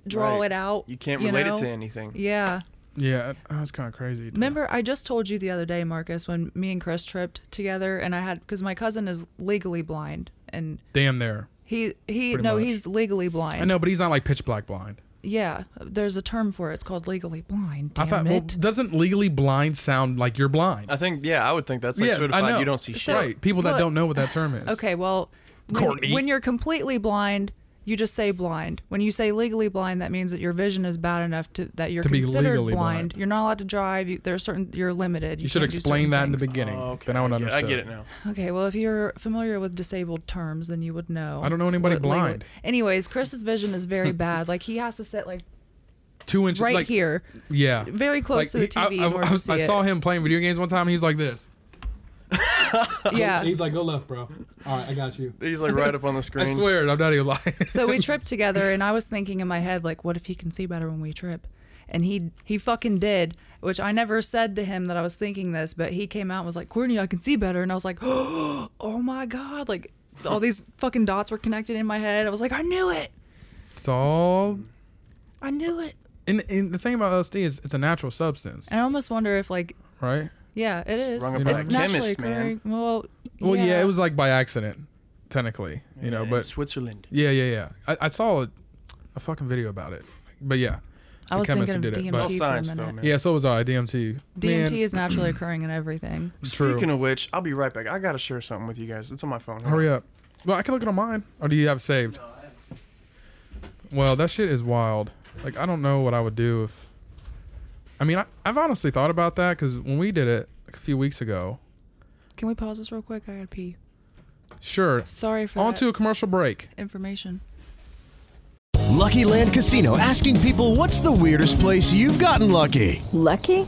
[SPEAKER 4] draw
[SPEAKER 5] Right.
[SPEAKER 4] it out.
[SPEAKER 5] You can't relate it
[SPEAKER 4] know?
[SPEAKER 5] to anything.
[SPEAKER 4] Yeah.
[SPEAKER 1] Yeah, that was kind of crazy. dude.
[SPEAKER 4] Remember, I just told you the other day, Marcus, when me and Chris tripped together, and I had because my cousin is legally blind, and
[SPEAKER 1] Damn there.
[SPEAKER 4] he he
[SPEAKER 1] Pretty
[SPEAKER 4] no,
[SPEAKER 1] much.
[SPEAKER 4] he's legally blind.
[SPEAKER 1] I know, but he's not like pitch black blind.
[SPEAKER 4] Yeah, there's a term for it. It's called legally blind. Damn
[SPEAKER 1] I thought. Well,
[SPEAKER 4] it.
[SPEAKER 1] doesn't legally blind sound like you're blind?
[SPEAKER 5] I think, yeah, I would think that's like
[SPEAKER 1] Yeah, I know.
[SPEAKER 5] certified. You don't see
[SPEAKER 4] So-
[SPEAKER 5] shit.
[SPEAKER 1] right. People that
[SPEAKER 4] look-
[SPEAKER 1] don't know what that term is.
[SPEAKER 4] okay, well, when,
[SPEAKER 1] Courtney.
[SPEAKER 4] when you're completely blind, you just say blind. When you say legally blind, that means that your vision is bad enough to that you're
[SPEAKER 1] To be
[SPEAKER 4] considered
[SPEAKER 1] legally
[SPEAKER 4] blind.
[SPEAKER 1] blind.
[SPEAKER 4] You're not allowed to drive. You, there are certain you're limited.
[SPEAKER 1] You, should
[SPEAKER 4] can't do
[SPEAKER 1] explain
[SPEAKER 4] certain
[SPEAKER 1] that in the
[SPEAKER 4] things.
[SPEAKER 1] beginning.
[SPEAKER 5] Oh, okay.
[SPEAKER 1] Then I would
[SPEAKER 5] get-
[SPEAKER 1] understand.
[SPEAKER 5] I get it now.
[SPEAKER 4] Okay, well, if you're familiar with disabled terms, then you would know.
[SPEAKER 1] I don't know anybody
[SPEAKER 4] what legally-
[SPEAKER 1] blind.
[SPEAKER 4] Anyways, Chris's vision is very bad. Like he has to sit like
[SPEAKER 1] Two inches.
[SPEAKER 4] right
[SPEAKER 1] like,
[SPEAKER 4] here,
[SPEAKER 1] Yeah.
[SPEAKER 4] very close
[SPEAKER 1] Like,
[SPEAKER 4] to the
[SPEAKER 1] he-
[SPEAKER 4] TV.
[SPEAKER 1] I,
[SPEAKER 4] in order
[SPEAKER 1] I,
[SPEAKER 4] to
[SPEAKER 1] I, was-
[SPEAKER 4] see
[SPEAKER 1] I
[SPEAKER 4] it.
[SPEAKER 1] saw him playing video games one time. and He was like this.
[SPEAKER 4] Yeah.
[SPEAKER 1] like, go left, bro. All right, I got you.
[SPEAKER 5] He's like right up on the screen.
[SPEAKER 1] I swear, I'm not even lying.
[SPEAKER 4] So we tripped together, and I was thinking in my head, like, what if he can see better when we trip? And he he fucking did, which I never said to him that I was thinking this, but he came out and was like, Courtney, I can see better, and I was like, oh my god, like all these fucking dots were connected in my head. I was like, I knew it,
[SPEAKER 1] it's all.
[SPEAKER 4] I knew it.
[SPEAKER 1] And, and the thing about LSD is it's a natural substance,
[SPEAKER 4] And I almost wonder if like
[SPEAKER 1] right?
[SPEAKER 4] Yeah, it is.
[SPEAKER 5] Wrong
[SPEAKER 1] about
[SPEAKER 4] it's
[SPEAKER 1] a
[SPEAKER 4] naturally
[SPEAKER 5] chemist, man.
[SPEAKER 4] occurring. Well,
[SPEAKER 1] Well, yeah.
[SPEAKER 4] yeah.
[SPEAKER 1] it was like by accident, technically, you know.
[SPEAKER 5] In
[SPEAKER 1] But
[SPEAKER 5] Switzerland.
[SPEAKER 1] yeah, yeah, yeah. I, I saw a, a fucking video about it, but yeah,
[SPEAKER 4] I
[SPEAKER 1] the
[SPEAKER 4] was
[SPEAKER 1] chemist
[SPEAKER 4] thinking of
[SPEAKER 1] who did
[SPEAKER 4] DMT
[SPEAKER 1] it. But
[SPEAKER 5] All
[SPEAKER 4] for a
[SPEAKER 5] science, though,
[SPEAKER 4] minute.
[SPEAKER 5] man.
[SPEAKER 1] yeah, so was I. DMT.
[SPEAKER 4] DMT
[SPEAKER 1] Man,
[SPEAKER 4] is naturally occurring in everything.
[SPEAKER 1] true.
[SPEAKER 5] Speaking of which, I'll be right back. I gotta share something with you guys. It's on my phone.
[SPEAKER 1] Hurry up. Well, I can look it on mine. Or do you have it saved? Well, that shit is wild. Like, I don't know what I would do if. I mean, I, I've honestly thought about that because when we did it a few weeks ago,
[SPEAKER 4] Can we pause this real quick? I gotta pee.
[SPEAKER 1] sure.
[SPEAKER 4] Sorry for
[SPEAKER 1] On
[SPEAKER 4] that
[SPEAKER 1] to a commercial break.
[SPEAKER 4] information.
[SPEAKER 7] Lucky Land Casino asking people what's the weirdest place you've gotten lucky?
[SPEAKER 8] Lucky?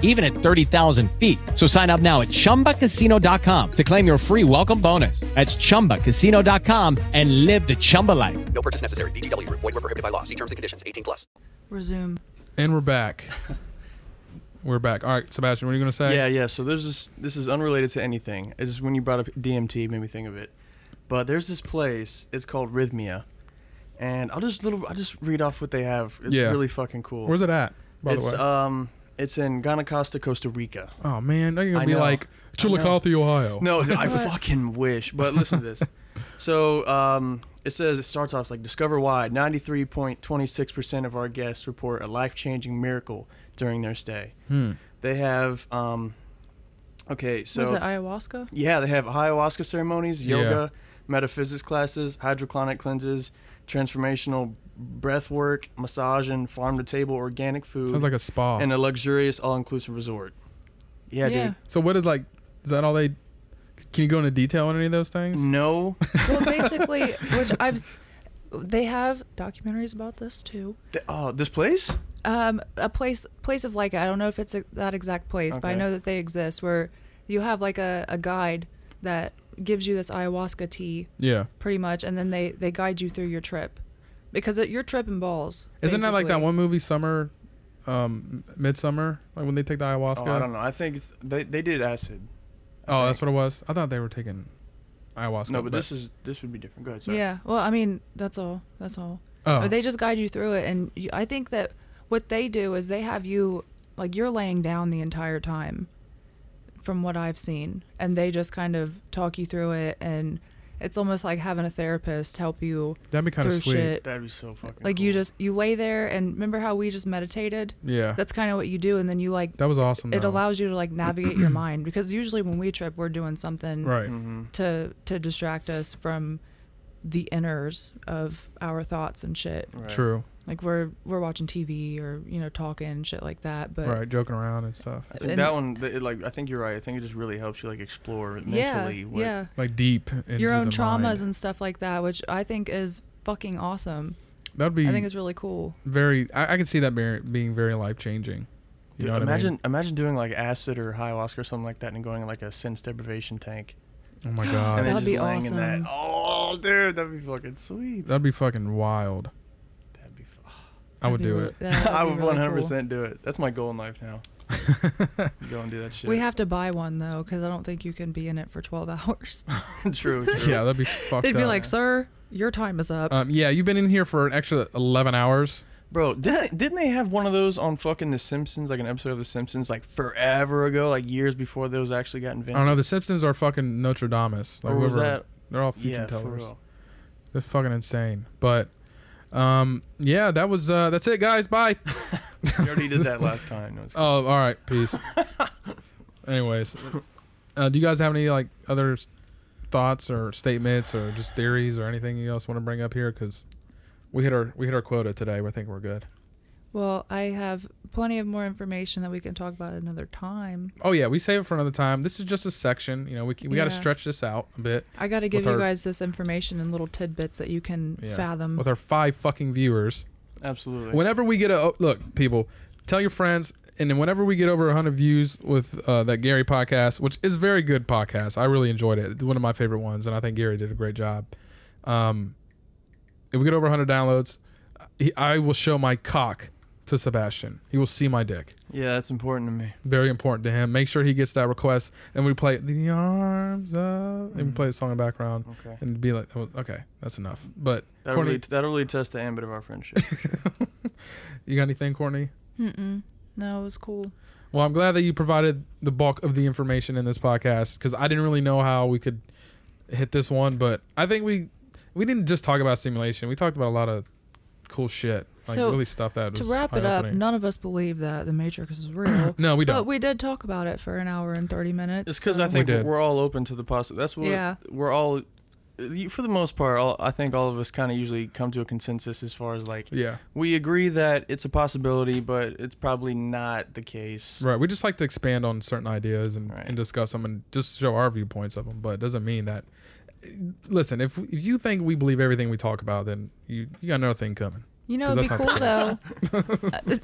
[SPEAKER 9] even at 30,000 feet. So sign up now at chumbacasino.com to claim your free welcome bonus. That's chumbacasino.com and live the Chumba life.
[SPEAKER 10] No purchase necessary. VGW Group. Void were prohibited by law. See terms and conditions. 18 plus.
[SPEAKER 4] Resume.
[SPEAKER 1] And we're back. we're back. All right, Sebastian, what are you going to say?
[SPEAKER 5] Yeah, yeah. So there's this. This is unrelated to anything. It's just when you brought up DMT, made me think of it. But there's this place. It's called Rhythmia, and I'll just little. I'll just read off what they have. It's
[SPEAKER 1] Yeah.
[SPEAKER 5] really fucking cool.
[SPEAKER 1] Where's it at, by the
[SPEAKER 5] it's
[SPEAKER 1] way?
[SPEAKER 5] um. It's in Guanacaste, Costa Rica.
[SPEAKER 1] Oh, man. Now you're going
[SPEAKER 5] I
[SPEAKER 1] to be
[SPEAKER 5] know.
[SPEAKER 1] like,
[SPEAKER 5] I
[SPEAKER 1] Chillicothe,
[SPEAKER 5] know.
[SPEAKER 1] Ohio.
[SPEAKER 5] No, I fucking wish. But listen to this. So um, it says it starts off it's like discover why 93.26% of our guests report a life changing miracle during their stay.
[SPEAKER 1] Hmm.
[SPEAKER 5] They have um, okay, so
[SPEAKER 4] Was it ayahuasca?
[SPEAKER 5] yeah, they have ayahuasca ceremonies,
[SPEAKER 1] Yeah.
[SPEAKER 5] yoga, metaphysics classes, hydroponic cleanses, transformational breath work, massage, and farm to table organic food.
[SPEAKER 1] Sounds like a spa.
[SPEAKER 5] And a luxurious all inclusive resort. Yeah,
[SPEAKER 4] Yeah.
[SPEAKER 5] dude.
[SPEAKER 1] So what did like? Is that all they? Can you go into detail on any of those things?
[SPEAKER 5] Mm. No.
[SPEAKER 4] Well, basically, which I've. s- They have documentaries about this too.
[SPEAKER 5] Th- oh, this place?
[SPEAKER 4] Um, a place places like it. I don't know if it's a, that exact place, but I
[SPEAKER 5] Okay.
[SPEAKER 4] know that they exist where you have like a, a guide that gives you this ayahuasca tea,
[SPEAKER 1] Yeah.
[SPEAKER 4] pretty much, and then they they guide you through your trip because it, you're tripping balls.
[SPEAKER 1] Isn't that like that
[SPEAKER 4] basically.
[SPEAKER 1] one movie, Summer, um, Midsummer, like when they take the ayahuasca?
[SPEAKER 5] Oh, I don't know. I think it's, they they did acid.
[SPEAKER 1] Oh, that's what it was. I thought they were taking ayahuasca.
[SPEAKER 5] No, but this is this would be different. Go ahead. Sorry.
[SPEAKER 4] Yeah. Well, I mean, that's all. That's all.
[SPEAKER 1] Oh.
[SPEAKER 4] But They just guide you through it, and you, I think that what they do is they have you like you're laying down the entire time, from what I've seen, and they just kind of talk you through it, and it's almost like having a therapist help you.
[SPEAKER 1] That'd be kinda
[SPEAKER 4] through
[SPEAKER 1] sweet.
[SPEAKER 4] Shit.
[SPEAKER 5] That'd be so fucking.
[SPEAKER 4] Like
[SPEAKER 5] cool.
[SPEAKER 4] you just you lay there, and remember how we just meditated?
[SPEAKER 1] Yeah.
[SPEAKER 4] That's kind of what you do, and then you like.
[SPEAKER 1] That was awesome,
[SPEAKER 4] It
[SPEAKER 1] though.
[SPEAKER 4] allows you to like navigate your mind because usually when we trip, we're doing something
[SPEAKER 1] Right.
[SPEAKER 5] Mm-hmm.
[SPEAKER 4] to to distract us from the inners of our thoughts and shit.
[SPEAKER 1] True.
[SPEAKER 4] Like we're we're watching TV or you know talking and shit like that. But
[SPEAKER 1] right, joking around and stuff.
[SPEAKER 5] I think that one, th- it, like I think you're right. I think it just really helps you like explore
[SPEAKER 4] yeah,
[SPEAKER 5] mentally. what,
[SPEAKER 4] yeah,
[SPEAKER 1] Like deep. Into
[SPEAKER 4] your own
[SPEAKER 1] the
[SPEAKER 4] traumas
[SPEAKER 1] mind.
[SPEAKER 4] and stuff like that, which I think is fucking awesome.
[SPEAKER 1] That'd be.
[SPEAKER 4] I think it's really cool.
[SPEAKER 1] very. I, I could see that being, being very life changing. You
[SPEAKER 5] Dude,
[SPEAKER 1] know what
[SPEAKER 5] imagine
[SPEAKER 1] I mean?
[SPEAKER 5] imagine doing like acid or ayahuasca or something like that, and going in, like a sense deprivation tank,
[SPEAKER 1] Oh my god.
[SPEAKER 5] and then
[SPEAKER 4] That'd
[SPEAKER 5] just
[SPEAKER 4] be
[SPEAKER 5] laying
[SPEAKER 4] awesome.
[SPEAKER 5] in that. Oh, dude, that'd be fucking sweet.
[SPEAKER 1] That'd be fucking wild.
[SPEAKER 5] That'd be. F-
[SPEAKER 1] I would
[SPEAKER 4] be
[SPEAKER 1] do
[SPEAKER 4] really-
[SPEAKER 1] it.
[SPEAKER 4] yeah, that'd
[SPEAKER 5] I
[SPEAKER 4] be
[SPEAKER 5] would
[SPEAKER 4] really cool.
[SPEAKER 5] 100% do it. That's my goal in life now. Go and do that shit.
[SPEAKER 4] We have to buy one though, because I don't think you can be in it for twelve hours.
[SPEAKER 5] true. true.
[SPEAKER 1] Yeah, that'd be fucked
[SPEAKER 4] They'd be
[SPEAKER 1] up.
[SPEAKER 4] like, "Sir, your time is up."
[SPEAKER 1] um, yeah, you've been in here for an extra eleven hours.
[SPEAKER 5] Bro, didn't, didn't they have one of those on fucking The Simpsons, like an episode of The Simpsons, like forever ago, like years before those actually got
[SPEAKER 1] I
[SPEAKER 5] invented?
[SPEAKER 1] don't know. The Simpsons are fucking Notre Dame's. Like
[SPEAKER 5] Or was
[SPEAKER 1] whoever-
[SPEAKER 5] that-
[SPEAKER 1] They're all fortune
[SPEAKER 5] Yeah, for
[SPEAKER 1] tellers.
[SPEAKER 5] real.
[SPEAKER 1] They're fucking insane. But um, yeah, that was uh, that's it, guys. Bye.
[SPEAKER 5] We already did that last time. No, it's-
[SPEAKER 1] Oh, all right. Peace. Anyways, uh, do you guys have any like other s- thoughts or statements or just theories or anything you else want to bring up here? Because we hit our we hit our quota today. I think we're good.
[SPEAKER 4] Well, I have plenty of more information that we can talk about another time.
[SPEAKER 1] Oh yeah, we save it for another time. This is just a section. You know, we c- we got to
[SPEAKER 4] Yeah.
[SPEAKER 1] stretch this out a bit.
[SPEAKER 4] I got to give
[SPEAKER 1] with
[SPEAKER 4] you
[SPEAKER 1] our-
[SPEAKER 4] guys this information in little tidbits that you can
[SPEAKER 1] yeah,
[SPEAKER 4] fathom.
[SPEAKER 1] with our five fucking viewers.
[SPEAKER 5] Absolutely.
[SPEAKER 1] Whenever we get a oh, look, people, tell your friends, and then whenever we get over 100 views with uh, that Gary podcast, which is a very good podcast, I really enjoyed it. It's one of my favorite ones, and I think Gary did a great job. Um, if we get over 100 downloads, he, I will show my cock to Sebastian. He will see my dick.
[SPEAKER 5] yeah, that's important to me.
[SPEAKER 1] Very important to him. Make sure he gets that request, and we play the arms of, and we play the song in the background,
[SPEAKER 5] Mm. Okay.
[SPEAKER 1] and be like, oh, okay, that's enough. But
[SPEAKER 5] That'll
[SPEAKER 1] Courtney,
[SPEAKER 5] really, that'll really test the ambit of our friendship.
[SPEAKER 1] you got anything, Courtney?
[SPEAKER 4] Mm-mm. No, it was cool.
[SPEAKER 1] Well, I'm glad that you provided the bulk of the information in this podcast because I didn't really know how we could hit this one, but I think we we didn't just talk about simulation. We talked about a lot of cool shit, like
[SPEAKER 4] So,
[SPEAKER 1] really stuff that
[SPEAKER 4] to
[SPEAKER 1] was
[SPEAKER 4] wrap it up,
[SPEAKER 1] eye-opening.
[SPEAKER 4] none of us believe that the Matrix is real.
[SPEAKER 1] No, we don't.
[SPEAKER 4] But we did talk about it for an hour and thirty minutes.
[SPEAKER 5] It's because
[SPEAKER 4] so-
[SPEAKER 5] I think
[SPEAKER 1] did.
[SPEAKER 5] we're all open to the possible. That's what
[SPEAKER 4] Yeah.
[SPEAKER 5] we're all, you- for the most part, all, I think all of us kind of usually come to a consensus as far as like,
[SPEAKER 1] yeah,
[SPEAKER 5] we agree that it's a possibility, but it's probably not the case.
[SPEAKER 1] right. We just like to expand on certain ideas and,
[SPEAKER 5] Right.
[SPEAKER 1] and discuss them and just show our viewpoints of them, but it doesn't mean that listen, if if you think we believe everything we talk about, then you you got another thing coming.
[SPEAKER 4] You know,
[SPEAKER 1] 'Cause
[SPEAKER 4] it'd be
[SPEAKER 1] that's
[SPEAKER 4] cool
[SPEAKER 1] not the
[SPEAKER 4] though. Uh,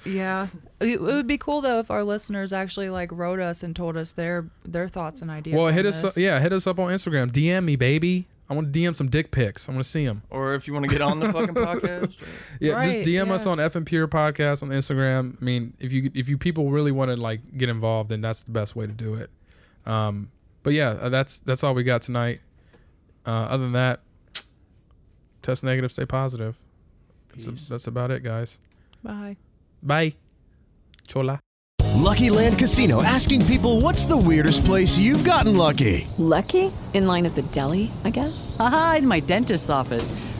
[SPEAKER 4] yeah, it, it would be cool though if our listeners actually like wrote us and told us their their thoughts and ideas.
[SPEAKER 1] Well,
[SPEAKER 4] on
[SPEAKER 1] hit
[SPEAKER 4] this.
[SPEAKER 1] us up, yeah, hit us up on Instagram. DM me, baby. I want to DM some dick pics. I want to see them.
[SPEAKER 5] Or if you want to get on the fucking podcast, or-
[SPEAKER 1] Yeah,
[SPEAKER 5] Right,
[SPEAKER 1] just DM us
[SPEAKER 5] yeah.
[SPEAKER 1] on F and Pure Podcast on Instagram. I mean, if you if you people really want to like get involved, then that's the best way to do it. Um, but yeah, uh, that's that's all we got tonight. Uh, other than that, test negative, stay positive. That's, a, that's about it, guys.
[SPEAKER 4] Bye.
[SPEAKER 1] Bye. Chola.
[SPEAKER 7] Lucky Land Casino asking people what's the weirdest place you've gotten lucky?
[SPEAKER 8] Lucky? In line at the deli, I guess?
[SPEAKER 11] Haha, in my dentist's office.